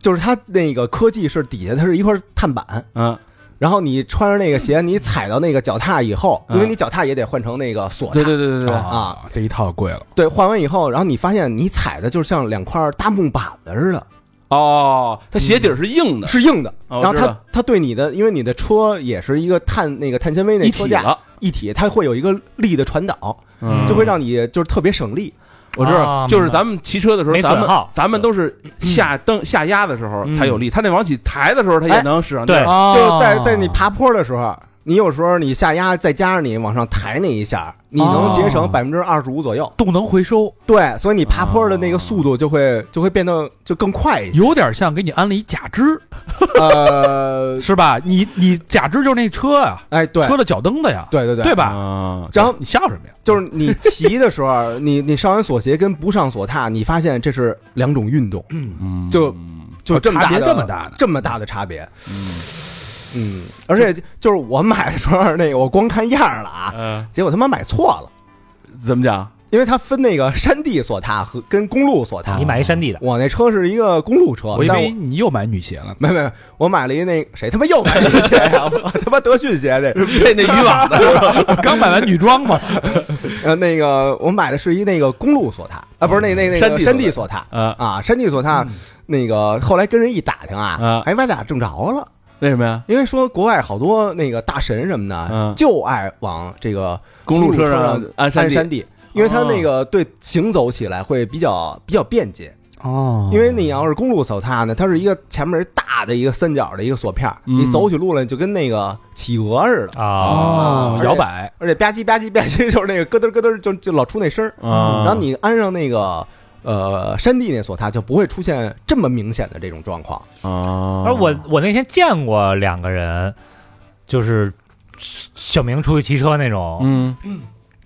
就是它那个科技是底下它是一块碳板。
嗯，
然后你穿上那个鞋，你踩到那个脚踏以后，因为
嗯
你脚踏也得换成那个锁踏
对，对对对对，
啊，这一套贵了，
对，换完以后，然后你发现你踩的就像两块大木板子似的，
哦，它鞋底儿是硬的，
是硬的。
哦
然后
我知道
它它对你的，因为你的车也是一个碳那个碳纤维那
一
车
体
架
了，
一体，它会有一个力的传导，
嗯
就会让你就是特别省力。
我知道，
啊
就是咱们骑车的时候，
没
咱
损
们
耗
咱们都是下蹬下压的时候才有力，他那往起抬的时候，他也
哎
能使上劲
对
儿。
就是在在你爬坡的时候，你有时候你下压，再加上你往上抬那一下，你能节省
哦
百分之二十五左右。
动能回收，
对，所以你爬坡的那个速度就会就会变得就更快一些。
有点像给你安了一假肢，
呃，
是吧？你你假肢就是那车啊，
哎，对，
车的脚蹬子呀，
对对对，
对吧？
吧
然后
你笑什么呀？
就是你骑的时候，你 你上完锁鞋跟不上锁踏，你发现这是两种运动，就就哦这么大
差别这
的
么大呢
这么大的差别。嗯，而且就是我买的时候，那个我光看样儿了啊，
嗯，
结果他妈买错了，
怎么讲？
因为它分那个山地锁踏和跟公路锁踏
啊你。买一山地的，
我那车是一个公路车，
我以
但
为你又买女鞋了，
没没没，我买了一那谁他妈又买了一鞋呀、我他妈德训鞋这，
配那渔网的
刚买完女装嘛。
呃，那个我买的是一那个公路锁踏啊，不是那那那
山
个
地
山地
锁
锁踏，
啊？
啊，山地锁踏，那个后来跟人一打听啊
啊，
哎，歪打正着了，
为什么呀？
因为说国外好多那个大神什么的
嗯，
就爱往这个
公路
路
车
上
上按
山
地，
地，因为它那个对行走起来会比较比较便捷。
哦
因为你要是公路走踏呢，它是一个前面大的一个三角的一个锁片儿，
嗯
你走起路来就跟那个企鹅似的，
啊，
哦
啊
摇摆
而且吧唧吧唧吧唧，就是那个咯噔咯噔，就就老出那声儿。
啊，
然后你安上那个呃山地那锁踏，就不会出现这么明显的这种状况。
啊
而我我那天见过两个人，就是小明出去骑车那种，
嗯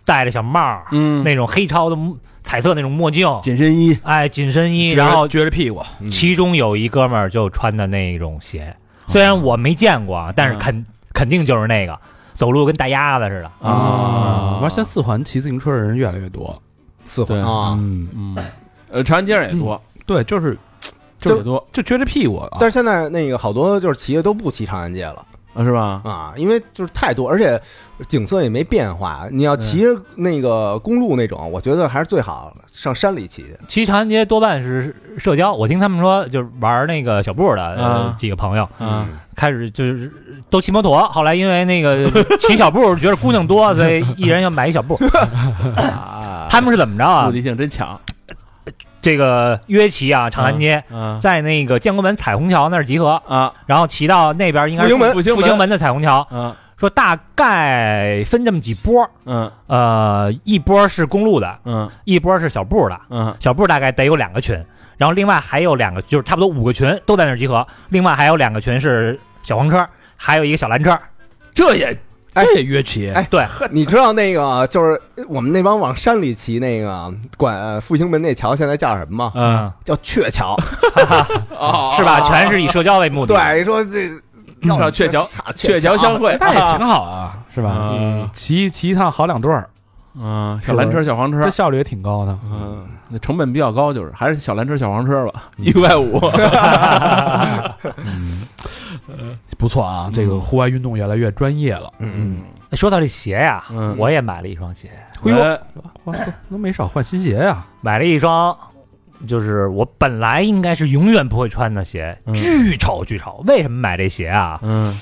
戴着小帽儿，
嗯
那种黑超的彩色那种墨镜，
紧身衣，
哎，紧身衣，然后
撅着屁股，
嗯
其中有一哥们儿就穿的那种鞋，
哦
虽然我没见过
嗯
啊，但是肯肯定就是那个，走路跟大鸭子似的。
啊，玩现在四环骑自行车的人越来越多，
四环
对
啊，
嗯，
嗯，呃，长安街上也多，
对，就是
就是也多，
就撅着屁股啊，
但是现在那个好多就是企业都不骑长安街了
啊是吧？
啊，因为就是太多，而且景色也没变化。你要骑着那个公路那种，我觉得还是最好上山里骑去。
骑长安街多半是社交，我听他们说就是玩那个小步的、呃
嗯
啊
几个朋友，
啊，
开始就是都骑摩托，后来因为那个 骑小步觉得姑娘 多，所以一人要买一小步。
嗯
啊
他们是怎么着啊
目？的性真强，
这个约骑啊，长安街。
嗯
啊
在那个建国门彩虹桥那儿集合，
啊
然后骑到那边应该是
复兴门
复兴
复兴
门的彩虹桥，
啊
说大概分这么几波，
嗯
呃，一波是公路的，
嗯
一波是小步的，
嗯
小步大概得有两个群，然后另外还有两个，就是差不多五个群都在那儿集合，另外还有两个群是小黄车，还有一个小蓝车，
这也
哎
这也约骑，
哎 你知道那个就是我们那帮往山里骑那个管呃复兴门那桥现在叫什么吗？
嗯，
叫鹊桥。
哦
是吧？全是以社交为目的，，
对，说这
要上鹊桥，
操
鹊桥相会，
那也挺好啊，是吧？
嗯
骑骑一趟好两段儿，
啊
嗯，小蓝车、小黄车
这，效率也挺高的。
嗯，那成本比较高，就是还是小蓝车、小黄车 吧，嗯一百五，
不错啊，这个户外运动越来越专业了。
嗯，
说到这鞋呀、
嗯
我也买了一双鞋，
哎呦
哎
哇，都没少换新鞋啊呀。
买了一双，就是我本来应该是永远不会穿的鞋，
嗯
巨丑巨丑。为什么买这鞋啊？
嗯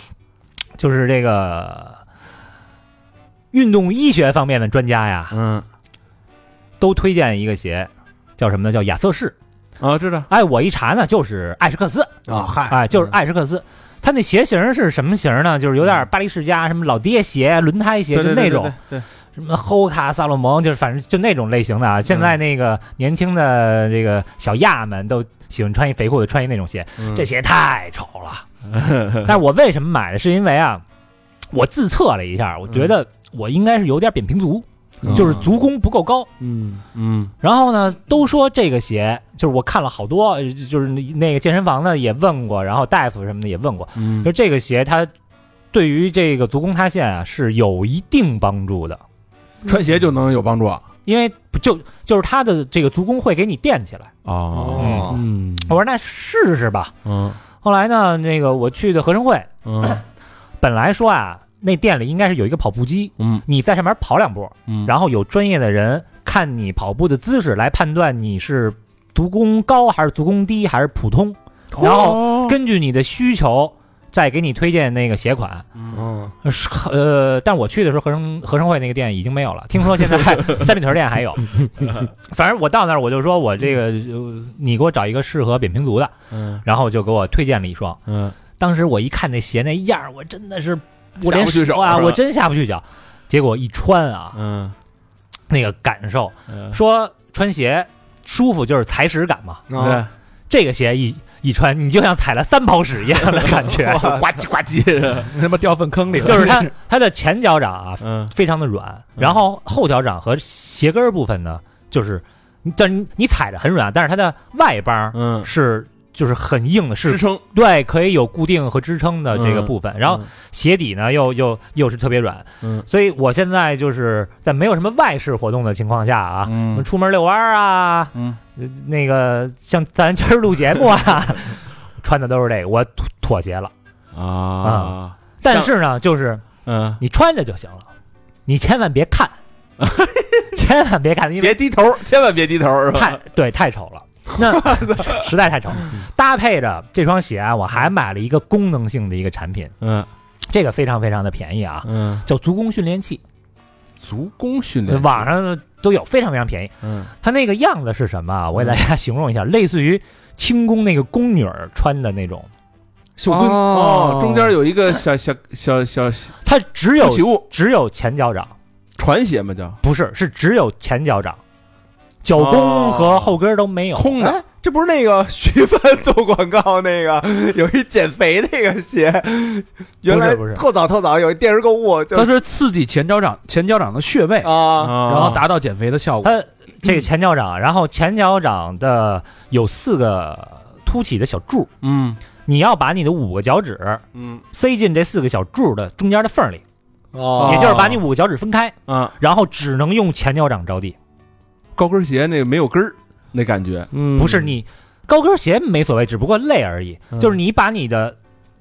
就是这个运动医学方面的专家呀，
嗯
都推荐一个鞋，叫什么呢？叫亚瑟士。
啊，知道，
哎，我一查呢，就是艾什克斯，
啊嗨，
哎，
嗯
就是艾什克斯。它那鞋型是什么型呢？就是有点巴黎世家什么老爹鞋、轮胎鞋，
对
就
对
那
对
种
对对，
什么后卡萨洛蒙，就是反正就那种类型的
嗯
啊。现在那个年轻的这个小亚们都喜欢穿一肥裤子，穿一那种鞋，
嗯
这鞋太丑 了。但是我为什么买的？是因为啊，我自测了一下，我觉
嗯
得我应该是有点扁平足，
嗯
就是足弓不够高。
嗯
嗯
然后呢，都说这个鞋，就是我看了好多，呃就是那个健身房的也问过，然后大夫什么的也问过，
嗯
就这个鞋它对于这个足弓塌陷啊是有一定帮助的，
穿鞋就能有帮助啊，
因为就就是它的这个足弓会给你垫起来。
哦，
哦
嗯，
我说那试试吧。
嗯
后来呢，那个我去的合生汇，
嗯
本来说啊，那店里应该是有一个跑步机，
嗯
你在上面跑两步，
嗯，
然后有专业的人看你跑步的姿势来判断你是足弓高还是足弓低还是普通，
哦
然后
后
根据你的需求再给你推荐那个鞋 款。
嗯，
是呃，但我去的时候合生合生汇那个店已经没有了，听说现在三里屯店 还有。反正我到那儿我就说我这个、呃你给我找一个适合扁平足的，
嗯
然后就给我推荐了一双。
嗯
当时我一看那鞋那样儿，我真的是我连
下不去手
啊，
是吧
我真下不去脚。结果一穿啊，
嗯
那个感受
嗯，
说穿鞋舒服就是踩屎感嘛，
啊，
这个鞋一一穿，你就像踩了三泡屎一样的感觉，
对，呱唧呱唧，
他妈哦掉粪坑里了，
就是 它它的前脚掌啊
嗯
非常的软，然后后脚掌和鞋跟儿部分呢，就是你但是你你踩着很软，但是它的外帮儿
嗯，
是。就是很硬的，
支
是
撑
对，可以有固定和支撑的这个部分。然后鞋底呢，又又又是特别软，
嗯
所以我现在就是在没有什么外事活动的情况下啊，什么
嗯
出门遛弯儿啊，
嗯
呃那个像咱今儿录节目啊， 穿的都是这个，我妥妥协了。
嗯啊，
但是呢，就是
嗯，
你穿着就行了，你千万别 看，千万别看，因为
别低头，千万别低头，是吧？
太对太丑 了，那实在太丑了。搭配着这双鞋啊，我还买了一个功能性的一个产品，
嗯
这个非常非常的便宜啊，
嗯
叫足弓训练器。
足弓训练，
网上都有非常非常便宜。
嗯，
它那个样子是什么
嗯
啊？我给大家形 容一下，类似于清宫那个宫女儿穿的那种，
秀
棍哦，中间有一个小小小小小
它只有
起物，
只有前脚掌，
传鞋嘛叫
不是，是只有前脚掌，脚弓和后跟都没有。
哦空的，
哎，这不是那个徐帆做广告那个有一减肥那个鞋，原来
不是
特早特早有一电视购物就
它是刺激前脚掌前脚掌的穴位，
啊，
然后
打
达到减肥的效果。
它这个前脚掌，啊
嗯
然后前脚掌的有四个凸起的小柱，
嗯
你要把你的五个脚趾
嗯
塞进这四个小柱的中间的缝儿里，
哦
也就是把你五个脚趾分开，
啊，
然后只能用前脚掌着地，
高跟鞋那个没有跟儿那感觉，
嗯
不是你高跟鞋没所谓，只不过累而已。
嗯
就是你把你的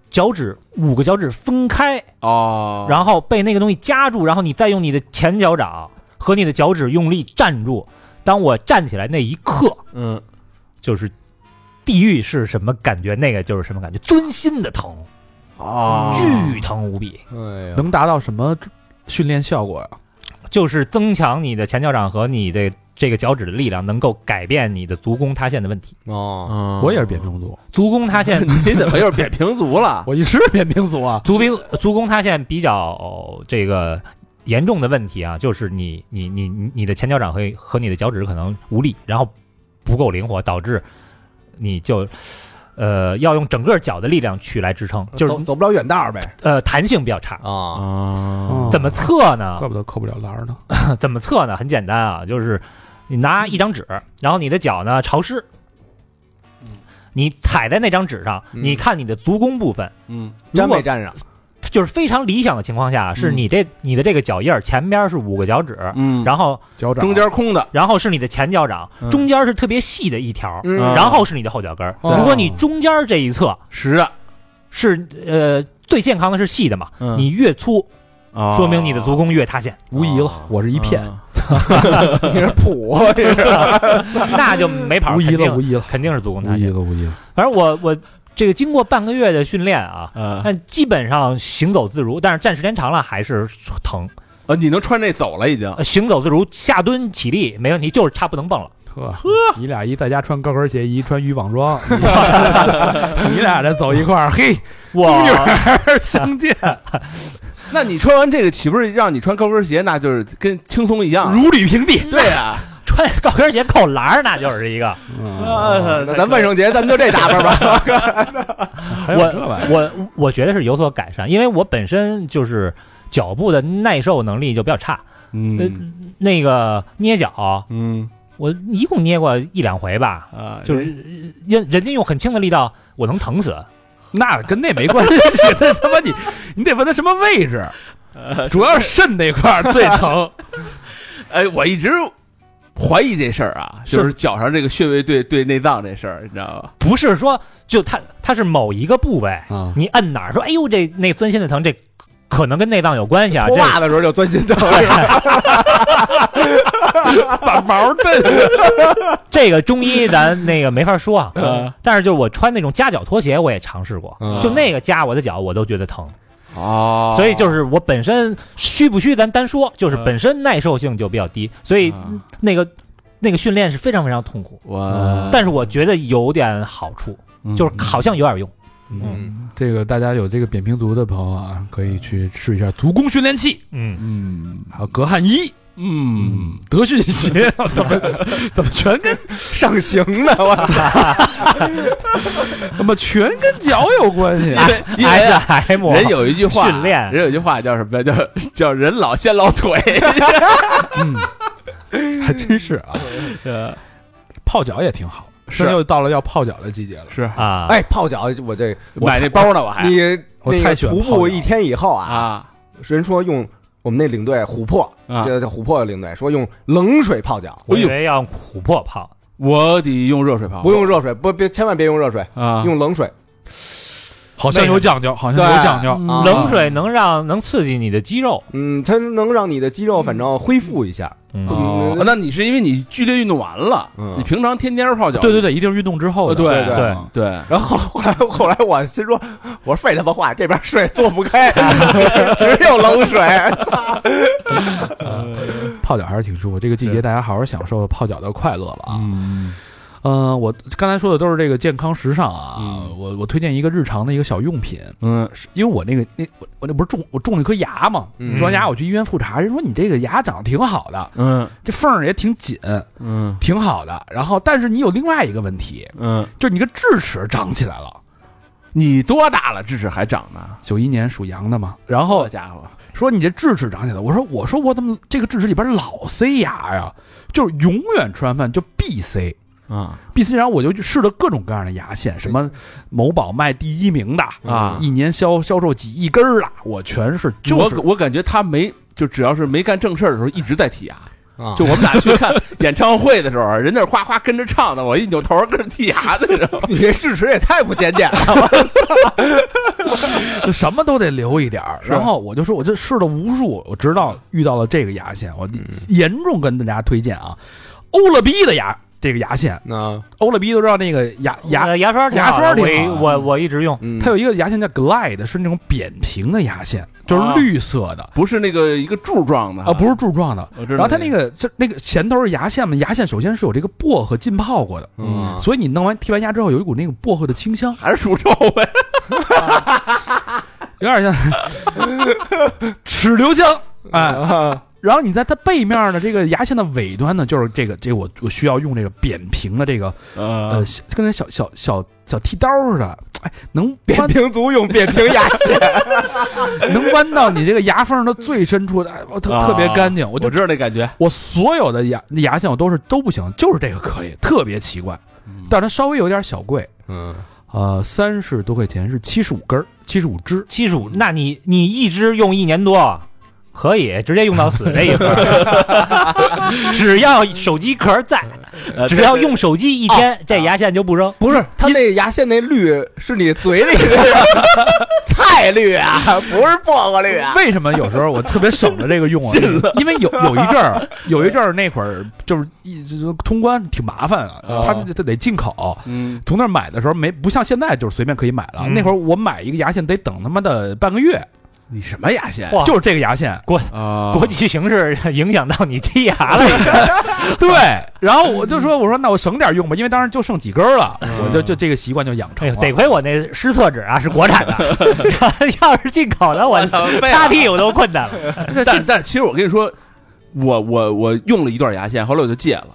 脚趾五个脚趾分开，
哦，
然后被那个东西夹住，然后你再用你的前脚掌和你的脚趾用力站住。当我站起来那一刻，
嗯，
就是地狱是什么感觉，那个就是什么感觉，钻心的疼，
哦，
巨疼无比，
哎呀，
能达到什么训练效果呀？
就是增强你的前脚掌和你的这个脚趾的力量，能够改变你的足弓塌陷的问题。
哦，
嗯
我也是扁平足，
足弓塌陷，
你怎么又是扁平足 了？
我一直扁平足啊。
足兵足弓塌陷比较、这个严重的问题啊，就是你你你你你的前脚掌和和你的脚趾可能无力，然后不够灵活，导致你就呃要用整个脚的力量去来支撑，就
呃走
是
走不了远道儿呗
呃弹性比较差。
啊，
啊
怎么测呢
怪？不得扣不了篮儿呢。
怎么测呢？很简单啊，就是你拿一张纸，然后你的脚呢潮湿，你踩在那张纸上，
嗯
你看你的足弓部分，
嗯
如
站
果
没站上？
就是非常理想的情况
嗯
下，是你这你的这个脚印儿前边是五个脚趾，
嗯，
然后
脚掌
中间空的，
然后是你的前脚掌，
嗯
中间是特别细的一条，
嗯
啊
然后是你的后脚跟儿。
哦
如果你中间这一侧
实啊，
是呃最健康的是细的嘛，
嗯
你越粗，
哦
说明你的足弓越塌陷，
无疑了，我是一片，
啊
你是 普，你是
那就没跑，
无疑
肯
了，无
定
疑了，
啊肯定是足弓
无
塌
疑
陷。
了，无疑了。
反正我我这个经过半个月的训练啊。
嗯
但基本上行走自如，但是站时间长了还是疼。
啊，你能穿这走了已经
呃行走自如，下蹲起立没问题，就是差不能蹦了。
呵，你俩一在家穿高跟鞋，一穿渔网 装，你俩这走一块儿，嘿，哦
哇，
相见
那你穿完这个岂不是让你穿高跟鞋，那就是跟轻松一样？
如履平地。
对呀，
穿高跟鞋扣篮儿，那就是一个。
嗯哦
啊
咱万圣节咱们就这打扮吧。
哎
还有这玩意
我我我觉得是有所改善，因为我本身就是脚部的耐受能力就比较差。
嗯
那个捏脚，
嗯
我一共捏过一两回吧，
哎
啊，
就是呃人人家用很轻的力道，我能疼死。
那跟那没关系， 那他妈你你得问他什么位置，主要是肾那块儿最疼。
哎，我一直怀疑这事儿啊，就是脚上这个穴位对对内脏这事儿，你知道吧？
不是说就它它是某一个部位，
啊，
你摁哪儿说，哎呦这那钻心的疼，这可能跟内脏有关系啊。
脱
这
袜的时候就钻心疼，是吧
把毛蹬
这个中医咱那个没法说
嗯
啊，但是就是我穿那种夹脚拖鞋，我也尝试过，就那个夹我的脚，我都觉得疼。
哦嗯
所以就是我本身虚不虚，咱单说，就是本身耐受性就比较低，所以
啊
那个那个训练是非常非常痛苦。
我嗯
但是我觉得有点好处，就是好像有点用。
嗯，这个大家有这个扁平足的朋友啊，可以去试一下足弓训练器，
嗯，
嗯
还有隔汗衣、
嗯，
德训 鞋，怎么怎么全跟
上刑呢？我
怎么全跟脚有关 系
因？ 为因为
S
啊
M
人有一句话，
训练
人有一句话叫什么呀？叫叫人老先老腿。
嗯，还真是啊，泡脚也挺好。
是
这又到了要泡脚的季节了，
是
啊，
哎，泡脚，我这
买那包呢，我还
你
我
那
太
个
喜欢
徒
泡脚
步一天以后啊，
啊
人说用我们那领队琥珀，
啊！
这叫琥珀领队说用冷水泡脚，
哎
我以为要琥珀泡，
我得用热水泡，
不用热水，不别千万别用热水，
啊，
用冷水。
好像有讲究，好像有讲究。
啊
冷水能让能刺激你的肌肉，
嗯，它能让你的肌肉反正恢复一下。
嗯，
哦
嗯，
那你是因为你剧烈运动完了，
嗯
你平常天天泡脚，
对对对，一定是运动之后的。
呃对
对
对
对，
然后后来后来我心说，我说废他妈话，这边水做不开，只有冷水。
泡脚还是挺舒服。这个季节
对
大家好好享受泡脚的快乐吧啊！
嗯，
嗯、我刚才说的都是这个健康时尚啊，
嗯
我我推荐一个日常的一个小用品，
嗯，
是因为我那个那我我那不是种我种了一颗牙嘛，
嗯
种完牙我去医院复查，人说你这个牙长得挺好的，
嗯，
这缝儿也挺紧，
嗯，
挺好的。然后但是你有另外一个问题，
嗯，
就是你个智齿长起来了，
你多大了？智齿还长呢？
九一年属羊的嘛，然后
好家伙，
说你这智齿长起来了，我说我说我怎么这个智齿里边老塞牙呀，就是永远吃完饭就必塞。
啊，
必然后我就去试了各种各样的牙线，什么某宝卖第一名的
啊
一年销销售几亿根儿啦，我全是就是
我我感觉他没就只要是没干正事儿的时候一直在剔牙。
啊
就我们俩去看演唱会的时候，人那夸夸跟着唱呢，我一扭头跟着剔牙的，你知道 吗？
你这智齿也太不检点了，
就什么都得留一点儿。
是
然后我就说，我这试了无数，我直到遇到了这个牙线，我
嗯
严重跟大家推荐啊，欧乐 B 的牙这个牙线，
那
欧乐 B 都知道那个牙牙，
呃牙刷挺好的
牙刷挺好
我
的
我我一直用，
嗯
它有一个牙线叫 Glide，是那种扁平的牙线，
哦
就是绿色的
不是那个一个柱状的
啊，不是柱状的。
我知道。
然后它那个这那个前头是牙线嘛，牙线首先是有这个薄荷浸泡过的，
嗯
所以你弄完剔完牙之后有一股那个薄荷的清香，
还是除臭呗，
有点像齿留香，哎，
啊
然后你在它背面的这个牙线的尾端呢，就是这个这个我我需要用这个扁平的这个呃
呃，
小跟那小小小小剃刀似的，哎，能
扁
弯
平足用扁平牙线，
能弯到你这个牙缝的最深处的，哎，我特
啊
特别干净。我
我
就
知道那感觉。
我所有的牙牙线我都是都不行，就是这个可以，特别奇怪，
嗯
但是它稍微有点小贵，
嗯，
呃，三十多块钱是七十五根儿，七十五支。
七十五，那你你一支用一年多，可以直接用到死这一份儿， 只要手机壳在，
呃
只要用手机一
哦
天，这牙线就不扔。
不是， 他那牙线那绿是你嘴里的菜绿啊，不是薄荷绿啊。
为什么有时候我特别省着这个 用啊？因为有有一阵儿，有一阵儿那会儿就是一就是通关挺麻烦啊，
啊
他他得进口，
嗯，
从那儿买的时候没不像现在就是随便可以买了。
嗯
那会儿我买一个牙线得等他妈的半个月，
你什么牙线？
哇
就是这个牙 线。
啊
国际形势影响到你剔牙了，
对，然后我就说我说那我省点用吧，因为当时就剩几根儿了，我就就这个习惯就养
嗯哎
成
呦，
了。
哦
得亏我那湿厕纸啊是国 产的，要是进口的我擦屁股都困难了。
但但其实我跟你说，我我我用了一段牙线，后来我就戒了，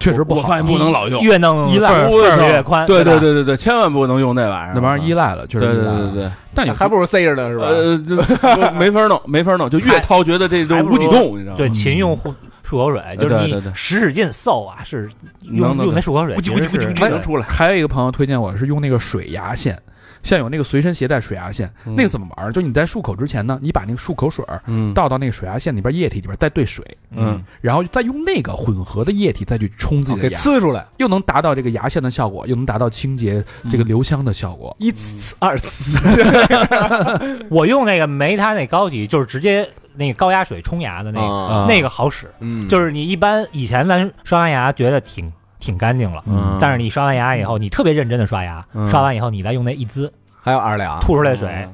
确实不
我
好
发，现不能老用，
越弄
依赖
缝儿
我
缝
操
儿越宽，
对
对
对
啊吧，
对对对，千万不能用那玩意儿，
啊
啊
那玩意儿依赖了，确
对
实
对
依赖
对对
了。
对，
但有
还不如塞着呢，是吧？
呃，这 没法弄，没法弄，就越掏觉得这就
还不如
无底洞，你知道吗？
对勤用漱漱口水，就
对
是
啊嗯对
你
对
使使劲搜啊，是
能
用
能
用那漱口水
不
其
就
实
不就是就能出来。
还有一个朋友推荐我是用那个水牙线，像有那个随身携带水牙线，
嗯
那个怎么玩儿？就你在漱口之前呢，你把那个漱口水儿
嗯
倒到那个水牙线里边液体里边，再兑水，
嗯，哦
然后再用那个混合的液体再去冲自己
给
的牙，
呲出来，
又能达到这个牙线的效果，又能达到清洁这
嗯
个留香的效果。
一呲二呲，
我用那个没它那高级，就是直接那个高压水冲牙的那个，
啊
那个好使。
嗯
就是你一般以前咱刷完牙觉得挺挺干净了，
嗯
但是你刷完牙以后，你特别认真的刷牙，
嗯啊
刷完以后你再用那一滋
还有二两，
吐出来的水，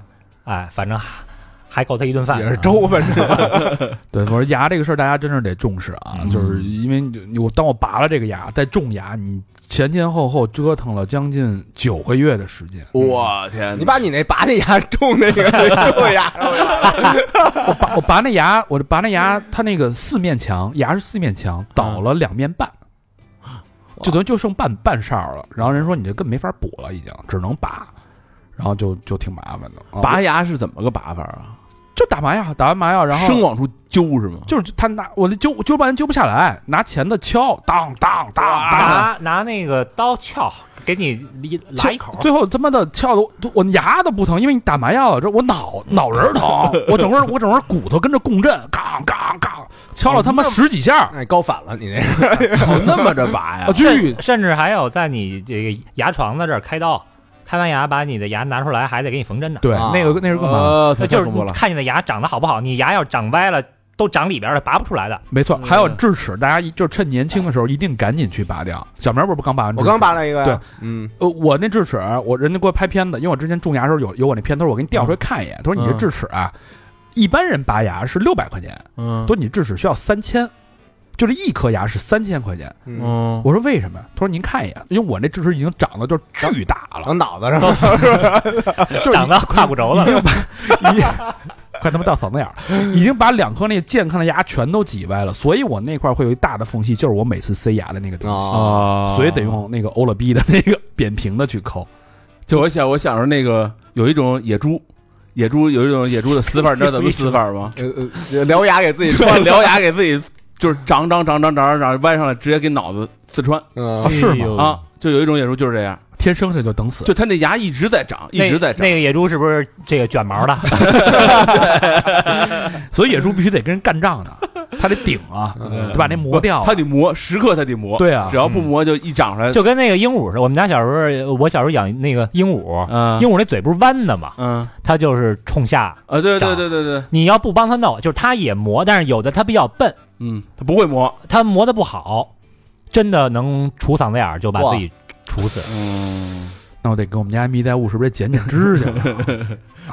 哎，反正还还够他一顿饭。
也是粥，反正
对，我说牙这个事儿，大家真是得重视啊，
嗯
就是因为你你我当我拔了这个牙，再种牙，你前前后后折腾了将近九个月的时间。
我天哪，
你把你那拔那牙种那个种牙，
我拔我拔那牙，我拔那牙，它那个四面墙牙是四面墙，
嗯
倒了两面半，就等于就剩半半哨了。然后人说你这根本没法补了，已经只能拔，然后就就挺麻烦的。啊
拔牙是怎么个拔法啊？
就打麻药，打完麻药然后
生往出揪是吗？
就是他拿我那揪揪半天揪不下来，拿钳子敲，当当当当。
拿拿那个刀撬给你一拉一口
最后他妈的撬的我我牙都不疼，因为你打麻药了，这我脑
嗯
脑仁儿
哦
疼，我整个我整个骨头跟着共振，杠杠杠，敲
哦
了他妈十几下，
那高反了，你那是
哦那么着拔
啊，
呀？
巨
甚至还有在你这个牙床子这儿开刀，开完牙把你的牙拿出来，还得给你缝针呢。
对，
啊
那个那是更麻烦，
呃，
呃
太
就是
恐怖了。
看你的牙长得好不好，你牙要长歪了，都长里边了，拔不出来的。
没错。
嗯
还有智齿，大家一就是趁年轻的时候一定赶紧去拔掉。小明不是刚拔完？
我刚拔。了一个，
对，
嗯，
呃，我那智齿，我人家给我拍片子，因为我之前种牙的时候有有我那片头，他说我给你调出来看一眼。他说你这
嗯
智齿啊，一般人拔牙是六百块钱，
嗯
他说你智齿需要三千。就这一颗牙是三千块钱。
哦
嗯，
嗯，
我说为什么？他说您看一眼，因为我那智齿已经长得就是巨大 了，
长脑子上了，
就是
长到胯骨轴
已
了，
经把已经 快他妈到嗓子眼儿了，已经把两颗那健康的牙全都挤歪了，所以我那块儿会有一大的缝隙，就是我每次塞牙的那个地
哦
方，
啊，
啊
所以得。用那个欧乐 B 的那个扁平的去抠。
就我想，我想着那个有一种野猪，野猪有一种野猪的死法，你知道怎么死 法吗？
呃呃，獠牙给自己
穿
穿了，
獠牙给自己就是长长长长长长弯上来，直接给脑子刺穿
啊
嗯，
是吗
哎呦
啊！就有一种野猪就是这样，
天生下就等死，
就它那牙一直在长，一
那
直在长呃
那。个野猪是不是这个卷毛 的？
所以野猪必须得跟人干仗呢，他得顶 啊，
嗯
得把那磨掉啊。
它得磨，时刻它得磨。
对啊
只要不磨就一长出来，
就跟那个鹦鹉似的。我们家小时候，我小时候养那个鹦鹉，
嗯
鹦鹉那嘴不是弯的嘛，
嗯
它就是冲下。
啊，对对对对对，
你要不帮它弄，就是它也磨，但是有的它比较笨，
嗯，它不会磨，
它磨的不好，真的能杵嗓子眼儿就把自己处死。
嗯，
那我得给我们家蜜袋鼯是不是得剪剪指甲？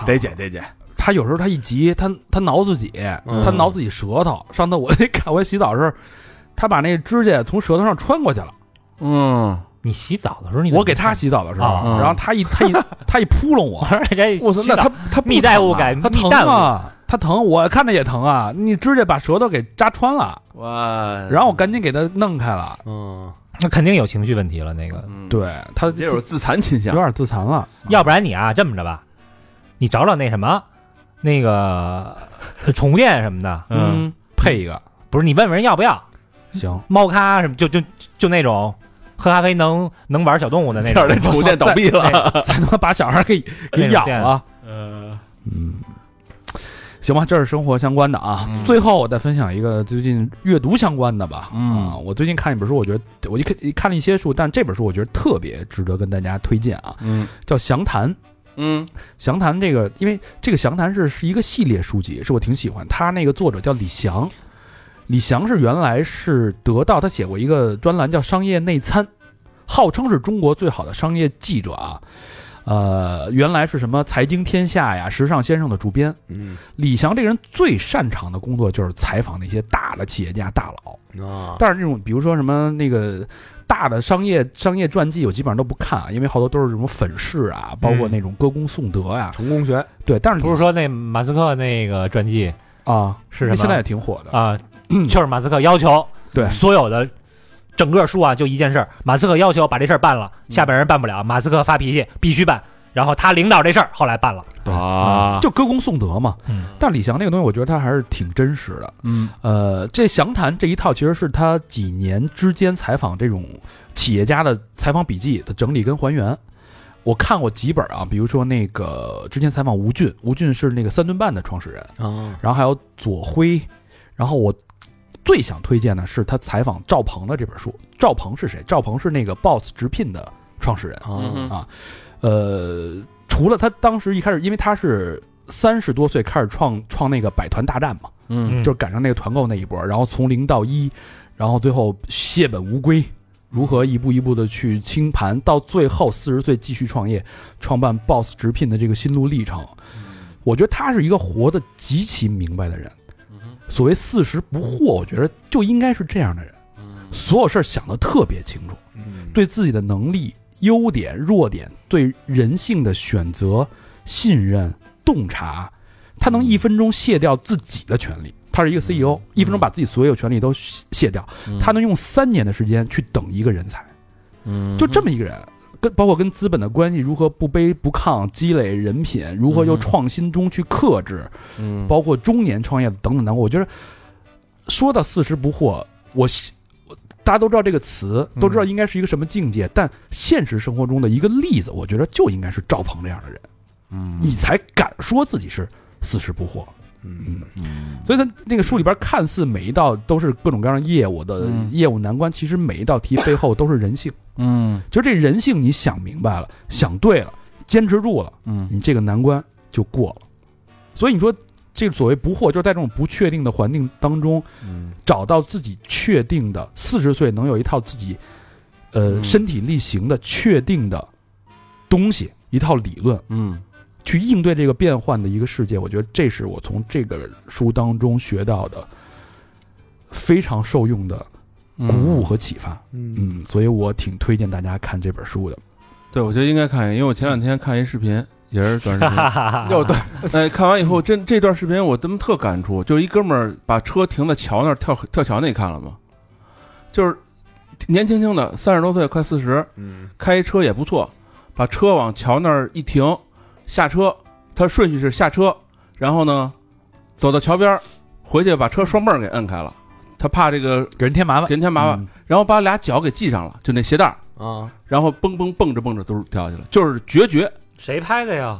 得剪。得剪，
他有时候他一急，他他挠自己，
嗯
他挠自己舌头。上次我那看我洗澡的时候，他把那指甲从舌头上穿过去了。
嗯，
你洗澡的时候，你
我给他洗澡的时候，
啊
然后他一 他一他一扑棱我
我，说这
我操！
洗
那他
澡
他不
蜜袋鼯
疼啊
改
他疼
蜜袋
啊，他疼，我看着也疼啊。你指甲把舌头给扎穿了，
哇，
然后我赶紧给他弄开了。
嗯，
那肯定有情绪问题了。那个，
嗯，
对他
这有自残倾向
有，点自残了，
要不然你啊这么着吧，你找找那什么，那个呃宠物店什么的，
嗯，
配一个
不是你问问人要不要
行。
猫咖什么，就就就那种喝咖啡能能玩小动物的那
第
种
二。天宠物店倒闭 了，
了，
才能把小孩给给养啊了。
呃，
嗯，行吧，这是生活相关的啊。
嗯
最后我再分享一个最近阅读相关的吧。
嗯
啊，我最近看一本书，我觉得我一看看了一些书，但这本书我觉得特别值得跟大家推荐啊，
嗯
叫《详谈》。
嗯
详谈这个，因为这个详谈是是一个系列书籍，是我挺喜欢。他那个作者叫李翔，李翔是原来是得到他写过一个专栏叫《商业内参》，号称是中国最好的商业记者啊。呃，原来是什么《财经天下》呀，《时尚先生》的主编。
嗯
李翔这个人最擅长的工作就是采访那些大的企业家大佬，
啊，
但是那种比如说什么那个大的商业商业传记，我基本上都不看啊，因为好多都是什么粉饰啊，包括那种歌功颂德呀、
成功学，
对，但是
不是说那马斯克那个传记
啊，
是
那
什么？
现在也挺火的。
啊，就是马斯克要求
对
所有的整个书啊，就一件事儿，马斯克要求把这事儿办了，下边人办不了，马斯克发脾气必须办，然后他领导这事儿后来办了，
啊，
就歌功颂德嘛，
嗯
但李翔那个东西，我觉得他还是挺真实的。
嗯
呃，这详谈这一套其实是他几年之间采访这种企业家的采访笔记的整理跟还原。我看过几本啊，比如说那个之前采访吴俊，吴俊是那个三顿半的创始人，
啊，
然后还有左晖，然后我最想推荐的是他采访赵鹏的这本书。赵鹏是谁？赵鹏是那个 Boss 直聘的创始人。
嗯
啊呃，除了他当时一开始，因为他是三十多岁开始创创那个百团大战嘛，
嗯
就是赶上那个团购那一波，然后从零到一，然后最后血本无归，如何一步一步的去清盘，到最后四十岁继续创业，创办 Boss 直聘的这个心路历程，我觉得他是一个活得极其明白的人。所谓四十不惑，我觉得就应该是这样的人，所有事儿想得特别清楚。
嗯，
对自己的能力、优点、弱点，对人性的选择、信任、洞察，他能一分钟卸掉自己的权利。他
嗯
是一个 CEO，、一分钟把自己所有权利都卸卸掉，他能用三年的时间去等一个人才，
嗯
就这么一个人。跟包括跟资本的关系如何不卑不亢，积累人品，如何又
嗯
创新中去克制，
嗯
包括中年创业等等等等，我觉得说到四十不惑，我希我大家都知道这个词，都
嗯
知道应该是一个什么境界，但现实生活中的一个例子，我觉得就应该是赵鹏这样的人，
嗯
你才敢说自己是四十不惑。
嗯
所以他那个书里边看似每一道都是各种各样的业务的
嗯
业务难关，其实每一道题背后都是人性。
嗯
就这人性，你想明白了，想对了，坚持住了，
嗯
你这个难关就过了。所以你说，这个所谓不惑，就是在这种不确定的环境当中，
嗯
找到自己确定的，四十岁能有一套自己，呃，
嗯
身体力行的确定的东西，一套理论，
嗯
去应对这个变幻的一个世界。我觉得这是我从这个书当中学到的非常受用的鼓舞和启发。
嗯
嗯，所以我挺推荐大家看这本书的。
对，我觉得应该看，因为我前两天看一视频，也是短视频，
又对，
哎，看完以后，真这段视频我真特感触，就是一哥们儿把车停在桥那儿跳跳桥那，你看了吗？就是年轻轻的，三十多岁，快四十，
嗯
开车也不错，把车往桥那儿一停，下车，他顺序是下车，然后呢，走到桥边儿，回去把车双泵儿给摁开了，他怕这个
给人添麻烦，
人添麻烦，
嗯
然后把俩脚给系上了，就那鞋带儿，
啊，
然后蹦蹦蹦着蹦着都跳下去了，就是决绝
谁拍的呀？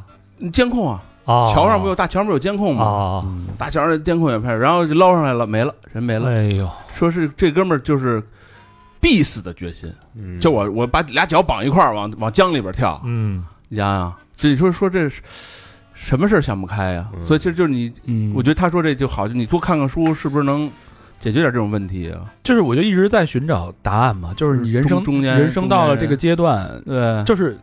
监控啊，
哦，
桥上不有大桥上不有监控吗？
哦，
嗯
大桥上监控也拍，然后就捞上来了，没了，人没了。
哎呦，
说是这哥们儿就是必死的决心，
嗯
就我我把俩脚绑一块儿往往江里边跳，
嗯，
你想想，这你说说这是什么事儿想不开呀、
嗯
所以其实就是你，
嗯，
我
我
觉得他说这就好，就你多看看书，是不是能解决点这种问题啊？
就是我就一直在寻找答案嘛，就是你人生
中中间
人生到了这个阶段，
对，
就是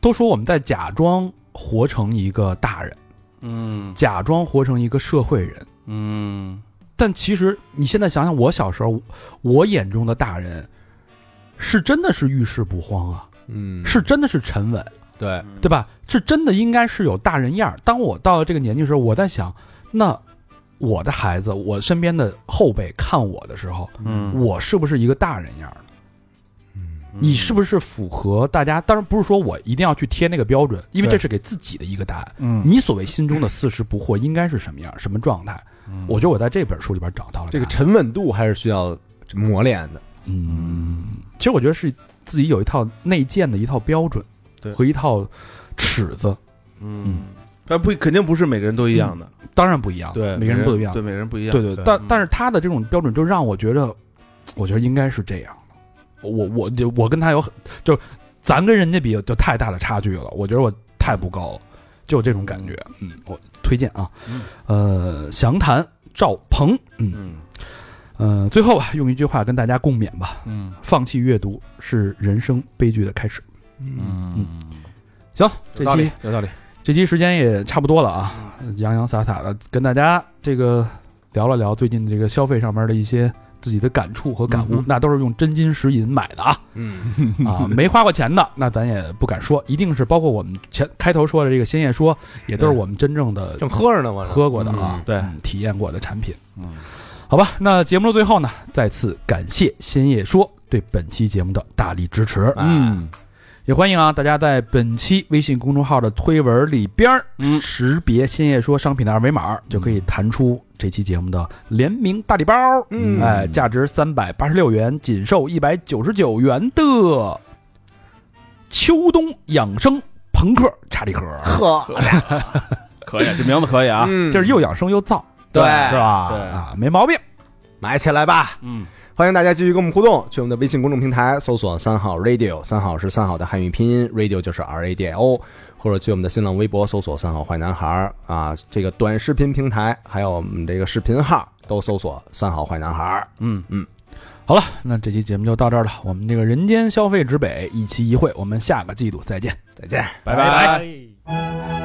都说我们在假装活成一个大人，
嗯
假装活成一个社会人，
嗯
但其实你现在想想，我小时候我眼中的大人，是真的是遇事不慌啊，
嗯
是真的是沉稳，
对，
对吧？这真的应该是有大人样儿。当我到了这个年纪的时候，我在想，那我的孩子，我身边的后辈看我的时候，
嗯，
我是不是一个大人样儿呢？
嗯
你是
是
不是符合大家？当然不是说我一定要去贴那个标准，因为
对
这是给自己的一个答案。
嗯
你所谓心中的四十不惑应该是什么样儿、什么状态？
嗯
我觉得我在这本书里边找到了
这个
答案
沉稳度还是需要磨练的。
嗯，其实我觉得是自己有一套内建的一套标准，
对
和一套尺子，
嗯，他不肯定不是每个人都一样的，
当然不一样，
对，
嗯啊每个人不一样，
对，每个人不一样，
对对，
对
但
嗯
但是他的这种标准就让我觉得，我觉得应该是这样的。我我就我跟他有很就咱跟人家比就太大的差距了，我觉得我太不高了，就有这种感觉。嗯，我推荐啊，
嗯
呃，详谈赵鹏，嗯
嗯
呃，最后吧，用一句话跟大家共勉吧：
嗯
放弃阅读是人生悲剧的开始。
嗯嗯。
行，这
有道
期
理，有道理。
这期时间也差不多了啊，
嗯
洋洋洒洒的跟大家这个聊了聊最近这个消费上面的一些自己的感触和感悟，
嗯哼
那都是用真金实银买的 啊
嗯，
啊，没花过钱的，那咱也不敢说，一定是包括我们前开头说的这个鲜叶说，也都是我们真正的
嗯
正喝着呢，我
喝过的啊，
对
嗯体验过的产品。
嗯，
好吧，那节目的最后呢，再次感谢鲜叶说对本期节目的大力支持，
嗯
也欢迎啊大家在本期微信公众号的推文里边儿
嗯，
识别“新叶说”商品的二维码，就可以弹出这期节目的联名大礼包。
嗯
哎，价值三百八十六元，仅售一百九十九元的秋冬养生朋克茶礼盒，
喝，
可以，这名字可以啊。
嗯
这是又养生又燥，
对
是吧？
对
啊，没毛病。
买起来吧。
嗯，
欢迎大家继续跟我们互动，去我们的微信公众平台搜索“三好 radio”，三好是三好的汉语拼音，radio 就是 R A D I O，或者去我们的新浪微博搜索“三好坏男孩儿”啊，这个短视频平台还有我们这个视频号都搜索“三好坏男孩儿
好了，那这期节目就到这儿了。我们这个人间消费之北一期一会，我们下个季度再见。”，
再见。
拜拜。
拜。
Thank